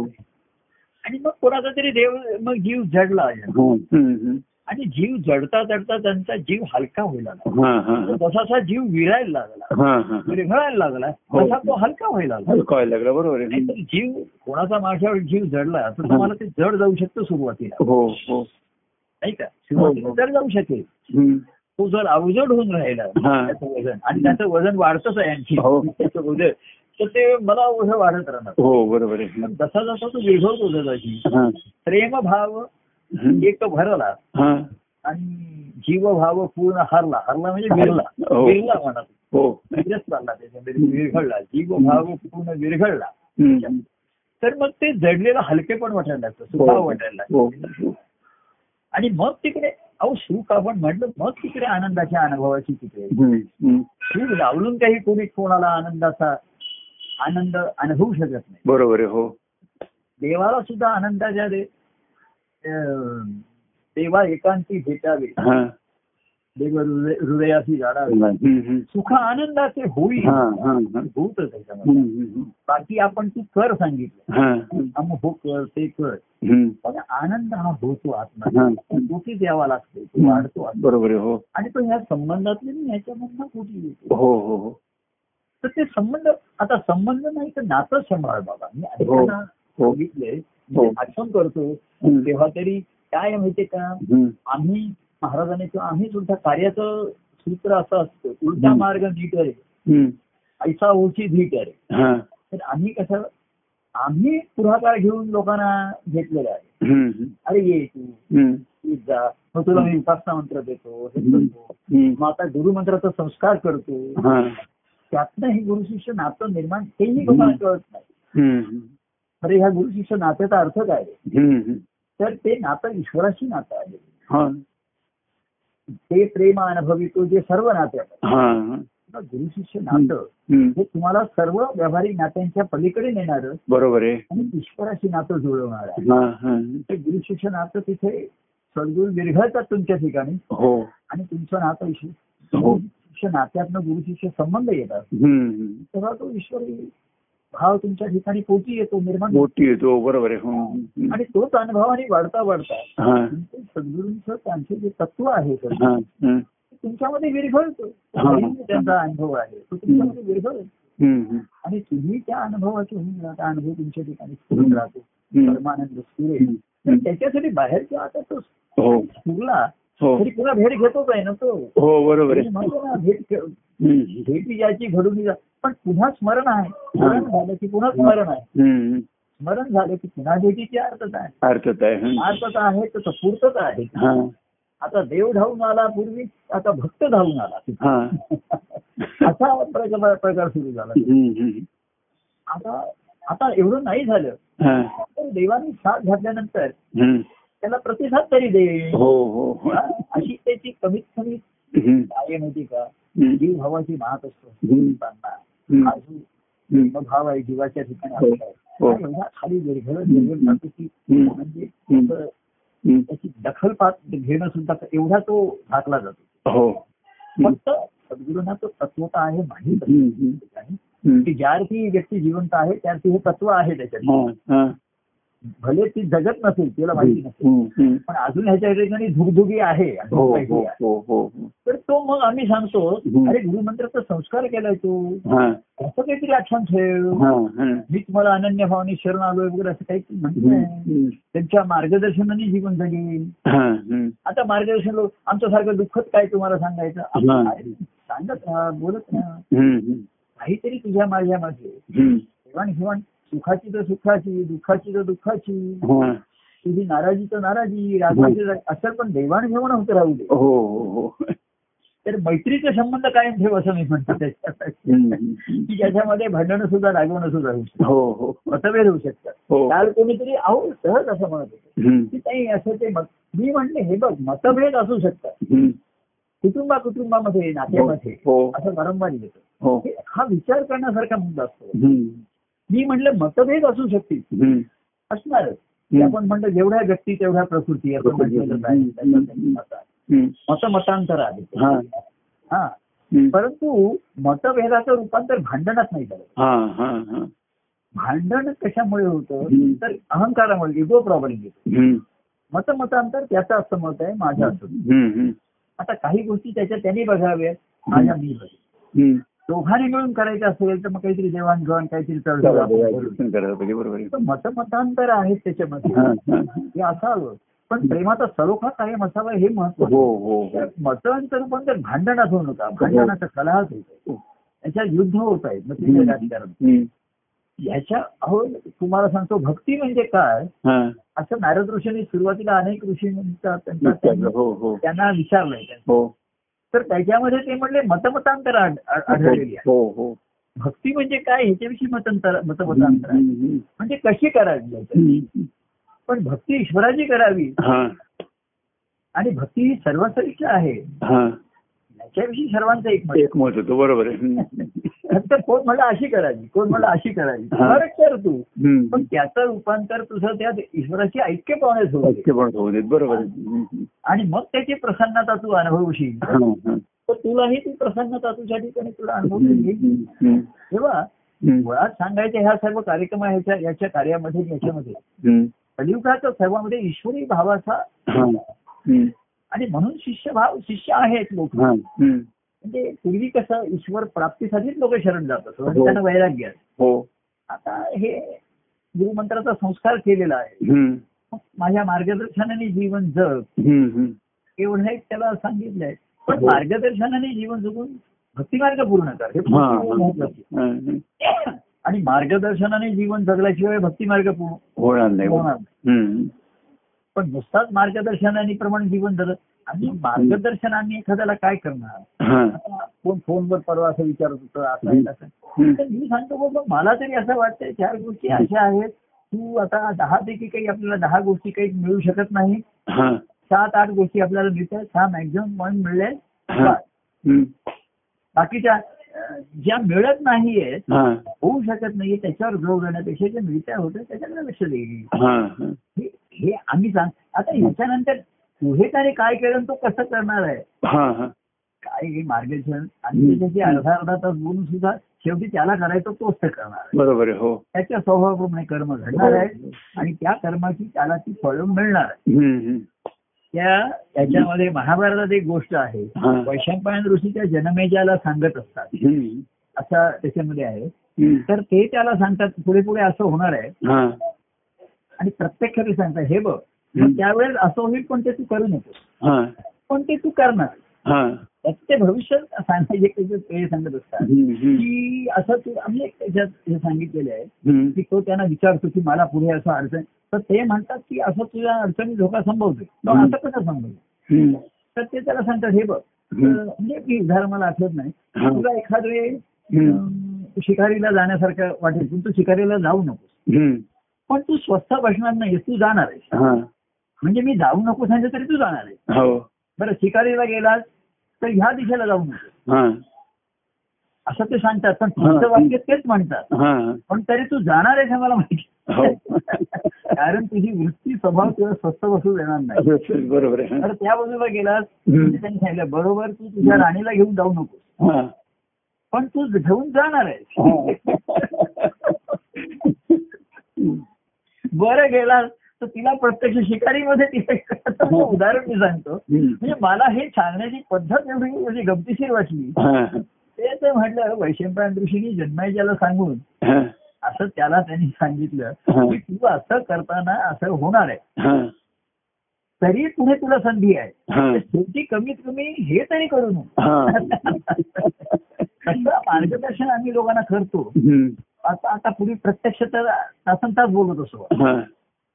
[SPEAKER 2] आणि मग कोणाचा तरी देव मग जीव जडला
[SPEAKER 1] हो. हम्म. हम्म.
[SPEAKER 2] आणि जीव जडता जडता त्यांचा जीव हलका व्हायला लागला
[SPEAKER 1] हा. हा.
[SPEAKER 2] जसासा जीव विरायला लागला
[SPEAKER 1] हा. हा.
[SPEAKER 2] विरघळायला म्हणजे लागला
[SPEAKER 1] हो.
[SPEAKER 2] तसा तो हलका व्हायला लागला
[SPEAKER 1] हलकावायला लागला बरोबर आहे
[SPEAKER 2] नाहीतर जीव कोणाचा माझ्यावर जीव जडला तर तुम्हाला ते जड जाऊ शकतो सुरुवातीला
[SPEAKER 1] हो हो
[SPEAKER 2] नाही का सुरुवातीला
[SPEAKER 1] हो.
[SPEAKER 2] जड जाऊ शकेल
[SPEAKER 1] हम्म.
[SPEAKER 2] तो जर अवजड होऊन राहिला
[SPEAKER 1] हा.
[SPEAKER 2] त्याचं वजन आणि त्याचं वजन वाढतच आहे आणखी
[SPEAKER 1] हो.
[SPEAKER 2] त्याचं वजन तर ते मला ओझं वाढत राहणार
[SPEAKER 1] हो बरोबर आहे
[SPEAKER 2] पण जसा जसा तो विरघळतो जसाची
[SPEAKER 1] हा.
[SPEAKER 2] प्रेम भाव
[SPEAKER 1] हम्म.
[SPEAKER 2] एक भरला
[SPEAKER 1] हा.
[SPEAKER 2] आणि जीव भाव पूर्ण हरला हरला म्हणजे विरला
[SPEAKER 1] हो.
[SPEAKER 2] विरला म्हणा
[SPEAKER 1] हो
[SPEAKER 2] विरस लागला त्याच्यामध्ये विरघळला जीव भाव पूर्ण विरघळला
[SPEAKER 1] हम्म.
[SPEAKER 2] तर मग ते जडलेलं हलकेपण वाटायला लागतं सुखाव वाटायला लागतं
[SPEAKER 1] हो हो.
[SPEAKER 2] आणि मग तिकडे अहो सुख आपण म्हटलं मग तिकडे आनंदाच्या अनुभवाची तिकडे
[SPEAKER 1] हम्म. हम्म.
[SPEAKER 2] सुख लावलून काही कोणी कोणाला आनंदाचा आनंद अनुभवू शकत नाही
[SPEAKER 1] बरोबर आहे हो
[SPEAKER 2] देवाला सुद्धा आनंदाच्या दे अं, देवा एकांती भेटावे
[SPEAKER 1] हा.
[SPEAKER 2] देव हृदय- हृदयाशी जाणावे
[SPEAKER 1] हम्म. हम्म.
[SPEAKER 2] सुख आनंदाचे होईल
[SPEAKER 1] हा, हा, हा.
[SPEAKER 2] होत त्याच्यामध्ये
[SPEAKER 1] हम्म. हम्म.
[SPEAKER 2] बाकी आपण तू कर सांगितलं
[SPEAKER 1] हा. हम्म.
[SPEAKER 2] अमुक हो कर ते कर
[SPEAKER 1] हम्म.
[SPEAKER 2] पण म्हणजे आनंद हा होतो आत्मा
[SPEAKER 1] हा.
[SPEAKER 2] दुखीच द्यावा लागतो तो वाढतो आत्मा.
[SPEAKER 1] बरोबर आहे हो
[SPEAKER 2] आणि तो ह्या संबंधातले मी ह्याच्यामधनं कुठे येतो
[SPEAKER 1] हो हो हो
[SPEAKER 2] तर ते संबंध आता संबंध नाही तर नातं सांभाळ बाबा मी ऐकताना
[SPEAKER 1] हो.
[SPEAKER 2] बघितलंय
[SPEAKER 1] हो.
[SPEAKER 2] मी आठवण करतो
[SPEAKER 1] हम्म.
[SPEAKER 2] तेव्हा तरी काय माहितीये का
[SPEAKER 1] हम्म.
[SPEAKER 2] आम्ही महाराजांनी किंवा आम्ही सुद्धा कार्याचं सूत्र असं असतं उलटा
[SPEAKER 1] हम्म.
[SPEAKER 2] मार्ग नीट रे
[SPEAKER 1] हम्म.
[SPEAKER 2] ऐसा ओळखी धीट रे
[SPEAKER 1] हा.
[SPEAKER 2] तर आम्ही कसं आम्ही पुढाकार घेऊन लोकांना घेतलेला आहे
[SPEAKER 1] हम्म.
[SPEAKER 2] अरे ये तू
[SPEAKER 1] हम्म.
[SPEAKER 2] तू जा मग तुला मी उपासना मंत्र देतो हे करतो
[SPEAKER 1] हम्म.
[SPEAKER 2] मग आता गुरुमंत्राचा संस्कार करतो
[SPEAKER 1] हा.
[SPEAKER 2] त्यातनं हे गुरुशिष्य नातं निर्माण हेही लोकांना कळत नाही
[SPEAKER 1] हम्म.
[SPEAKER 2] अरे ह्या गुरुशिष्य नात्याचा अर्थ काय आहे?
[SPEAKER 1] हम्म.
[SPEAKER 2] तर ते नातं ईश्वराशी नातं आहे
[SPEAKER 1] हा.
[SPEAKER 2] ते प्रेम अनुभवितो जे सर्व नाते आहे.
[SPEAKER 1] हा. हा.
[SPEAKER 2] तर गुरुशिष्य नातं
[SPEAKER 1] हम्म.
[SPEAKER 2] हे तुम्हाला सर्व व्यावहारिक नात्यांच्या पलीकडे नेणारं
[SPEAKER 1] बरोबर आहे
[SPEAKER 2] आणि ईश्वराशी नातं जुळवणार आहे
[SPEAKER 1] हा, हा.
[SPEAKER 2] ते गुरुशिष्य नातं तिथे सद्गुरु विरघळतात तुमच्या ठिकाणी
[SPEAKER 1] हो
[SPEAKER 2] आणि तुमचं नातं ईश्वर
[SPEAKER 1] हो
[SPEAKER 2] गुरुशिष्य नात्यातनं गुरुशिष्य संबंध येतात
[SPEAKER 1] हम्म.
[SPEAKER 2] तेव्हा तो ईश्वरी भाव तुमच्या ठिकाणी पोटी येतो निर्माण होतो.
[SPEAKER 1] मोठी येतो बरोबर आहे हो हम्म.
[SPEAKER 2] आणि तोच अनुभवाने वाढता वाढता
[SPEAKER 1] हा.
[SPEAKER 2] तुमचे सद्गुरूंचं त्यांचे जे तत्व आहे ते
[SPEAKER 1] हा. हा.
[SPEAKER 2] तुमच्यामध्ये विरघळतो
[SPEAKER 1] हा.
[SPEAKER 2] हरीने त्यांचा अनुभव आहे तो तुमच्यामध्ये विरघळतो
[SPEAKER 1] हम्म.
[SPEAKER 2] आणि तुम्ही त्या अनुभवाचे होऊन राहता अनुभव तुमच्या ठिकाणी स्फुरून राहतो
[SPEAKER 1] हम्म.
[SPEAKER 2] परमानंद स्फुरे
[SPEAKER 1] हम्म.
[SPEAKER 2] तर त्याच्यासाठी बाहेरच्या आता तो
[SPEAKER 1] हो
[SPEAKER 2] स्फुरला
[SPEAKER 1] हो
[SPEAKER 2] तरी पुन्हा भेट घेतोच आहे ना तो
[SPEAKER 1] हो बरोबर
[SPEAKER 2] मी
[SPEAKER 1] आहे
[SPEAKER 2] म्हणतो ना, भेट घे-
[SPEAKER 1] हम्म.
[SPEAKER 2] भेटी ज्याची घडून जा पण पुन्हा स्मरण आहे स्मरण झालं की पुन्हा स्मरण आहे
[SPEAKER 1] हम्म.
[SPEAKER 2] स्मरण झालं की पुन्हा भेटीची अर्थता आहे
[SPEAKER 1] अर्थात आहे हम्म.
[SPEAKER 2] अर्थता आहे तर सपूर्तता आहे
[SPEAKER 1] हा
[SPEAKER 2] आता देव धावून आला पूर्वी आता भक्त धावून आला
[SPEAKER 1] हा
[SPEAKER 2] असा प्रकार प्रकार सुरू झाला
[SPEAKER 1] हम्म. हम्म.
[SPEAKER 2] आता आता एवढं नाही झालं
[SPEAKER 1] हा.
[SPEAKER 2] तर देवाने साथ घातल्यानंतर
[SPEAKER 1] हम्म.
[SPEAKER 2] त्याला प्रतिसाद तरी देईल
[SPEAKER 1] हो हो हो.
[SPEAKER 2] हा, अशी त्याची कमीत कमी
[SPEAKER 1] हम्म.
[SPEAKER 2] काय होती का
[SPEAKER 1] हम्म.
[SPEAKER 2] जीव भावाची वाहत असतो
[SPEAKER 1] हम्म.
[SPEAKER 2] लोकांना.
[SPEAKER 1] हम्म.
[SPEAKER 2] हा जो
[SPEAKER 1] हम्म.
[SPEAKER 2] भाव आहे जीवाच्या ठिकाणी
[SPEAKER 1] हो.
[SPEAKER 2] आपला आहे.
[SPEAKER 1] हो.
[SPEAKER 2] आणि एवढा खाली विरघळत विरघळत जातो की
[SPEAKER 1] हम्म.
[SPEAKER 2] म्हणजे
[SPEAKER 1] हम्म.
[SPEAKER 2] असं
[SPEAKER 1] हम्म.
[SPEAKER 2] त्याची दखल पात घेणं सुद्धा एवढा तो झाकला जातो
[SPEAKER 1] हो हम्म.
[SPEAKER 2] फक्त सद्गुरूंना तो तत्वता आहे माहीत
[SPEAKER 1] हम्म. हम्म.
[SPEAKER 2] आहे.
[SPEAKER 1] हम्म.
[SPEAKER 2] की ज्या अर्थी व्यक्ती जिवंत आहे त्या अर्थी हे तत्व आहे त्याच्यात
[SPEAKER 1] हा. हा.
[SPEAKER 2] भले ती जगत नसेल तिला माहिती नसेल
[SPEAKER 1] हम्म. हम्म.
[SPEAKER 2] पण अजून ह्याच्या ठिकाणी धुगधुगी आहे
[SPEAKER 1] हो
[SPEAKER 2] धुगधुगी
[SPEAKER 1] हो
[SPEAKER 2] आहे.
[SPEAKER 1] हो हो
[SPEAKER 2] तर तो मग आम्ही सांगतो
[SPEAKER 1] हम्म.
[SPEAKER 2] अरे गुरुमंत्राचा संस्कार केलाय तू
[SPEAKER 1] हा.
[SPEAKER 2] असं काहीतरी आठवण ठेव
[SPEAKER 1] हा. हा.
[SPEAKER 2] मी तुम्हाला अनन्य भावाने शरण आलोय वगैरे असं काही
[SPEAKER 1] हम्म.
[SPEAKER 2] म्हणत
[SPEAKER 1] हम्म.
[SPEAKER 2] त्यांच्या मार्गदर्शनाने जीवन जगेल
[SPEAKER 1] हा. हम्म.
[SPEAKER 2] आता मार्गदर्शन लोक आमच्या सारखं दुःखच काय तुम्हाला सांगायचं
[SPEAKER 1] हा.
[SPEAKER 2] अरे, सांगत राहा बोलत राहा
[SPEAKER 1] हम्म.
[SPEAKER 2] काहीतरी तुझ्या माझ्यामध्ये
[SPEAKER 1] हम्म.
[SPEAKER 2] घेवाणघेवाण सुखाची तर सुखाची दुःखाची तर दुःखाची
[SPEAKER 1] हा.
[SPEAKER 2] तुझी नाराजी तर नाराजी रागाची तर- असं पण देवाणघेवाण होत राहू दे
[SPEAKER 1] हो हो हो
[SPEAKER 2] तर मैत्रीचा संबंध कायम ठेव असं मी म्हणतो त्याच्यात. की
[SPEAKER 1] हम्म.
[SPEAKER 2] ज्याच्यामध्ये भांडणं सुद्धा रागवणं सुद्धा होऊ शकतं
[SPEAKER 1] हो हो
[SPEAKER 2] मतभेद होऊ शकतात
[SPEAKER 1] हो
[SPEAKER 2] काल कोणीतरी अहो सहज असं म्हणत होतं
[SPEAKER 1] हम्म.
[SPEAKER 2] की नाही असं ते मत मी म्हणले हे बघ मतभेद असू शकतात
[SPEAKER 1] हम्म.
[SPEAKER 2] कुटुंबा कुटुंबामध्ये नात्यामध्ये
[SPEAKER 1] हो
[SPEAKER 2] असं वारंवार येतं
[SPEAKER 1] हो
[SPEAKER 2] हे- हा विचार करण्यासारखा मुद्दा असतो
[SPEAKER 1] हम्म.
[SPEAKER 2] मी म्हटलं मतभेद असू शकतील
[SPEAKER 1] हम्म.
[SPEAKER 2] असणारच
[SPEAKER 1] हम्म.
[SPEAKER 2] आपण म्हणलं जेवढ्या व्यक्ती तेवढ्या प्रकृती आपण
[SPEAKER 1] प्रकृती.
[SPEAKER 2] म्हटलेलंच आहे.
[SPEAKER 1] हम्म.
[SPEAKER 2] त्याच्यात काही मत आहे.
[SPEAKER 1] हम्म.
[SPEAKER 2] मतमतांतर आहे
[SPEAKER 1] हा.
[SPEAKER 2] हा
[SPEAKER 1] हम्म.
[SPEAKER 2] परंतु मतभेदाचं रूपांतर भांडणात नाही झालं
[SPEAKER 1] हा हा हा
[SPEAKER 2] भांडण कशामुळे होतं
[SPEAKER 1] हम्म.
[SPEAKER 2] तर अहंकारामुळे इगो प्रॉब्लेम येतो
[SPEAKER 1] हम्म.
[SPEAKER 2] मतमतांतर त्याचं असं मत आहे माझं असं मत.
[SPEAKER 1] हम्म. हम्म.
[SPEAKER 2] आता काही गोष्टी त्याच्या त्यांनी बघाव्यात माझ्या मी बघ
[SPEAKER 1] हम्म.
[SPEAKER 2] दोघांनी मिळून करायचं असेल तर मग काहीतरी देवाणघेवाण काहीतरी चढ
[SPEAKER 1] चला, देवा, दर्शन करायला पाहिजे बरोबर आहे.
[SPEAKER 2] मतमतांतर आहेत त्याच्यामध्ये
[SPEAKER 1] हा, हा.
[SPEAKER 2] हे असावं पण प्रेमाचा सरोखा कायम असावा हे
[SPEAKER 1] हो
[SPEAKER 2] महत्व
[SPEAKER 1] हो हो
[SPEAKER 2] मतांचं रूपांतर भांडणात होऊ नका भांडणाचा कलहाच होतो
[SPEAKER 1] हो.
[SPEAKER 2] त्याच्यात युद्ध होत आहे मग
[SPEAKER 1] हम्म.
[SPEAKER 2] तिथे राजकारण
[SPEAKER 1] हम्म.
[SPEAKER 2] ह्याच्या अहो तुम्हाला सांगतो भक्ती म्हणजे काय
[SPEAKER 1] हा.
[SPEAKER 2] असं नारद ऋषींनी सुरुवातीला अनेक ऋषींचा त्यांचा
[SPEAKER 1] विचारलं. हो हो
[SPEAKER 2] त्यांना विचारलंय त्यांना.
[SPEAKER 1] हो
[SPEAKER 2] तर त्याच्यामध्ये ते म्हणले मतमतांतर आढ- आढ- आढळलेली आहे
[SPEAKER 1] हो हो
[SPEAKER 2] भक्ती म्हणजे काय ह्याच्याविषयी मतंतर मतमतांतर आहे.
[SPEAKER 1] हम्म. हम्म.
[SPEAKER 2] म्हणजे कशी करावी याच्यात.
[SPEAKER 1] हम्म.
[SPEAKER 2] पण भक्ती ईश्वराची करावी
[SPEAKER 1] हा
[SPEAKER 2] आणि भक्ती ही सर्वश्रेष्ठ आहे
[SPEAKER 1] हा
[SPEAKER 2] याच्याविषयी सर्वांचं एक मत आहे.
[SPEAKER 1] एक मत होतं बरोबर आहे हम्म.
[SPEAKER 2] नंतर कोण मला अशी करावी कोण मला अशी करावी
[SPEAKER 1] हा.
[SPEAKER 2] फरक कर तू पण
[SPEAKER 1] हम्म.
[SPEAKER 2] त्याचं रूपांतर तुझं त्या ईश्वराची ऐक्य पावण्यात होऊ दे.
[SPEAKER 1] ऐक्य पण होऊ देत बरोबर आहे हम्म.
[SPEAKER 2] आणि मग त्याची प्रसन्नता तू अनुभवशील
[SPEAKER 1] हा, हा.
[SPEAKER 2] तर तुलाही ती प्रसन्नता तुझ्या ठिकाणी तुला अनुभवशील
[SPEAKER 1] हम्म.
[SPEAKER 2] येईल.
[SPEAKER 1] हम्म.
[SPEAKER 2] तेव्हा
[SPEAKER 1] हम्म.
[SPEAKER 2] मुळात सांगायचं ह्या सर्व कार्यक्रम आहे, ह्याच्या याच्या कार्यामध्ये याच्यामध्ये
[SPEAKER 1] हम्म.
[SPEAKER 2] कलियुगाच्या सर्वांमध्ये ईश्वरी भावाचा
[SPEAKER 1] हा. हम्म.
[SPEAKER 2] आणि म्हणून शिष्यभाव शिष्य आहेत लोक
[SPEAKER 1] हा. हम्म.
[SPEAKER 2] म्हणजे पूर्वी कसं ईश्वर प्राप्तीसाठीच लोक शरण जात असत
[SPEAKER 1] हो.
[SPEAKER 2] म्हणजे त्यांना वैराग्य आहे.
[SPEAKER 1] हो
[SPEAKER 2] आता हे गुरुमंत्राचा संस्कार केलेला आहे
[SPEAKER 1] हम्म.
[SPEAKER 2] मग माझ्या मार्गदर्शनाने जीवन जग
[SPEAKER 1] हम्म. हम्म.
[SPEAKER 2] एवढं एक त्याला सांगितलंय पण
[SPEAKER 1] हो.
[SPEAKER 2] मार्गदर्शनाने जीवन जगून भक्तिमार्ग पूर्ण कर हे
[SPEAKER 1] हा,
[SPEAKER 2] खूप
[SPEAKER 1] हा.
[SPEAKER 2] महत्वाचं
[SPEAKER 1] हा, हा.
[SPEAKER 2] आहे. आणि मार्गदर्शनाने जीवन जगल्याशिवाय भक्तिमार्ग पूर्ण
[SPEAKER 1] होणार नाही
[SPEAKER 2] होणार नाही.
[SPEAKER 1] हम्म.
[SPEAKER 2] पण नुसताच मार्गदर्शनाने प्रमाण जीवन जगत आणि मार्गदर्शनाने एखाद्याला काय करणार
[SPEAKER 1] हा.
[SPEAKER 2] आता कोण फोनवर परवा असं विचारत होतं असं आहे,
[SPEAKER 1] हम्म.
[SPEAKER 2] तसं आहे.
[SPEAKER 1] हम्म.
[SPEAKER 2] तर मी सांगतो बाबा मला तरी असं वाटतंय चार गोष्टी अशा आहेत तू आता दहा पैकी काही आपल्याला दहा गोष्टी काही मिळू शकत नाही
[SPEAKER 1] हा.
[SPEAKER 2] सात आठ गोष्टी आपल्याला मिळतात सहा मॅक्झिमम पॉईंट मिळले
[SPEAKER 1] हा. हम्म.
[SPEAKER 2] बाकीच्या अं, ज्या मिळत नाहीये
[SPEAKER 1] हा.
[SPEAKER 2] होऊ शकत नाहीये त्याच्यावर जोर देण्यापेक्षा जे मिळत्या होतं त्याच्याकडे लक्ष देईल
[SPEAKER 1] हा. हा.
[SPEAKER 2] हे- हे आम्ही सांग आता याच्यानंतर पुढे त्याने काय केलं आणि तो कसं करणार आहे
[SPEAKER 1] हा. हा.
[SPEAKER 2] काय हे मार्गदर्शन आणि त्याची अर्धा अर्धा तास बोलून सुद्धा शेवटी त्याला करायचं तोच ते करणार आहे.
[SPEAKER 1] बरोबर आहे हो
[SPEAKER 2] त्याच्या स्वभावाप्रमाणे कर्म घडणार आहे आणि त्या कर्माची त्याला ती फळ मिळणार आहे
[SPEAKER 1] हम्म. हम्म.
[SPEAKER 2] त्या याच्यामध्ये महाभारतात एक गोष्ट आहे
[SPEAKER 1] हा.
[SPEAKER 2] वैशंपायन ऋषी त्या जनमेजाला सांगत असतात
[SPEAKER 1] हम्म.
[SPEAKER 2] असा त्याच्यामध्ये आहे
[SPEAKER 1] हम्म.
[SPEAKER 2] तर ते त्याला सांगतात पुढे पुढे असं होणार आहे
[SPEAKER 1] हा.
[SPEAKER 2] आणि प्रत्येक खरी सांगतात हे बघ
[SPEAKER 1] हम्म.
[SPEAKER 2] मग त्यावेळेस असं होईल पण ते तू करू नकोस
[SPEAKER 1] हा.
[SPEAKER 2] पण ते तू करणार
[SPEAKER 1] हा.
[SPEAKER 2] त्याचं ते भविष्य सांगायचे त्याचे ते सांगत असतात
[SPEAKER 1] हम्म. हम्म.
[SPEAKER 2] की असं तू आम्ही एक त्याच्यात हे सांगितलेलं आहे
[SPEAKER 1] हम्म.
[SPEAKER 2] की तो त्यांना विचारतो की मला पुढे असं अडचण तर ते म्हणतात की असं तुझ्या अडचणी धोका संभवतो तो
[SPEAKER 1] हम्म.
[SPEAKER 2] असं कसं संभवेल
[SPEAKER 1] हम्म.
[SPEAKER 2] तर ते त्याला सांगतात हे बघ
[SPEAKER 1] हम्म.
[SPEAKER 2] अं, म्हणजे मी उदाहरण मला आठवत नाही
[SPEAKER 1] हा.
[SPEAKER 2] तुला एखादे
[SPEAKER 1] हम्म.
[SPEAKER 2] अं, शिकारीला जाण्यासारखं वाटेल पण तू शिकारीला जाऊ नकोस
[SPEAKER 1] हम्म.
[SPEAKER 2] पण तू स्वस्थ बसणार नाहीस तू जाणार आहेस
[SPEAKER 1] हा.
[SPEAKER 2] म्हणजे मी जाऊ नको सांगितलं तरी तू जाणार आहेस
[SPEAKER 1] हो
[SPEAKER 2] बरं शिकारीला गेलास तर ह्या दिशेला जाऊ नकोस
[SPEAKER 1] हा
[SPEAKER 2] असं ते सांगतात पण पुढचं वाक्य तेच म्हणतात
[SPEAKER 1] हा
[SPEAKER 2] पण तरी तू जाणार आहेस हे मला माहिती
[SPEAKER 1] हो
[SPEAKER 2] कारण तुझी वृत्ती स्वभाव तुला स्वस्थ बसू देणार नाही
[SPEAKER 1] असं असेल, बरोबर आहे हा.
[SPEAKER 2] तर त्या बाजूला गेलास
[SPEAKER 1] हो. हम्म.
[SPEAKER 2] म्हणजे त्यांनी सांगितलं बरोबर तू तुझ्या राणीला घेऊन जाऊ नको
[SPEAKER 1] हा.
[SPEAKER 2] पण तू घेऊन जाणार आहेस बरं गेलास तर तिला प्रत्यक्ष शिकारीमध्ये तिथे
[SPEAKER 1] हो.
[SPEAKER 2] उदाहरण मी सांगतो म्हणजे मला हे सांगण्याची पद्धत एवढी म्हणजे गमतीशीर वाटली
[SPEAKER 1] हा.
[SPEAKER 2] ते ते म्हटलं वैशंपायन ऋषीनी जन्मायच्याला सांगून
[SPEAKER 1] हा.
[SPEAKER 2] असं त्याला त्यांनी सांगितलं
[SPEAKER 1] हा.
[SPEAKER 2] की तू असं करताना असं होणार आहे
[SPEAKER 1] हा.
[SPEAKER 2] तरी पुढे तुला संधी आहे
[SPEAKER 1] हा.
[SPEAKER 2] तर शेवटी कमीत कमी हे तरी करू नको
[SPEAKER 1] हा.
[SPEAKER 2] तसं मार्गदर्शन आम्ही लोकांना करतो
[SPEAKER 1] हम्म.
[SPEAKER 2] आता आता पूर्वी प्रत्यक्ष तर तासन तास बोलत असो
[SPEAKER 1] हा.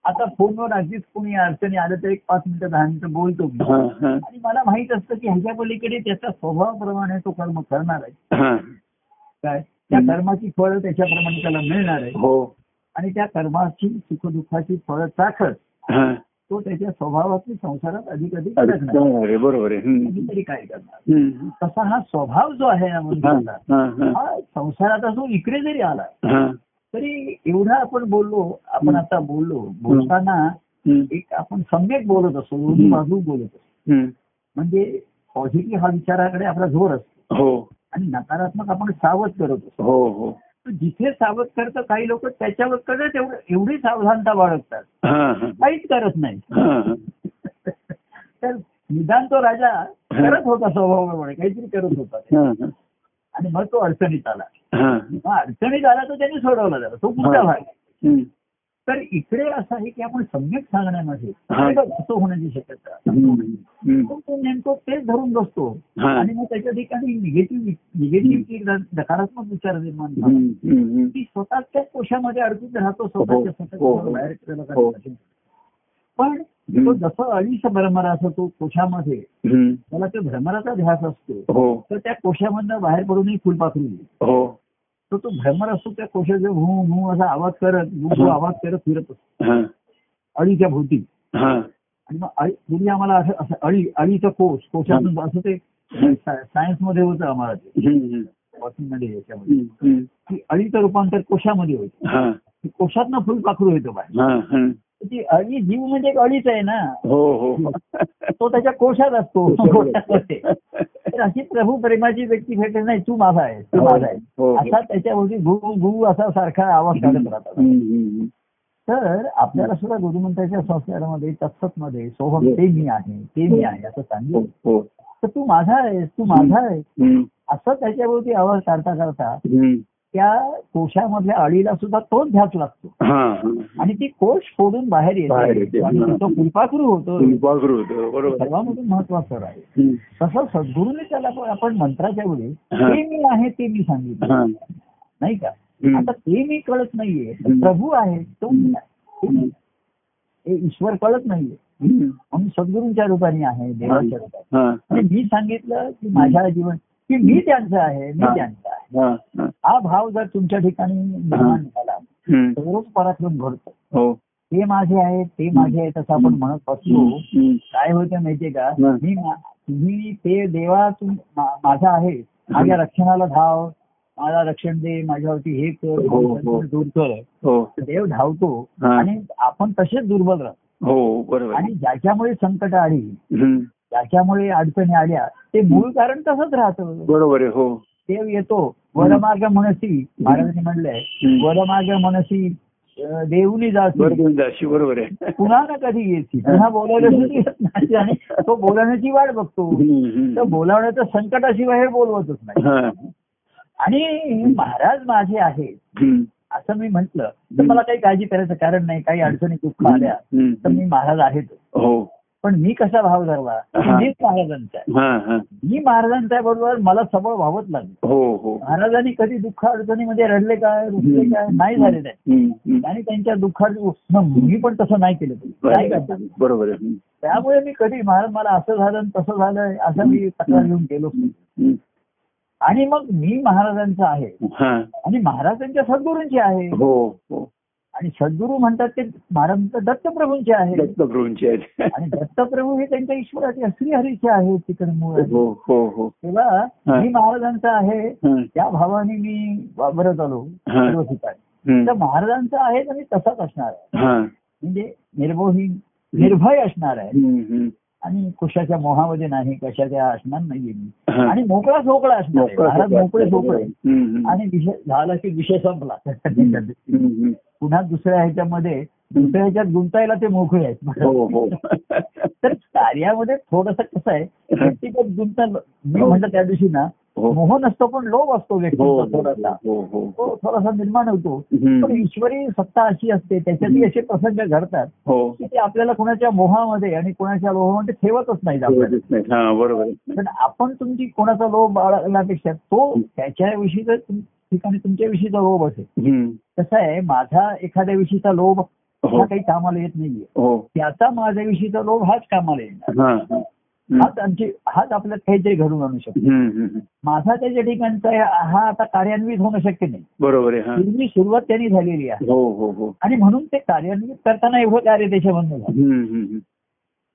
[SPEAKER 2] आता फोनवर अगदीच कोणी अडचणी आलं तर एक पाच मिनिटं दहा मिनिटं बोलतो मी.
[SPEAKER 1] हा. हा.
[SPEAKER 2] आणि मला माहित असतं की ह्याच्या पलीकडे त्याच्या स्वभावाप्रमाणे तो कर्म करणार आहे
[SPEAKER 1] हा.
[SPEAKER 2] काय त्या कर्माची फळं त्याच्याप्रमाणे त्याला मिळणार आहे
[SPEAKER 1] हो
[SPEAKER 2] आणि त्या कर्माची सुखदुःखाची फळं चाखत
[SPEAKER 1] हा.
[SPEAKER 2] तो त्याच्या स्वभावातली संसारात अधिक अधिक
[SPEAKER 1] अरे,
[SPEAKER 2] अडकणार
[SPEAKER 1] बरोबर आहे, बरोबर आहे हम्म.
[SPEAKER 2] तरी काय करणार
[SPEAKER 1] हम्म.
[SPEAKER 2] तसा हा स्वभाव जो आहे ना
[SPEAKER 1] हा.
[SPEAKER 2] मनुष्याचा
[SPEAKER 1] हा. हा.
[SPEAKER 2] हा संसाराचा जो इकडे जरी आला
[SPEAKER 1] हा.
[SPEAKER 2] तरी एवढा आपण बोललो आपण आता बोललो बोलताना
[SPEAKER 1] हम्म.
[SPEAKER 2] एक आपण सम्यक बोलत असतो दोन्ही
[SPEAKER 1] हम्म.
[SPEAKER 2] बाजू बोलत असतो
[SPEAKER 1] हम्म.
[SPEAKER 2] म्हणजे पॉझिटिव्ह हा विचाराकडे आपला जोर असतो
[SPEAKER 1] हो
[SPEAKER 2] आणि नकारात्मक आपण सावध करत असतो
[SPEAKER 1] हो हो
[SPEAKER 2] तर जिथे सावध करतं काही लोक त्याच्यावर कडे एवढी सावधानता बाळगतात
[SPEAKER 1] हा. हा.
[SPEAKER 2] काहीच करत नाही
[SPEAKER 1] हा. हा.
[SPEAKER 2] तर निदान तो राजा करत होता स्वभावाप्रमाणे काहीतरी करत होता
[SPEAKER 1] हा. हा.
[SPEAKER 2] आणि मग तो अडचणीत आला
[SPEAKER 1] हा.
[SPEAKER 2] मग अडचणीत आला तर त्याने सोडवला त्याला तो पुढचा
[SPEAKER 1] हो.
[SPEAKER 2] भाग आहे.
[SPEAKER 1] हम्म.
[SPEAKER 2] तर इकडे असं आहे की आपण सम्यक सांगण्यामध्ये
[SPEAKER 1] हा.
[SPEAKER 2] असं होण्याची शक्यता
[SPEAKER 1] हम्म. हम्म.
[SPEAKER 2] पण तो नेमकं तेच धरून बसतो
[SPEAKER 1] हा.
[SPEAKER 2] आणि मग त्याच्या ठिकाणी निगेटिव्ह निगेटिव्ह नकारात्मक विचार निर्माण झाला
[SPEAKER 1] हम्म. हम्म.
[SPEAKER 2] ती स्वतःच्याच कोशामध्ये अडकून राहतो स्वतःच्या
[SPEAKER 1] हो,
[SPEAKER 2] स्वतःच्या
[SPEAKER 1] हो, हो.
[SPEAKER 2] बाहेर त्याला काही
[SPEAKER 1] हो.
[SPEAKER 2] नाही. पण तो जसं अळीचा भ्रमर असतो कोशामध्ये
[SPEAKER 1] हम्म.
[SPEAKER 2] त्याला तो भ्रमराचा ध्यास असतो
[SPEAKER 1] हो
[SPEAKER 2] तर त्या कोशामधनं बाहेर पडूनही फुलपाखरू येईल.
[SPEAKER 1] हो
[SPEAKER 2] तर तो भ्रमर असतो त्या कोशाचा हू हू असा आवाज करत हू हू आवाज करत फिरत असतो
[SPEAKER 1] हा.
[SPEAKER 2] अळीच्या भोवती
[SPEAKER 1] हा.
[SPEAKER 2] आणि मग अळी पूर्वी आम्हाला असं असं अळी अळीचा कोश कोशातून असं ते सायन्स मध्ये होतं आम्हाला ते
[SPEAKER 1] हम्म.
[SPEAKER 2] वॉशिंग मध्ये याच्यामध्ये
[SPEAKER 1] हम्म. हम्म.
[SPEAKER 2] की अळीचं रूपांतर कोशामध्ये होतं
[SPEAKER 1] हा.
[SPEAKER 2] ती कोशातनं फुल पाखरू येतो बाहेर
[SPEAKER 1] हा. हा.
[SPEAKER 2] तर ती अळी जीव म्हणजे एक अळीच आहे ना
[SPEAKER 1] हो हो
[SPEAKER 2] तो त्याच्या कोशात असतो कोशामध्ये. तर अशी प्रभू प्रेमाची व्यक्ती भेटत नाही तू माझा आहे तू माझा आहे
[SPEAKER 1] हो, हो.
[SPEAKER 2] असा त्याच्यावरती घू घू असा सारखा आवाज काढत राहतात
[SPEAKER 1] हम्म. हम्म.
[SPEAKER 2] तर आपल्याला सुद्धा गुरुमंत्राच्या संस्कारामध्ये तत्सतमध्ये सोहम ते मी आहे ते मी आहे असं
[SPEAKER 1] हो
[SPEAKER 2] सांगितलं
[SPEAKER 1] हो
[SPEAKER 2] तर तू माझा आहेस तू माझा आहेस
[SPEAKER 1] हम्म.
[SPEAKER 2] असं त्याच्यावरती आवाज काढता काढता
[SPEAKER 1] हम्म.
[SPEAKER 2] त्या कोशामधल्या अळीला सुद्धा तोच ध्यास लागतो
[SPEAKER 1] हा हा.
[SPEAKER 2] आणि ती कोश फोडून बाहेर
[SPEAKER 1] बाहेर
[SPEAKER 2] येते
[SPEAKER 1] येते.
[SPEAKER 2] आणि तो कुलपाखरू होतो
[SPEAKER 1] वागरू होतं बरोबर
[SPEAKER 2] सर्वांमधून महत्वाचं आहे
[SPEAKER 1] हम्म.
[SPEAKER 2] तसं सद्गुरूने त्याला पण आपण मंत्राच्या वेळी
[SPEAKER 1] हा.
[SPEAKER 2] ते मी आहे ते मी सांगितलं
[SPEAKER 1] हा.
[SPEAKER 2] नाही का
[SPEAKER 1] हम्म.
[SPEAKER 2] आता ते मी कळत नाहीये तर
[SPEAKER 1] हम्म.
[SPEAKER 2] प्रभू आहे तो मी आहे. ते मी आहे. हे ईश्वर कळत नाहीये
[SPEAKER 1] हम्म.
[SPEAKER 2] म्हणून सद्गुरूंच्या रूपाने आहे देवाच्या रूपाने
[SPEAKER 1] हा.
[SPEAKER 2] आणि मी सांगितलं की माझ्या जीवन की मी त्यांचं आहे मी
[SPEAKER 1] हा.
[SPEAKER 2] त्यांचं आहे
[SPEAKER 1] हा. हा.
[SPEAKER 2] हा भाव जर तुमच्या ठिकाणी निर्माण झाला
[SPEAKER 1] हम्म.
[SPEAKER 2] तरच पराक्रम घडतो
[SPEAKER 1] हो
[SPEAKER 2] ते माझे आहे ते माझे आहे तसं आपण म्हणत असतो
[SPEAKER 1] हम्म.
[SPEAKER 2] काय होतं माहितीये का
[SPEAKER 1] हं.
[SPEAKER 2] मी मा- तुम्ही ते देवा तुम- मा- माझा आहे माझ्या रक्षणाला धाव मला रक्षण दे माझ्यावरती हे कर
[SPEAKER 1] हो, हो.
[SPEAKER 2] दूर कर
[SPEAKER 1] हो
[SPEAKER 2] तर देव धावतो
[SPEAKER 1] हा.
[SPEAKER 2] आणि आपण तसेच दुर्बल राहतो
[SPEAKER 1] हो बरोबर
[SPEAKER 2] आणि ज्याच्यामुळे संकट आली
[SPEAKER 1] हम्म.
[SPEAKER 2] ज्याच्यामुळे अडचणी आल्या ते मूळ कारण तसंच राहतं
[SPEAKER 1] बरोबर आहे हो
[SPEAKER 2] देव येतो वरमार्ग मनसी महाराजांनी म्हणलंय
[SPEAKER 1] हं.
[SPEAKER 2] वरमार्ग मनसी अं, देऊनी जातो
[SPEAKER 1] बरोबर जाशी बरोबर आहे
[SPEAKER 2] पुन्हा ना कधी येते पुन्हा बोलावल्याशिवाय ती येत नाही आणि तो बोलावण्याची वाट बघतो
[SPEAKER 1] हम्म.
[SPEAKER 2] तर
[SPEAKER 1] हम्म.
[SPEAKER 2] बोलावण्याचं संकटाशिवाय हे बोलवतच नाही
[SPEAKER 1] हा.
[SPEAKER 2] आणि महाराज माझे आहेत
[SPEAKER 1] हम्म.
[SPEAKER 2] असं मी म्हटलं तर मला काही काळजी करायचं कारण नाही काही अडचणी दुःख आल्या
[SPEAKER 1] हम्म.
[SPEAKER 2] तर मी महाराज आहेत
[SPEAKER 1] हो
[SPEAKER 2] पण मी कसा भाव धरला
[SPEAKER 1] हा.
[SPEAKER 2] मीच महाराजांचा आहे
[SPEAKER 1] हा हा
[SPEAKER 2] मी महाराजांच्या बरोबर मला सबळ व्हावंच लागलं
[SPEAKER 1] हो हो
[SPEAKER 2] महाराजांनी कधी दुःख अडचणीमध्ये रडले काय रुसले काय नाही झाले नाही
[SPEAKER 1] हम्म. हम्म.
[SPEAKER 2] आणि त्यांच्या दुःखात मी पण तसं नाही केलं काय करतात
[SPEAKER 1] बरोबर आहे हम्म.
[SPEAKER 2] त्यामुळे मी कधी महाराज मला असं झालं आणि तसं झालं असं मी तक्रार घेऊन गेलो
[SPEAKER 1] हम्म.
[SPEAKER 2] आणि मग मी महाराजांचा आहे
[SPEAKER 1] हा
[SPEAKER 2] आणि महाराजांच्या सद्गुरूंचे आहे
[SPEAKER 1] हो हो
[SPEAKER 2] आणि सद्गुरू म्हणतात ते महाराज दत्तप्रभूंचे आहे
[SPEAKER 1] दत्तप्रभूंची आहेत
[SPEAKER 2] आणि दत्तप्रभू हे त्यांच्या ईश्वराचे श्रीहरीचे आहे तिकडे मूळ
[SPEAKER 1] हो हो हो
[SPEAKER 2] तेव्हा
[SPEAKER 1] हा.
[SPEAKER 2] मी महाराजांचा आहे
[SPEAKER 1] हं,
[SPEAKER 2] त्या भावाने मी वावरत आलो
[SPEAKER 1] हा.
[SPEAKER 2] सर्व ठिकाणी तर
[SPEAKER 1] हं,
[SPEAKER 2] महाराजांचा आहे तर मी तसाच असणार आहे
[SPEAKER 1] हा.
[SPEAKER 2] म्हणजे निर्भोही निर्भय असणार आहे
[SPEAKER 1] हं, हं.
[SPEAKER 2] आणि कुशाच्या मोहामध्ये नाही कशाच्या असणार नाहीये मी
[SPEAKER 1] हा.
[SPEAKER 2] आणि मोकळा सोकळा असणार आहे.
[SPEAKER 1] मोकळं
[SPEAKER 2] महाराज
[SPEAKER 1] सोकळं
[SPEAKER 2] मोकळे
[SPEAKER 1] असतं.
[SPEAKER 2] सोकळे
[SPEAKER 1] हं, हं.
[SPEAKER 2] आणि विषय झाला की विषय संपला
[SPEAKER 1] हं, हं.
[SPEAKER 2] पुन्हा दुसऱ्या ह्याच्यामध्ये दुसऱ्या ह्याच्यात गुंतायला ते मोकळे आहेत
[SPEAKER 1] हो हो
[SPEAKER 2] तर कार्यामध्ये थोडस कसं आहे व्यक्तिगत गुंता मी
[SPEAKER 1] हो.
[SPEAKER 2] म्हणलं त्या दिवशी ना
[SPEAKER 1] हो हो
[SPEAKER 2] मोह नसतो पण लोभ असतो व्यक्तीचा थोडासा
[SPEAKER 1] हो हो हो
[SPEAKER 2] तो थोडासा निर्माण होतो पण
[SPEAKER 1] हं.
[SPEAKER 2] ईश्वरी सत्ता अशी असते त्याच्यातही असे प्रसंग घडतात
[SPEAKER 1] हो
[SPEAKER 2] की ते आपल्याला कोणाच्या मोहामध्ये आणि कोणाच्या लोभामध्ये ठेवतच नाहीत आपण
[SPEAKER 1] व्यवस्थित नाही. हा बरोबर आहे.
[SPEAKER 2] पण आपण तुमची कोणाचा लोभ बाळगण्यापेक्षा तो त्याच्याविषयी जर तुम- ठिकाणी तुमच्याविषयीचा लोभ असेल
[SPEAKER 1] हं.
[SPEAKER 2] कसं आहे माझा एखाद्या विषयीचा लोभ
[SPEAKER 1] हो
[SPEAKER 2] हा काही कामाला येत नाहीये
[SPEAKER 1] हो
[SPEAKER 2] त्याचा माझ्याविषयीचा लोभ हाच कामाला येणार
[SPEAKER 1] हा
[SPEAKER 2] हाच आमची हाच आपल्यात काहीतरी घडून आणू शकतो
[SPEAKER 1] हं, हं, हं.
[SPEAKER 2] माझा त्याच्या ठिकाणचा आहे, हा आता कार्यान्वित होणं शक्य नाही
[SPEAKER 1] बरोबर आहे हा
[SPEAKER 2] पूर्वी सुरुवात त्यांनी झालेली आहे
[SPEAKER 1] हो हो हो
[SPEAKER 2] आणि म्हणून ते कार्यान्वित करताना एवढं कार्य देशाबंद झालं
[SPEAKER 1] हं, हं, हं.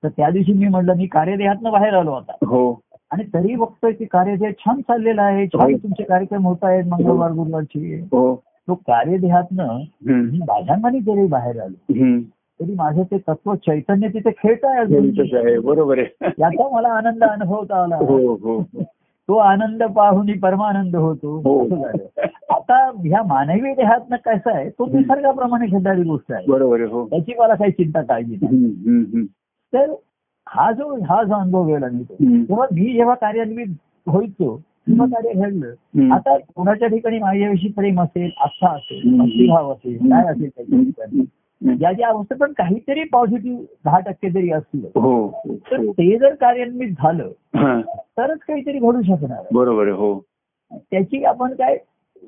[SPEAKER 2] तर त्या दिवशी मी म्हटलं मी कार्यदेहातनं बाहेर आलो आता
[SPEAKER 1] हो
[SPEAKER 2] आणि तरी बघतोय की कार्यदेह छान चाललेला आहे छान
[SPEAKER 1] हो.
[SPEAKER 2] तुमचे कार्यक्रम होत आहेत मंगळवार गुरुवारचे
[SPEAKER 1] हो
[SPEAKER 2] तो कार्यदेहातनं
[SPEAKER 1] हं.
[SPEAKER 2] मी बाजांगाने जरी बाहेर आलो
[SPEAKER 1] हं.
[SPEAKER 2] तरी माझं ते तत्व चैतन्य तिथे खेळत आहे अजून.
[SPEAKER 1] गणितच आहे बरोबर आहे
[SPEAKER 2] याचा मला आनंद अनुभवता आला
[SPEAKER 1] हो हो
[SPEAKER 2] तो आनंद पाहून परमानंद होतो
[SPEAKER 1] हो.
[SPEAKER 2] असं झालं. आता ह्या मानवी देहातनं कसं आहे तो निसर्गाप्रमाणे खेळणारी गोष्ट आहे
[SPEAKER 1] बरोबर आहे हो
[SPEAKER 2] त्याची मला काही चिंता काळजी नाही
[SPEAKER 1] हं, हं, हं.
[SPEAKER 2] तर हा जो हा जो अनुभव गेला मी तो,
[SPEAKER 1] हं.
[SPEAKER 2] तेव्हा मी जेव्हा कार्यान्वित होईतो तेव्हा कार्य घडलं
[SPEAKER 1] हं.
[SPEAKER 2] आता कोणाच्या ठिकाणी माझ्याविषयी प्रेम असेल आस्था असेल
[SPEAKER 1] हं.
[SPEAKER 2] भक्तिभाव असेल
[SPEAKER 1] हं.
[SPEAKER 2] काय असेल त्याच्या ठिकाणी
[SPEAKER 1] हं.
[SPEAKER 2] या ज्या अवस्थेत पण काहीतरी पॉझिटिव्ह दहा टक्के जरी असलं
[SPEAKER 1] हो
[SPEAKER 2] तर
[SPEAKER 1] हो
[SPEAKER 2] ते जर कार्यान्वित झालं
[SPEAKER 1] हा
[SPEAKER 2] तरच काहीतरी घडू शकणार आहे.
[SPEAKER 1] बरोबर आहे हो
[SPEAKER 2] त्याची आपण काय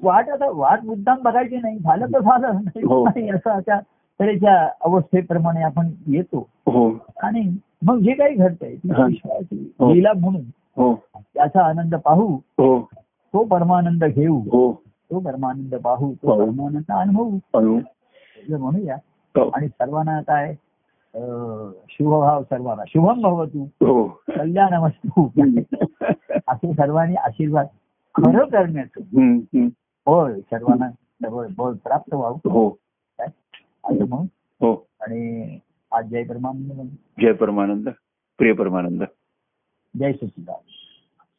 [SPEAKER 2] वाट आता वाट मुद्दाम बघायची नाही झालं तर झालं नाही
[SPEAKER 1] हो.
[SPEAKER 2] नाही असं आता तऱ्हेच्या अवस्थेप्रमाणे आपण येतो
[SPEAKER 1] हो
[SPEAKER 2] आणि मग जे काही घडतंय ती
[SPEAKER 1] हा.
[SPEAKER 2] विश्वाची
[SPEAKER 1] हो.
[SPEAKER 2] लीला म्हणून
[SPEAKER 1] हो
[SPEAKER 2] त्याचा आनंद पाहू
[SPEAKER 1] हो
[SPEAKER 2] तो परमानंद घेऊ
[SPEAKER 1] हो
[SPEAKER 2] तो परमानंद पाहू
[SPEAKER 1] हो.
[SPEAKER 2] तो परमानंद अनुभवू
[SPEAKER 1] अनु
[SPEAKER 2] असं म्हणूया
[SPEAKER 1] हो
[SPEAKER 2] आणि सर्वांना काय अं, शुभभाव सर्वांना शुभम भवतू
[SPEAKER 1] हो
[SPEAKER 2] कल्याण वस्तू
[SPEAKER 1] हं.
[SPEAKER 2] असे सर्वांनी आशीर्वाद खरं करण्याचं
[SPEAKER 1] हं, हं.
[SPEAKER 2] बळ सर्वांना बळ बळ प्राप्त व्हावं
[SPEAKER 1] हो
[SPEAKER 2] असं म्हणून
[SPEAKER 1] हो
[SPEAKER 2] आणि आज जय परमानंद म्हणून
[SPEAKER 1] जय परमानंद प्रिय परमानंद
[SPEAKER 2] जय सचिदानंद